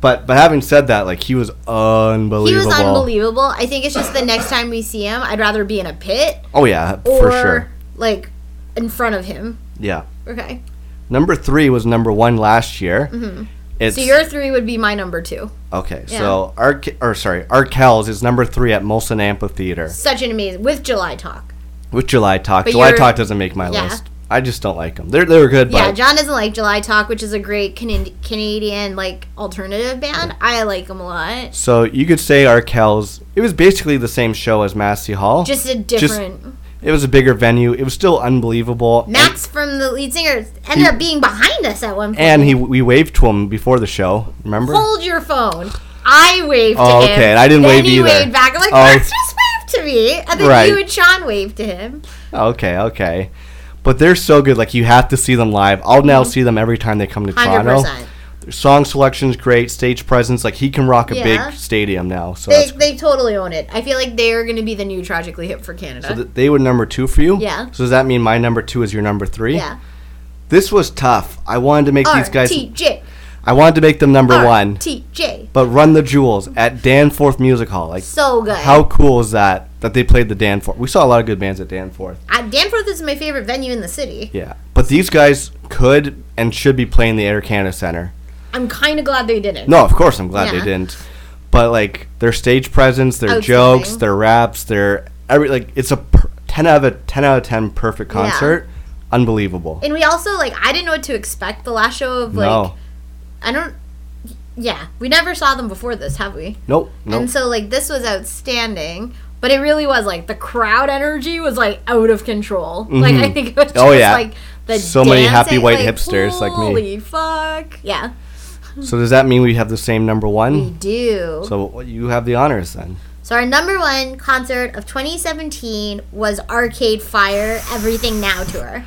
But but having said that, like he was unbelievable.
He was unbelievable. I think it's just the next time we see him, I'd rather be in a pit
Oh yeah,
or
for sure.
like in front of him.
Yeah.
Okay.
Number three was number one last year.
hmm
It's
so your three would be my number two.
okay.
yeah.
So Arc or sorry, Arkells is number three at Molson Amphitheater
Such an amazing with July Talk.
with July Talk.
But
July
you're-
Talk doesn't make my
yeah.
list. I just don't like them. They're they were good,
yeah,
but
John doesn't like July Talk, which is a great Can- Canadian like alternative band. I like them a lot.
so you could say Arkells. It was basically the same show as Massey Hall.
Just a different.
it was a bigger venue. It was still unbelievable.
Max from the lead singer ended up being behind us at one point.
And he we waved to him before the show. Remember?
Hold your phone. I waved
Oh,
to him.
okay, and I didn't
then
wave
he
either.
waved back. I'm like,
Oh.
Max just waved to me. And then
Right.
you and Sean waved to him.
Okay, okay. But they're so good. Like you have to see them live. I'll
Mm-hmm.
now see them every time they come to
100%.
Toronto. Their song selection's great. Stage presence, like he can rock a
Yeah.
big stadium now. So
they,
that's,
they totally own it. I feel like they're going to be the new Tragically Hip for Canada.
so th- they were number two for you.
Yeah.
So does that mean my number two is your number three?
yeah.
This was tough. I wanted to make these guys.
RTJ.
I wanted to make them number one.
RTJ.
But Run the Jewels at Danforth Music Hall, like
So good.
how cool is that? That they played the Danforth. We saw a lot of good bands at Danforth.
I, Uh, Danforth is my favorite venue in the city.
Yeah. But these guys could and should be playing the Air Canada Center.
I'm kind of glad they didn't.
No, of course I'm glad
Yeah. Oh,
they didn't. But like their stage presence, their
Outstanding.
jokes, their raps, their every like it's a per- ten out of a ten out of ten perfect
Yeah.
concert. Unbelievable.
And we also, like, I didn't know what to expect the last show of, like,
no,
I don't. Yeah, we never saw them before this, have we?
nope, nope.
And so like this was outstanding, but it really was like the crowd energy was like out of control. Like I
Mhm.
think it was just
Oh, yeah.
like the
So many happy
dancing,
white
like,
hipsters like me.
Holy fuck! Yeah,
so does that mean we have the same number
we
one?
do. So,
So you have the honors then.
our number one concert of 2017 was Arcade Fire Everything Now tour.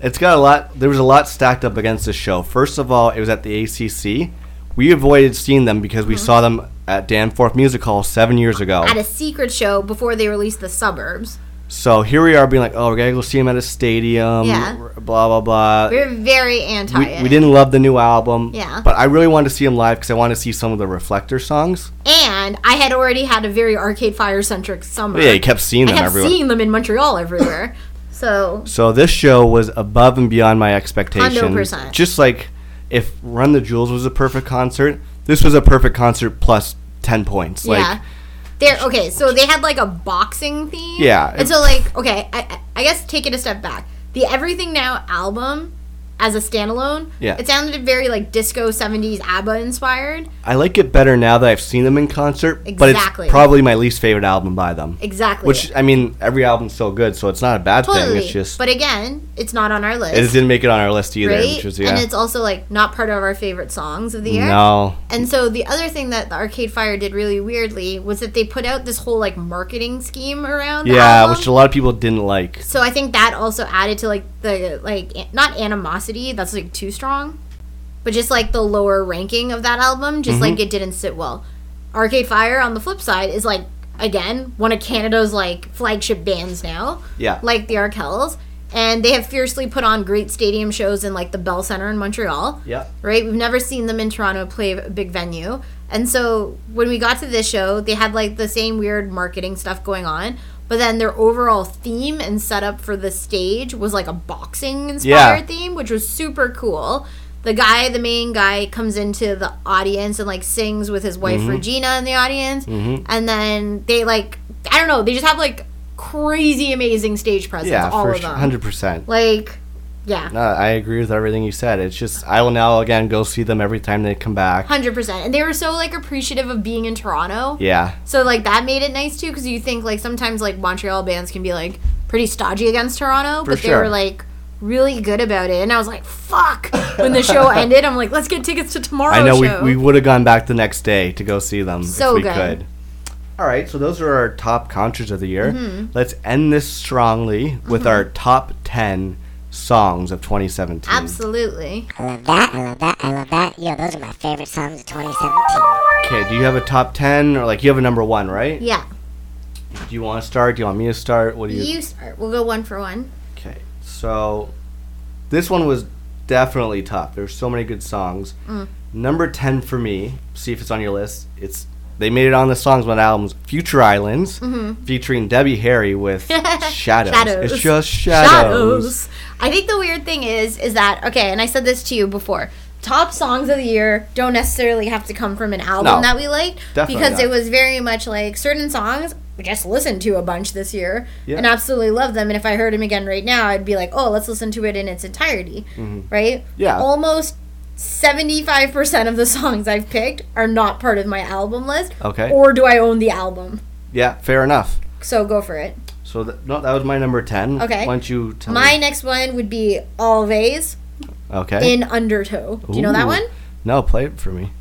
It's got a lot. There was a lot stacked up against this show. First of all, it was at the ACC. We avoided seeing them because we saw them at Danforth Music Hall seven years ago.
Mm-hmm. At a secret show before they released the suburbs.
So here we are, being like, "Oh, we're gonna go see them at a stadium."
Yeah.
Blah blah blah.
We were very anti
we,
it.
we didn't love the new album.
Yeah.
But I really wanted to see him live because I wanted to see some of the Reflector songs.
and I had already had a very Arcade Fire centric summer.
But yeah, you kept seeing
I
them
kept
everywhere.
seeing them in Montreal everywhere. So
so this show was above and beyond my expectations.
100%.
Just like if Run the Jewels was a perfect concert, this was a perfect concert plus 10 points. Like,
yeah, they're okay. So they had like a boxing theme.
Yeah.
and so like okay, I, I I guess take it a step back. The Everything Now album as a standalone,
Yeah.
it sounded very like disco '70s ABBA inspired.
I like it better now that I've seen them in concert, but
Exactly.
it's probably my least favorite album by them.
Exactly.
Which, I mean, every album's so good, so it's not a bad
totally.
thing. It's just,
but again, it's not on our list.
it didn't make it on our list either.
right?
Which was, yeah.
And it's also like not part of our favorite songs of the year.
No.
And so the other thing that the Arcade Fire did really weirdly was that they put out this whole like marketing scheme around. the
yeah,
album.
which a lot of people didn't like.
so I think that also added to like the like an- not animosity that's like too strong, but just like the lower ranking of that album, just like
Mhm.
it didn't sit well. Arcade Fire on the flip side is like again one of Canada's like flagship bands now.
Yeah.
like the Arkells, and they have fiercely put on great stadium shows in like the Bell Center in Montreal
Yeah.
right? We've never seen them in Toronto play a big venue. And so when we got to this show, they had like the same weird marketing stuff going on. But then their overall theme and setup for the stage was like a boxing inspired
Yeah.
theme, which was super cool. The guy, the main guy, comes into the audience and like sings with his wife
Mm-hmm.
Mhm.
Regina in the audience.
Mhm.
And then they like, I don't know, they just have like crazy amazing stage presence,
Yeah,
all
for
of
sure.
them.
100%.
Like, yeah.
No, I agree with everything you said. It's just I will now again go see them every time they come back.
Hundred percent, and they were so like appreciative of being in Toronto.
Yeah.
So like that made it nice too, because you think like sometimes like Montreal bands can be like pretty stodgy against Toronto,
For
but they
sure.
were like really good about it, and I was like, fuck. When the show ended, I'm like, let's get tickets to tomorrow's
I know
show.
we, we would have gone back the next day to go see them
So
if we
good.
could. All right, so those are our top concerts of the year.
Mhm.
Let's end this strongly with
Mm-hmm.
our top 10 songs of 2017.
Absolutely.
I love that. I love that. I love that. Yo, those are my favorite songs of 2017.
Okay, do you have a top 10 or like you have a number 1, right?
Yeah.
Do you want to start? Do you want me to start? What do you
You start. We'll go one for one.
Okay. So This one was definitely tough. There's so many good songs.
Mm.
Number 10 for me, see if it's on your list. It's they made it on the songs on albums Future Islands
Mhm.
featuring Debbie Harry with Shadows.
Shadows.
It's just shadows.
Shadows. I think the weird thing is, is that okay? And I said this to you before. Top songs of the year don't necessarily have to come from an album
No.
that we liked
Definitely
because
not.
it was very much like certain songs we just listened to a bunch this year
Yeah.
and absolutely love them. And if I heard them again right now, I'd be like, oh, let's listen to it in its entirety,
Mhm.
right?
Yeah.
Almost. 75% of the songs I've picked are not part of my album list.
Okay.
Or do I own the album?
Yeah, fair enough.
So go for it.
So th- no, that was my number 10.
Okay.
Why don't you tell
My
me?
next one would be Always
Okay.
in Undertow. Do you know
Ooh.
that one?
No, play it for me.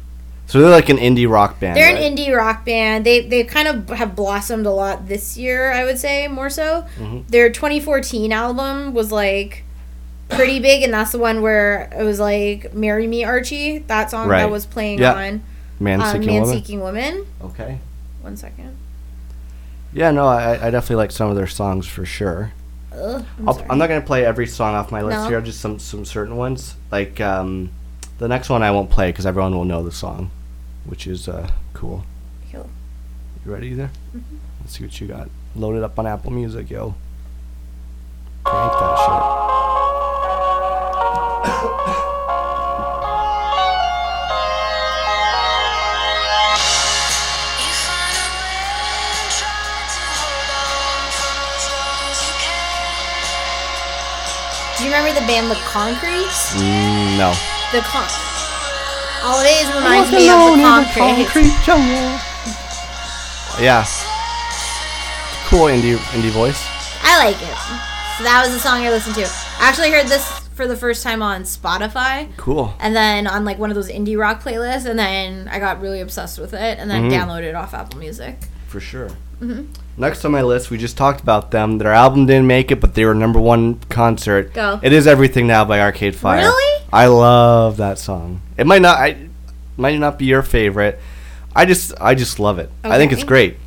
So they're like an indie rock band.
They're
right?
an indie rock band. They they kind of have blossomed a lot this year, I would say, more so.
Mhm.
Their 2014 album was like pretty big and that's the one where it was like Marry Me Archie, that song
Right.
that was playing
Yeah.
on
Man
um,
Seeking
Man
Woman.
Seeking Woman.
Okay.
One second.
Yeah, no, I, I definitely like some of their songs for sure.
Ugh, I'm
I'll,
sorry.
I'm not gonna play every song off my list
No.
here. Just some some certain ones. Like um, the next one I won't play because everyone will know the song, which is uh, cool.
Cool. Mm-hmm.
You ready there? Let's see what you got. Load it up on Apple Music, yo. Crank that
Do you remember the band The Concretes?
shit. Mm, no.
The Con Always reminds me of The Concretes.
Yeah. Cool indie indie voice.
I like it. So that was the song I listened to. I actually heard this for the first time on Spotify
Cool.
and then on like one of those indie rock playlists and then I got really obsessed with it and then
Mhm.
downloaded it off Apple Music.
For sure.
hmm
Next on my list, we just talked about them. Their album didn't make it, but they were number one concert.
Go.
It is everything now by Arcade Fire.
Really?
I love that song. It might not, I might not be your favorite. I just, I just love it. I think it's
Okay.
great.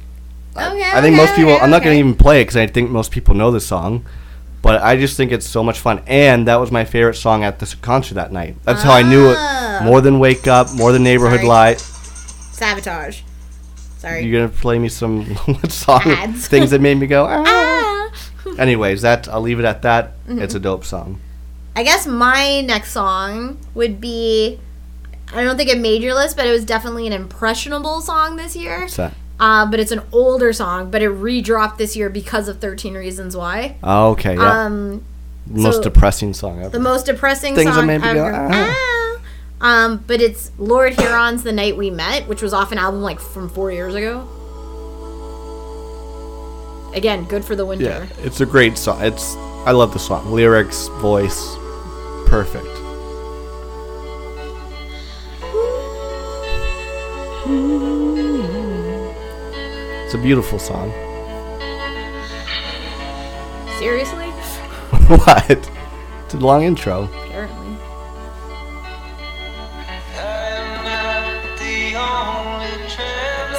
Okay.
I think most people. I'm not
okay.
gonna even play it because I think most people know the song, but I just think it's so much fun. And that was my favorite song at this concert that night. That's how I knew
Ah.
it. More than Wake Up, more than Neighborhood
Sorry.
Light.
Sabotage. Sorry.
You're gonna play me some what song?
Ads.
Things that made me go. Ah.
Ah.
Anyways, that I'll leave it at that.
Mhm.
It's a dope song.
I guess my next song would be I don't think it made your list, but it was definitely an impressionable song this year.
What's that?
Uh, but it's an older song, but it redropped this year because of 13 Reasons Why.
Oh, okay, yeah.
Um,
most
so-
depressing song ever.
the most depressing
Things that
song
made me go,
ever.
"Ah."
Ah. Um, but it's Lord Huron's "The Night We Met," which was off an album like from four years ago. Again, good for the
yeah,
winter.
it's a great song. It's I love the song. Lyrics, voice, perfect. It's a beautiful song.
Seriously,
what? It's a long intro.
apparently.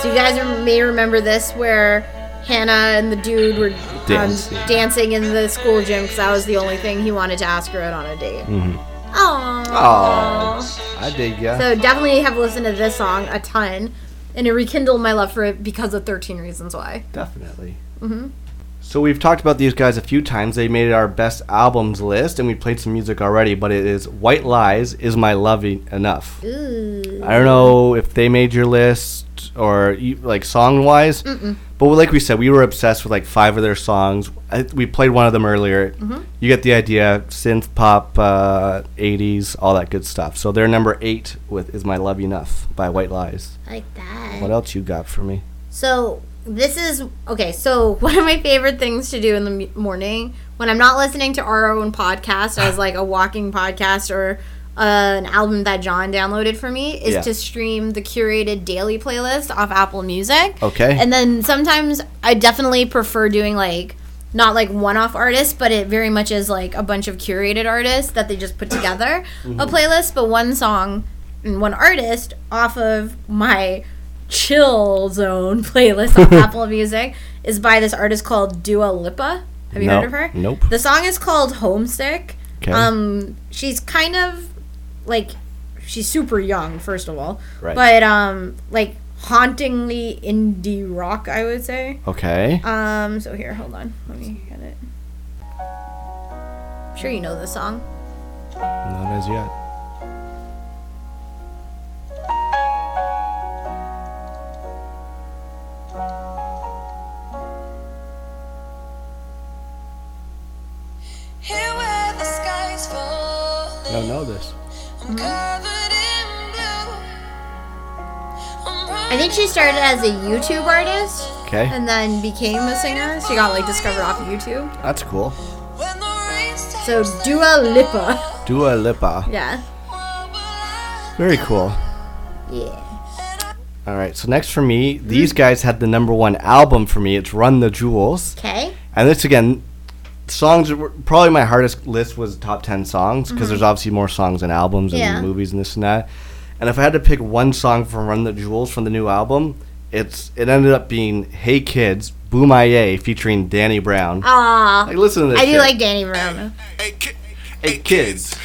So you guys are, may remember this, where Hannah and the dude were um,
Dancing.
dancing in the school gym because that was the only thing he wanted to ask her out on a date.
Mm-hmm.
Aww.
Oh, I dig ya.
So definitely have listened to this song a ton, and it rekindled my love for it because of 13 Reasons Why.
Definitely.
hmm
So we've talked about these guys a few times. They made our best albums list, and we played some music already. But it is "White Lies" is my love e- enough.
Ooh.
I don't know if they made your list or you, like song wise,
Mm-mm.
but like we said, we were obsessed with like five of their songs. I, we played one of them earlier.
Mhm.
You get the idea: synth pop, uh, '80s, all that good stuff. So they're number eight with "Is My Love Enough" by White Lies.
I like that.
What else you got for me?
So this is okay. So one of my favorite things to do in the m- morning when I'm not listening to our own podcast as like a walking podcast or uh, an album that John downloaded for me is
Yeah.
to stream the curated daily playlist off Apple Music.
Okay.
And then sometimes I definitely prefer doing like not like one-off artists, but it very much is like a bunch of curated artists that they just put together a
Mhm.
playlist, but one song and one artist off of my chill zone playlist on Apple Music is by this artist called Dua Lipa. Have you
No.
heard of her?
Nope.
The song is called Homesick.
Okay.
Um, she's kind of like she's super young, first of all,
Right.
but um, like hauntingly indie rock, I would say.
Okay.
Um, so here, hold on, let me get it. I'm sure you know the song.
Not as yet.
Here where the sky's falling.
Don't know this.
I'm covered in blue.
I think she started as a YouTube artist.
'Kay.
And then became a singer. She got like discovered off of YouTube.
That's cool.
So Dua Lipa.
Dua Lipa.
Yeah.
Very cool.
Yeah.
All right. So next for me, these guys had the number one album for me. It's Run the Jewels.
Okay.
And this again, songs that were probably my hardest list was top ten songs because
Mhm.
there's obviously more songs and albums and
Yeah.
movies and this and that. And if I had to pick one song from Run the Jewels from the new album, it's it ended up being Hey Kids, Boom I A featuring Danny Brown.
Aw.
Like, listen to this
Ah. I do
shit.
like Danny Brown.
Hey Kids.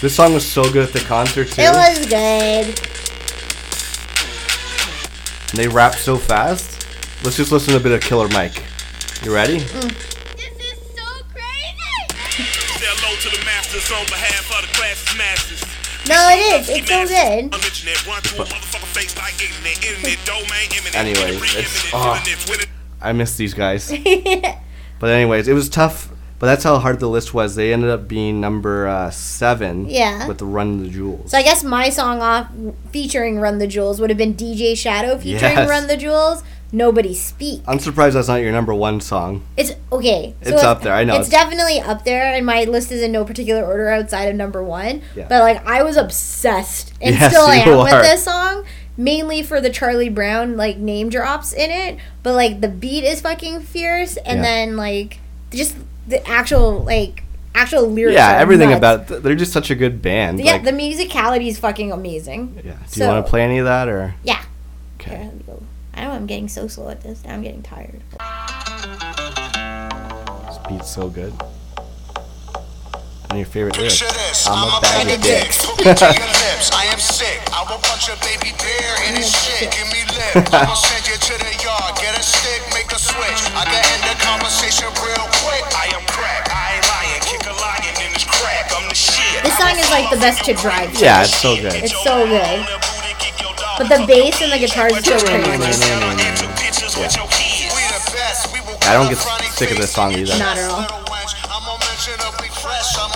This song was so good at the concert too.
It was good.
And they rap so fast. Let's just listen to a bit of Killer Mike. You ready?
Say hello to the masters on behalf of the class's masters.
No, it is. It's so good.
I'm itching that run through a motherfucker face like internet, internet domain, imminent.
Anyways, it's oh, I miss these guys.
yeah.
But anyways, it was tough. But that's how hard the list was. They ended up being number uh, seven.
Yeah.
With the Run the Jewels.
So I guess my song off featuring Run the Jewels would have been DJ Shadow featuring
Yes.
Run the Jewels. Nobody speak.
I'm surprised that's not your number one song.
It's okay.
It's up there, I know.
It's definitely up there, and my list is in no particular order outside of number one.
Yeah.
But like, I was obsessed, and
Yes,
still I
you
am
are.
with this song, mainly for the Charlie Brown like name drops in it. But like, the beat is fucking fierce, and
Yeah.
then like, just the actual like actual lyrics.
yeah,
are
everything
nuts.
about th- they're just such a good band.
yeah,
like,
the musicality is fucking amazing.
yeah. Do you want to play any of that or?
Yeah. Here, let me go. I know I'm getting so slow at this. Now I'm getting tired.
This beat's so good. And your favorite lyrics.
Picture this.
I'm a bag of dicks.
Hook it to your lips. I am sick. I will punch a baby bear in his shit. Give me lip. I'ma send you to the yard. Get a stick, make a switch. I can end the conversation real quick. I am crack. I ain't lying. Kick a lion in his crack. I'm the shit.
This song is like the best to drive to.
yeah, it's so good.
It's so good. But the bass and the guitars is so crazy.
Yeah. I don't get s- sick of this song either.
Not at all.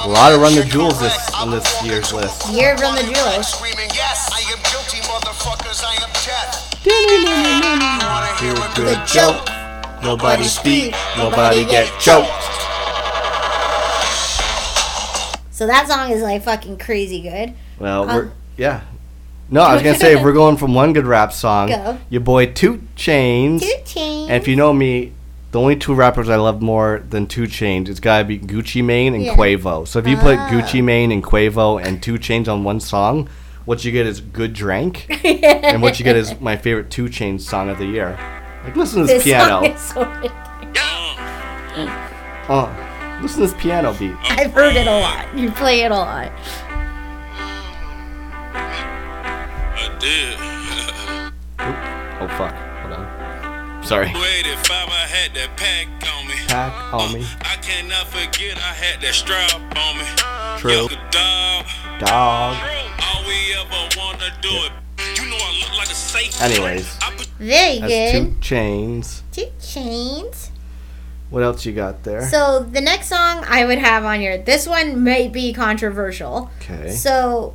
A lot of Run the Jewels this on this year's list.
Year from the Jewelers.
Here's a good joke. Nobody speak. Nobody get choked.
So that song is like fucking crazy good.
Well,
Um,
we're yeah. No, I was gonna say if we're going from one good rap song,
Go.
your boy Toot Chains.
Toot Chains.
And if you know me, the only two rappers I love more than Two Chains, it's gotta be Gucci Mane and
Yeah.
Quavo. So if you put
Ah.
Gucci Mane and Quavo and Two Chains on one song, what you get is Good Drank, and what you get is my favorite Two Chains song of the year. Like listen to this,
Song
piano.
is so ridiculous.
Uh, listen to this piano beat.
I've heard it a lot. You play it a lot.
Oh fuck! Hold on. Sorry.
Waited five, I had that pack on me.
Pack on me.
I cannot forget I had that strap on me.
True.
Dog.
Dog.
All we ever wanna do it. You know I look like a safe.
Anyways,
Very
that's
good.
Two Chains.
Toot Chains.
What else you got there?
So the next song I would have on here, this one might be controversial.
'Kay.
So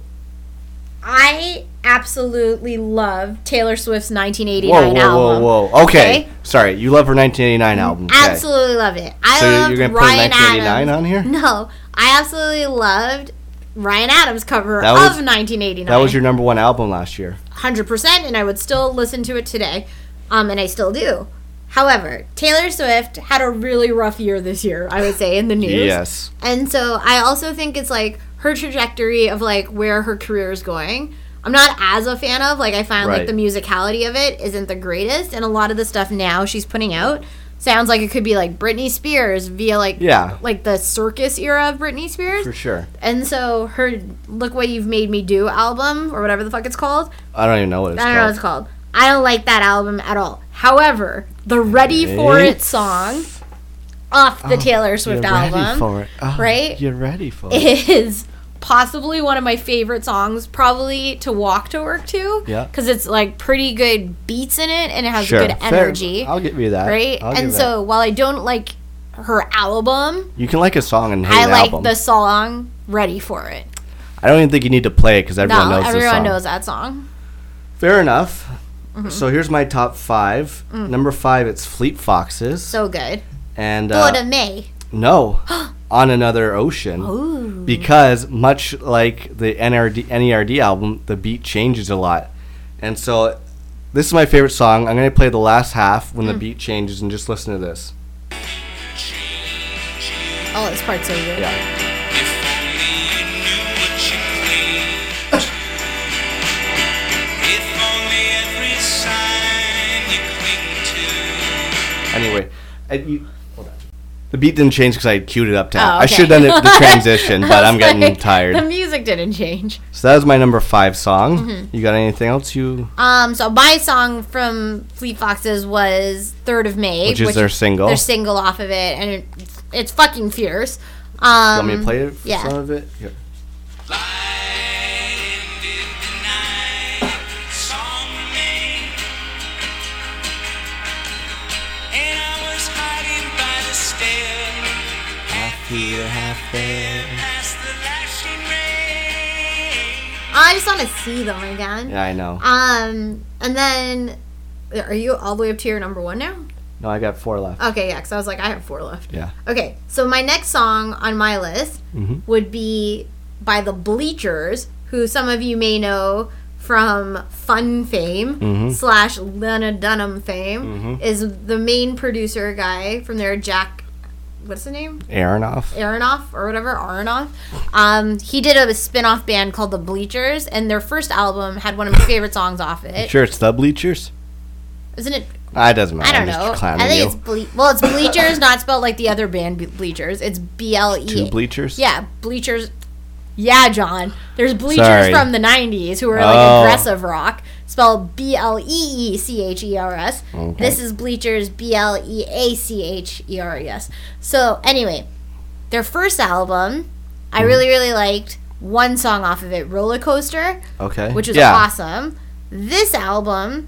I absolutely love Taylor Swift's 1989
whoa, whoa,
album.
whoa, whoa. Okay. Sorry, you love her 1989 album. Okay.
Absolutely love it. I
So you're
love
gonna put
Ryan
1989
Adams.
on here?
No, I absolutely loved Ryan Adams' cover
That was-
of 1989.
That was your number one album last year.
hundred percent, and I would still listen to it today, um, and I still do. However, Taylor Swift had a really rough year this year, I would say, in the news.
Yes.
And so I also think it's like her trajectory of like where her career is going. I'm not as a fan of like I find
Right.
like the musicality of it isn't the greatest, and a lot of the stuff now she's putting out sounds like it could be like Britney Spears via like
Yeah.
like the circus era of Britney Spears.
for sure.
And so her "Look What You've Made Me Do" album or whatever the fuck it's called.
I don't even know what it's
I don't
called.
know what it's called. I don't like that album at all. However, the "Ready for
Hey.
It" song off the
Oh,
Taylor Swift
you're
album
Ready for it. Oh,
right?
You're ready for it.
is possibly one of my favorite songs, probably to walk to work to.
Yeah.
Because it's like pretty good beats in it and it has
sure.
good
fair.
energy.
I'll give you that.
right?
I'll
and
give
so while I don't like her album,
that. you can like a song and hate
I
an
like
album.
the song Ready for It.
I don't even think you need to play it because everyone
no,
knows the
everyone
song.
knows that song.
Fair enough.
Mhm.
So here's my top five.
Mm.
Number five, it's Fleet Foxes.
So good.
and
Blood
uh,
of May.
no, on another ocean.
Ooh.
Because much like the NRD, NERD E album, the beat changes a lot, and so this is my favorite song. I'm gonna play the last half when the
Mm.
beat changes, and just listen to this.
Oh, this part's so good.
Yeah. Anyway, I, you, hold on. The beat didn't change because I had queued it up to.
Oh,
I
okay.
should have done it the transition,
I
but
was
I'm getting
like,
tired.
The music didn't change.
So that was my number five song.
Mhm.
You got anything else you?
Um, so my song from Fleet Foxes was Third of May,
Which is their single.
Their single off of it, and it, it's fucking fierce.
want
Um,
me to play it? For
yeah.
Some of it. Here.
I just want to see them again.
Yeah, I know.
Um, and then are you all the way up to your number one now?
No, I got four left.
Okay, yeah, because I was like, I have four left.
Yeah.
Okay, so my next song on my list
Mhm.
would be by the Bleachers, who some of you may know from Fun Fame
Mm-hmm.
Mhm.
slash Lena Dunham fame,
Mhm.
is the main producer guy from their Jack. What's the name?
Aronoff.
Aronoff or whatever, Aronoff. Um, he did a spin off band called The Bleachers, and their first album had one of my favorite songs off it.
Sure, it's the bleachers.
Isn't it?
Ah, it doesnble
I
matter.
don't
I'm just
know.
clowning
I think
you.
it's ble- well, it's bleachers, not spelled like the other band Be- bleachers. It's B L E.
Two bleachers?
Yeah, bleachers. Yeah, John. There's bleachers
Sorry.
from the '90s who were like
Oh.
aggressive rock, spelled B L E E C H E R S.
Okay.
This is bleachers B L E A C H E R E S. So anyway, their first album, I
Hmm.
really really liked one song off of it, Roller Coaster
Okay.
which is
yeah.
awesome. This album,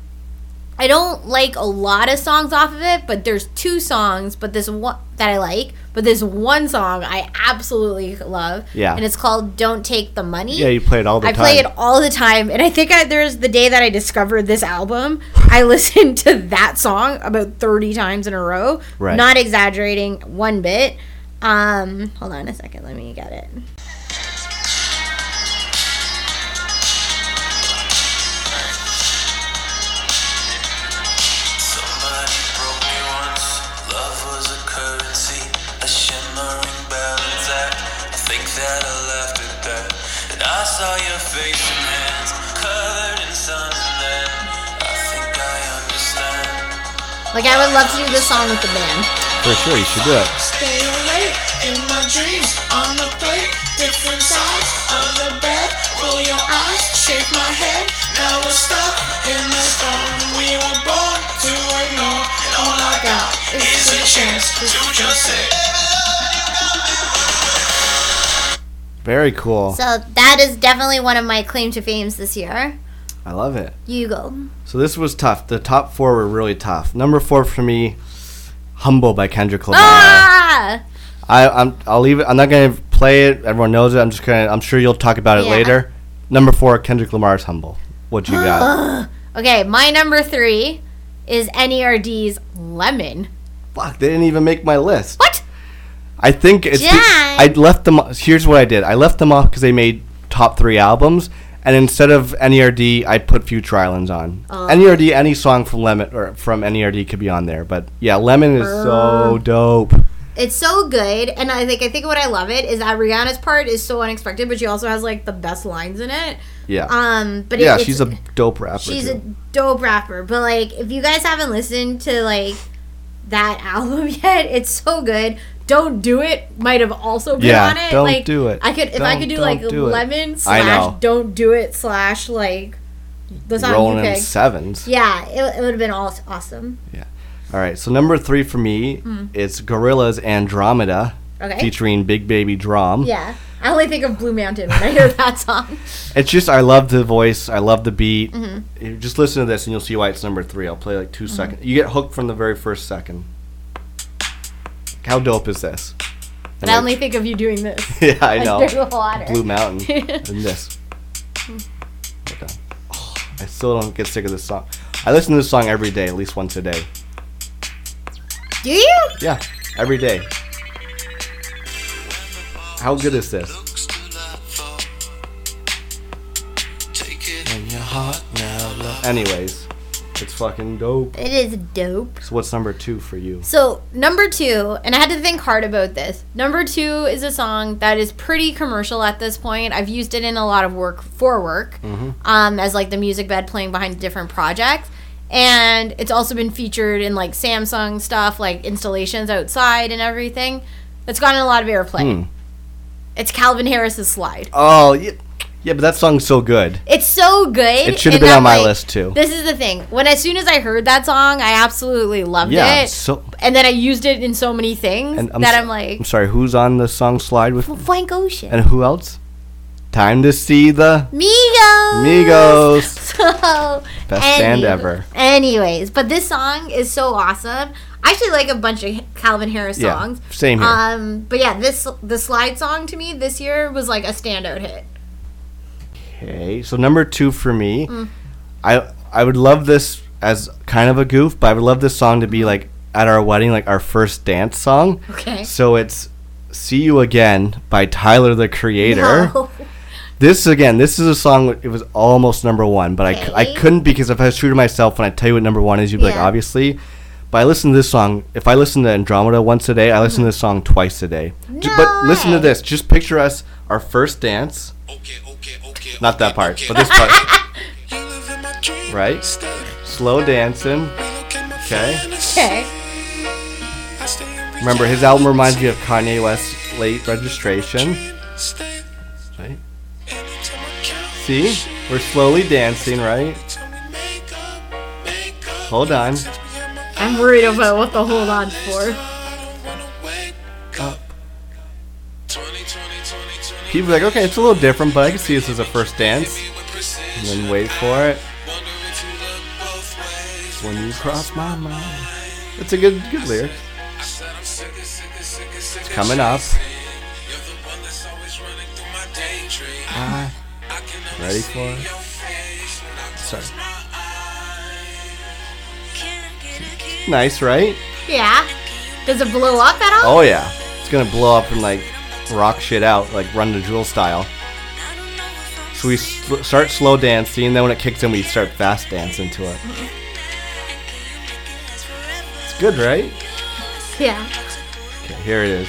I don't like a lot of songs off of it, but there's two songs, but this one that I like, but this one song I absolutely love.
Yeah.
and it's called "Don't Take the Money."
Yeah, you play it all the
I
time.
play it all the time, and I think I, there's the day that I discovered this album. I listened to that song about 30 times in a row.
Right.
Not exaggerating one bit. Um, hold on a second. Let me get it.
Somebody broke me once. Love was a currency, a shimmering balance act. I think that I left it there. And I saw your face and hands covered in sun, and then I think I understand.
Like I would love to do this song with the band.
For sure, you should do it.
Stay awake in my dreams on the plate, different sides of the bed. Roll your eyes, shake my head. Now we're stuck in this storm we were born to ignore. And all I got is a chance to just say.
Very cool.
So that is definitely one of my claim to fames this year.
I love it.
You go.
So this was tough. The top four were really tough. Number four for me, "Humble" by Kendrick Lamar.
Ah!
I, I'm I'll leave it. I'm not gonna play it. Everyone knows it. I'm just gonna. I'm sure you'll talk about it
Yeah.
later. Number four, Kendrick Lamar's "Humble." What you got?
Okay, my number three is NERD's Lemon.
Fuck, they didn't even make my list.
What?
I think it's. be-
Jan.
I left them. Here's what I did. I left them off because they made top three albums, and instead of NERD, I put Future Islands on.
Oh.
NERD, any song from Lemon or from NERD could be on there, but yeah, Lemon is so
Mm.
dope.
It's so good, and I think I think what I love it is that Rihanna's part is so unexpected, but she also has like the best lines in it.
Yeah.
Um, but it-
yeah,
it's-
she's a dope rapper.
She's
too.
a dope rapper, but like if you guys haven't listened to like that album yet. It's so good. Don't do it might have also been
Yeah,
on it.
Don't
like
Do It.
I could if I
Don't-
could do
Don't
like
Do It.
lemon
I know.
slash don't do it slash like the song
Rolling
you
in
picked.
sevens.
Yeah, it, it would have been all awesome.
All right, so number three for me,
Mm.
it's Gorilla's Andromeda,
Okay.
featuring Big Baby Drum.
Yeah, I only think of Blue Mountain when I hear that song.
It's just I love the voice, I love the beat.
Mhm.
You Just listen to this and you'll see why it's number three. I'll play like 2
Mhm.
seconds. You get hooked from the very first second. How dope is this?
But I only think of you doing this.
yeah, I know.
Under the water.
Blue Mountain and this. We're done. Oh, I still don't get sick of this song. I listen to this song every day, at least once a day.
Do you?
Yeah, every day. How good is this? And your heart now lo- Anyways, it's fucking dope.
It is dope.
So what's number two for you?
So number two, and I had to think hard about this. Number two is a song that is pretty commercial at this point. I've used it in a lot of work for work,
Mm-hmm.
um, as like the music bed playing behind different projects, and it's also been featured in like Samsung stuff, like installations outside and everything. It's gotten a lot of airplay.
Hmm.
It's Calvin Harris's Slide.
Oh, yeah, yeah, but that song's so good.
It's so good.
It should have
in
been on
that,
my
like,
list too.
This is the thing. When as soon as I heard that song, I absolutely loved
yeah,
it.
so.
and then I used it in so many things
And I'm
that
s-
I'm like,
I'm sorry, who's on the song slide with?
"Well, Frank Ocean,
And who else? Time to see the
Migos,
Migos.
So,
Best band ever.
Anyways, but this song is so awesome. I actually like a bunch of Calvin Harris
Yeah,
songs.
same here.
Um, but yeah, this the slide song to me this year was like a standout hit.
Okay, so number two for me,
Mm.
I I would love this as kind of a goof, but I would love this song to be like at our wedding, like our first dance song.
Okay.
So it's "See You Again" by Tyler the Creator.
No.
This again, this is a song. that- It was almost number one, but I c- I,
Okay.
couldn't because if I was true to myself, when I tell you what number one is, you'd be like,
Yeah.
obviously. But I listen to this song. If I listen to Andromeda once a day, I listen to this song twice a day. J- but listen to this. Just picture us our first dance. Not that part, but this part. right? Slow dancing. Okay.
Okay.
Remember, his album reminds me of Kanye West's late registration. Right? See? We're slowly dancing, right? Hold on.
I'm worried about what the hold on for.
People are like, okay, it's a little different, but I can see this as a first dance. And then wait for it. When you cross my mind. It's a good good lyric. It's coming up. Ah, ready for it? Sorry. Nice, right?
Yeah. Does it blow up at all?
Oh yeah, it's gonna blow up and like rock shit out, like Run the Jewel style. So we sl- start slow dancing, and then when it kicks in, we start fast dancing to it. It's good, right? Oh.
Yeah.
Okay, here it is.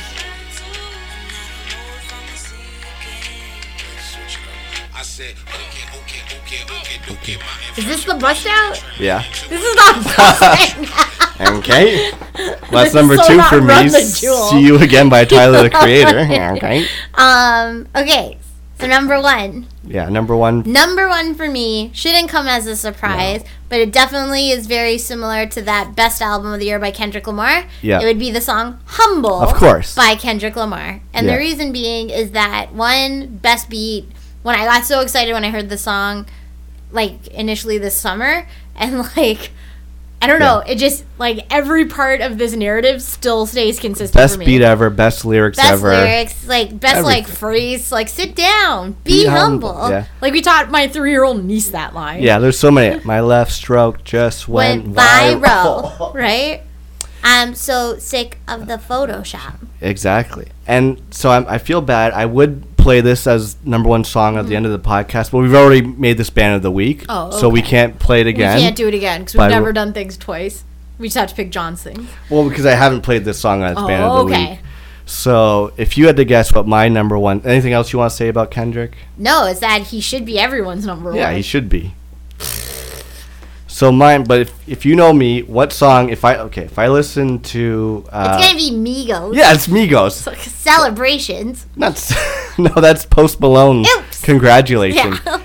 Is this the bust out?
Yeah.
This is not busting.
Okay. Well,
This
that's
is
number
so
two
not
for
Run
me.
the Jewel.
See you again by Tyler the Creator. Okay.
um. Okay. So number one,
Yeah, number one.
number one for me shouldn't come as a surprise, but it definitely is very similar to that best album of the year by Kendrick Lamar.
Yeah.
It would be the song "Humble,"
Of course.
by Kendrick Lamar, and
Yeah.
the reason being is that one best beat. When I got so excited when I heard the song, like initially this summer, and like. I don't know. It just like every part of this narrative still stays consistent.
Best
for me
beat ever. Best lyrics
best
ever.
lyrics, like best like
Everything.
phrase, like sit down, be,
Be humble,
humble.
yeah.
Like we taught my three year old niece that line.
Yeah, there's so many. My left stroke just went,
Went viral, right? I'm so sick of the Photoshop.
Exactly. And so I'm, I feel bad. I would play this as number one song at the end of the podcast, but we've already made this band of the week,
Mm-hmm. Oh,
so we
okay.
can't play it again.
We can't do it again because we've
By-
never done things twice. We just have to pick John's thing.
Well, because I haven't played this song as
Oh,
band of the
okay.
week. So if you had to guess what my number one, anything else you want to say about Kendrick?
No, it's that he should be everyone's number
Yeah,
one.
he should be. So mine, but if, if you know me, what song? If I okay, if I listen to uh,
it's gonna be Migos.
yeah, it's Migos.
So- celebrations.
Not s- no, that's Post Malone.
Oops.
Congratulations.
Yeah.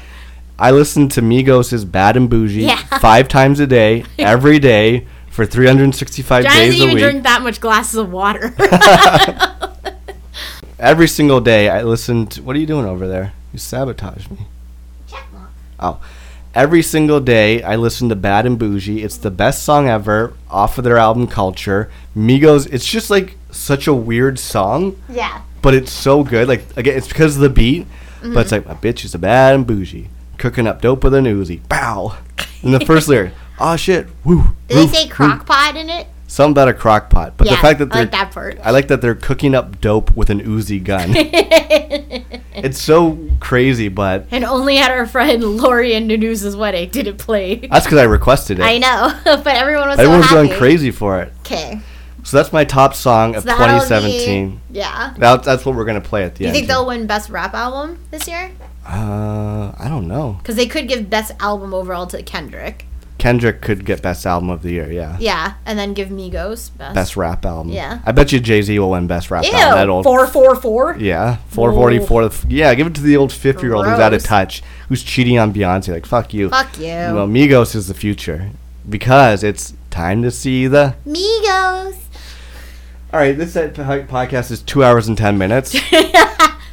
I listen to Migos' "Bad and Bougie"
Yeah.
five times a day, every day for 365
John
days
doesn't
a
even
week.
drink that much glasses of water.
every single day, I listen. To, what are you doing over there? You sabotage me. Oh, every single day, I listen to "Bad and Bougie." It's the best song ever off of their album "Culture." Migos. It's just like such a weird song.
yeah.
but it's so good. Like again, it's because of the beat, but it's like
Mm-hmm.
my bitch is a bad and bougie, cooking up dope with an Uzi. Bow. And the first lyric, oh shit, woo.
Do they
woo,
say
woo."
crockpot in it?
Something about a crock pot, but
Yeah,
the fact that
I
they're
like that part.
I like that they're cooking up dope with an Uzi gun. it's so crazy, but
and only at our friend Lori and Nanusa's wedding did it play.
that's because I requested it.
I know, but everyone was
Everyone's
so happy.
going crazy for it.
Okay.
So that's my top song of
So that'll be-
2017.
Yeah.
That, that's what we're gonna play at the
Do you
end.
think they'll win best rap album this year?
uh, I don't know.
Because they could give best album overall to Kendrick.
Kendrick could get best album of the year. Yeah.
Yeah, and then give Migos best.
best rap album.
Yeah.
I bet you Jay Z will win best rap
Ew,
album. That old.
four four four.
Yeah, 444. the f- Yeah, give it to the old 50 year old who's out of
Gross.
touch, who's cheating on Beyonce. Like, fuck you.
Fuck you.
Well, Migos is the future because it's time to see the.
Migos.
All right, this uh, podcast is two hours and 10 minutes.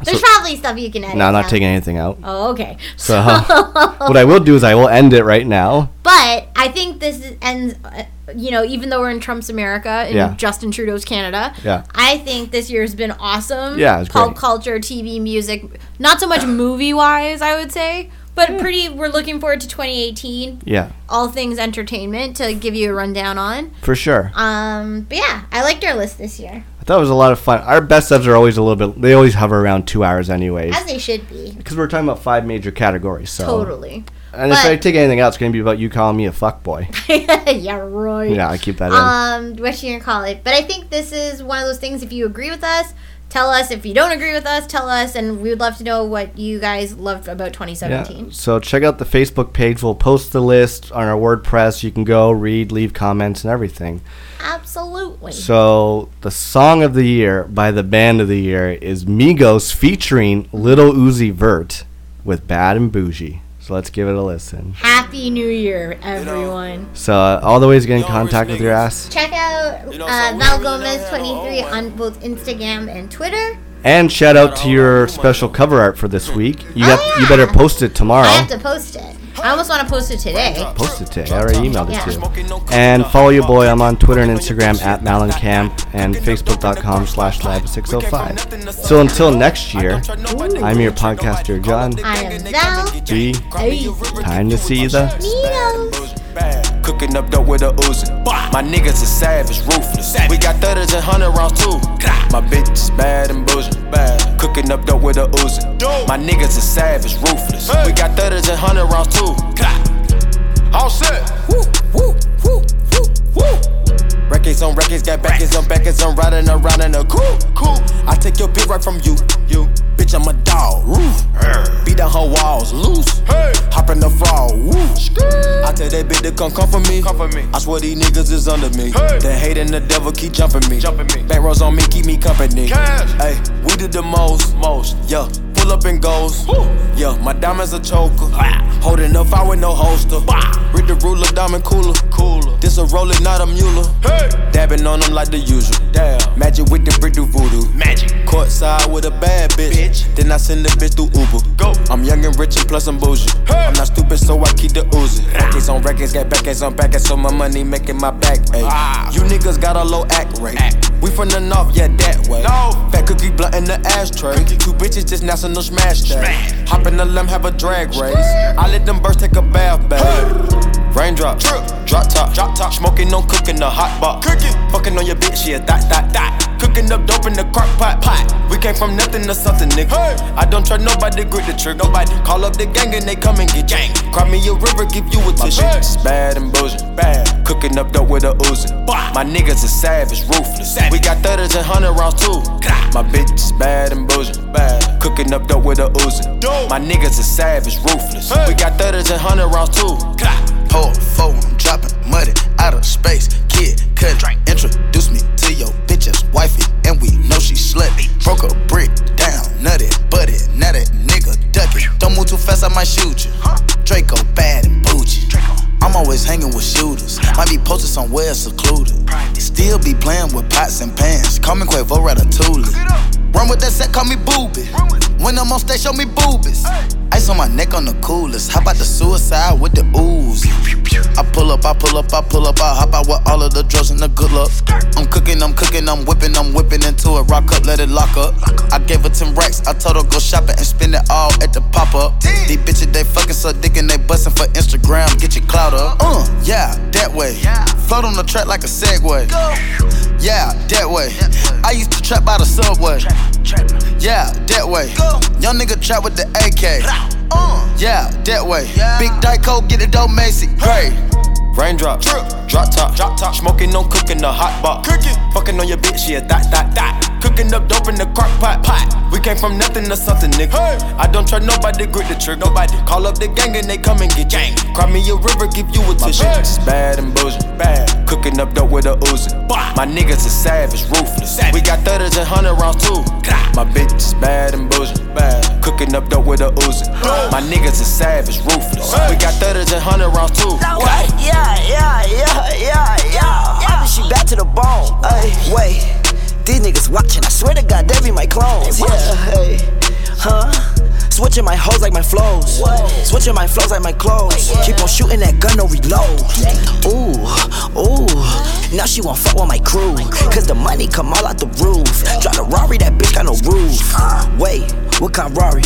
There's probably stuff you can edit.
no, I'm not
out.
taking anything out.
Oh, okay.
So, uh, what I will do is I will end it right now.
But I think this is- ends, uh, you know, even though we're in Trump's America in
Yeah.
Justin Trudeau's Canada,
Yeah.
I think this year's been awesome.
Yeah, it's
Pop
great.
culture, TV, music, not so much movie wise, I would say, but pretty, we're looking forward to 2018.
Yeah,
All things entertainment to give you a rundown on.
for sure.
Um, but yeah, I liked our list this year,
I thought it was a lot of fun. Our best subs are always a little bit, they always hover around two hours, anyways.
as they should be.
Because we're talking about five major categories. So.
Totally.
And if
But-
I take anything out, it's going to be about you calling me a fuckboy.
yeah, right.
yeah, I keep that in.
um what you gonna call it but i think this is one of those things if you agree with us tell us if you don't agree with us tell us and we would love to know what you guys loved about
Yeah.
2017
So check out the Facebook page. We'll post the list on our WordPress. You can go read, leave comments, and everything.
absolutely
So the song of the year by the band of the year is Migos featuring Little Uzi Vert with Bad and Bougie. So let's give it a listen.
happy new year everyone
So uh, all the ways to get in contact with your ass,
check out uh, val gomez 23 on both instagram and twitter
and shout out to your special cover art for this week. You got you better post it tomorrow.
i have to post it i almost want to post it today
post it to. I already emailed it
Yeah.
to you. And follow your boy. I'm on Twitter and Instagram at Malencamp and Facebook.com slash Lab605. So until next year, I'm your podcaster, John.
i am val
G. Time to see the.
Migos.
bad. Cooking up dope with a Uzi. My niggas is savage, ruthless. We got thudders and hundred rounds too. My bitch is bad and bougie. Bad. Cooking up dope with a Uzi. My niggas is savage, ruthless. We got thudders and hundred rounds too. All set. Woo, woo, woo, woo, woo. Records on records, got backers on backers. I'm riding around in a cool, cool. I take your bitch right from you, you. Bitch, I'm a dog. Roof. Beat down her walls, loose. Hey. Hop in the fall, woo. I tell that bitch to come come for me. Come for me. I swear these niggas is under me. The hate and the devil keep jumping me. Jumping me. Bank rolls on me, keep me company. Hey, we did the most, most. Yeah, pull up and goes. Yeah, my diamonds a choker. Holding up fire with no holster. Read the ruler, diamond cooler. Cooler. This a roller, not a mule. Hey. Dabbing on them like the usual. Damn. Magic with the brick do voodoo. Magic. Court side with a bad bitch. Then I send the bitch through Uber. Go. I'm young and rich and plus I'm bougie. I'm not stupid, so I keep the Uzi. Records on records, got backers on backers, so my money making my back ache. You niggas got a low act rate. We from the north, yeah, that way. No. Fat cookie blunt in the ashtray. Two bitches just national smash that. Hop in the limb, have a drag race. I let them birds take a bath bath. Raindrop, drop top, drop top, smoking on cooking the hot box, cooking, fucking on your bitch, yeah, dot dot dot, cooking up dope in the crock pot, pot. We came from nothing to something, nigga. I don't trust nobody, grip the trick, nobody. Call up the gang and they come and get gang. Cry me a river, give you a tissue. Bad and bullshit, bad. Cooking up dope with a Uzi. My niggas is savage, ruthless. We got thudders and hundred rounds too. My bitch is bad and bullshit, bad. Cooking up dope with a Uzi. My niggas is savage, ruthless. We got thudders and hundred rounds too. Hold four, I'm dropping money out of space. Kid cut, introduce me to your bitch ass wifey, and we know she slutty. Broke a brick down, nutted, butted, now that nigga ducky. Don't move too fast, I might shoot you. Draco bad and bougie. I'm always hanging with shooters. Might be posted somewhere secluded. Still be playing with pots and pans. Call me Quavo Ratatouille. Run with that set, call me Booby. When I'm on stage, show me boobies. Ice on my neck on the coolest. How about the suicide with the ooze? I pull up, I pull up, I pull up, I hop out with all of the drugs and the good luck. I'm cooking, I'm cooking, I'm whipping, I'm whipping into it. Rock up, let it lock up. I gave her 10 racks, I told her go shopping and spend it all at the pop up. These bitches, they fucking suck dick and they bustin' for Instagram. Get your clout up. Uh, yeah, that way. Float on the track like a Segway. Yeah, that way. I used to trap by the subway. Yeah, that way. Young nigga trap with the AK. Uh. Yeah, that way. Big Dyco, get it dope, Macy. Hey. Raindrops, drop top, drop top, smoking on cooking the hot box, cooking, fucking on your bitch, yeah, that, that, that, cooking up dope in the crock pot, pot. We came from nothing to something, nigga. I don't trust nobody, grip the trigger, nobody. Call up the gang and they come and get gang. Cry me a river, give you a
My
tissue.
bitch is
bad and bullshit, bad. Cooking up dope with a Uzi. My niggas is savage, ruthless. We got 30s and 100 rounds too. My bitch is bad and bullshit, bad. Cooking up dope with a Uzi. My niggas is savage, ruthless. We got 30s and 100 rounds too.
What? Yeah, yeah, yeah, yeah, yeah. I she back to the bone. Ay, wait, these niggas watching. I swear to God, they be my clones. Yeah, hey, huh? Switching my hoes like my flows. Switching my flows like my clothes. Keep on shooting that gun, no reload. Ooh, ooh. Now she won't fuck with my crew. Cause the money come all out the roof. Try to Rari, that bitch got no roof. Wait, what kind Rari?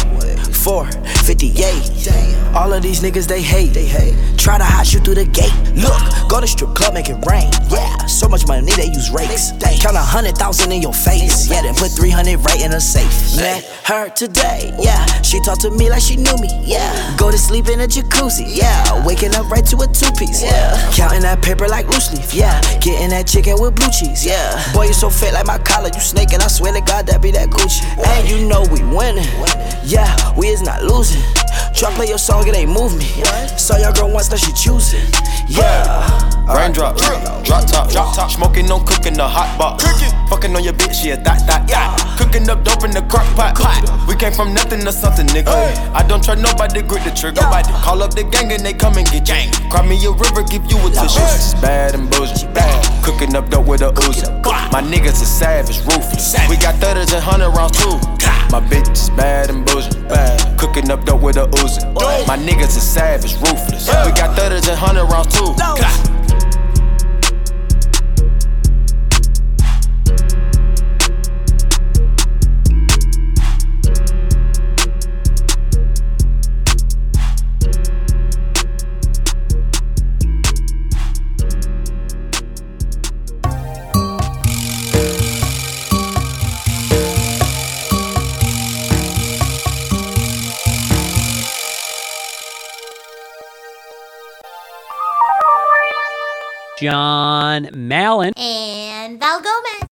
458. All of these niggas they hate. They hate. Try to hot you through the gate. Look, go to strip club, make it rain. Yeah, so much money they use rakes. Count a hundred thousand in your face. Yeah, then put three hundred right in a safe. Met her today. Yeah, she talked to me like she knew me. Yeah, go to sleep in a jacuzzi. Yeah, waking up right to a two piece. Yeah, counting that paper like loose leaf. Yeah, getting that chicken with blue cheese. Yeah, boy you so fit like my collar. You snaking? I swear to God that be that Gucci. And you know we winning. Yeah, we is not losing. Try play your song, it ain't move me. Saw your girl once, now she choosing. Yeah.
Raindrops, drop top, drop top, smoking on cooking the hot box, fucking on your bitch, yeah, that, that, that, cooking up dope in the crock pot, pot. We came from nothing to something, nigga. I don't trust nobody, grip the trigger, nobody. Call up the gang and they come and get gang. Cry me a river, give you a tissue. It's bad and bullshit, bad. Cooking up dope with a Uzi. My niggas is savage, ruthless. We got 30s and 100 rounds too. My bitch is bad and bullshit, bad. Cooking up dope with a Uzi. My niggas is savage, ruthless. We got 30s and 100 rounds too.
John Mallon.
And Val Gomez.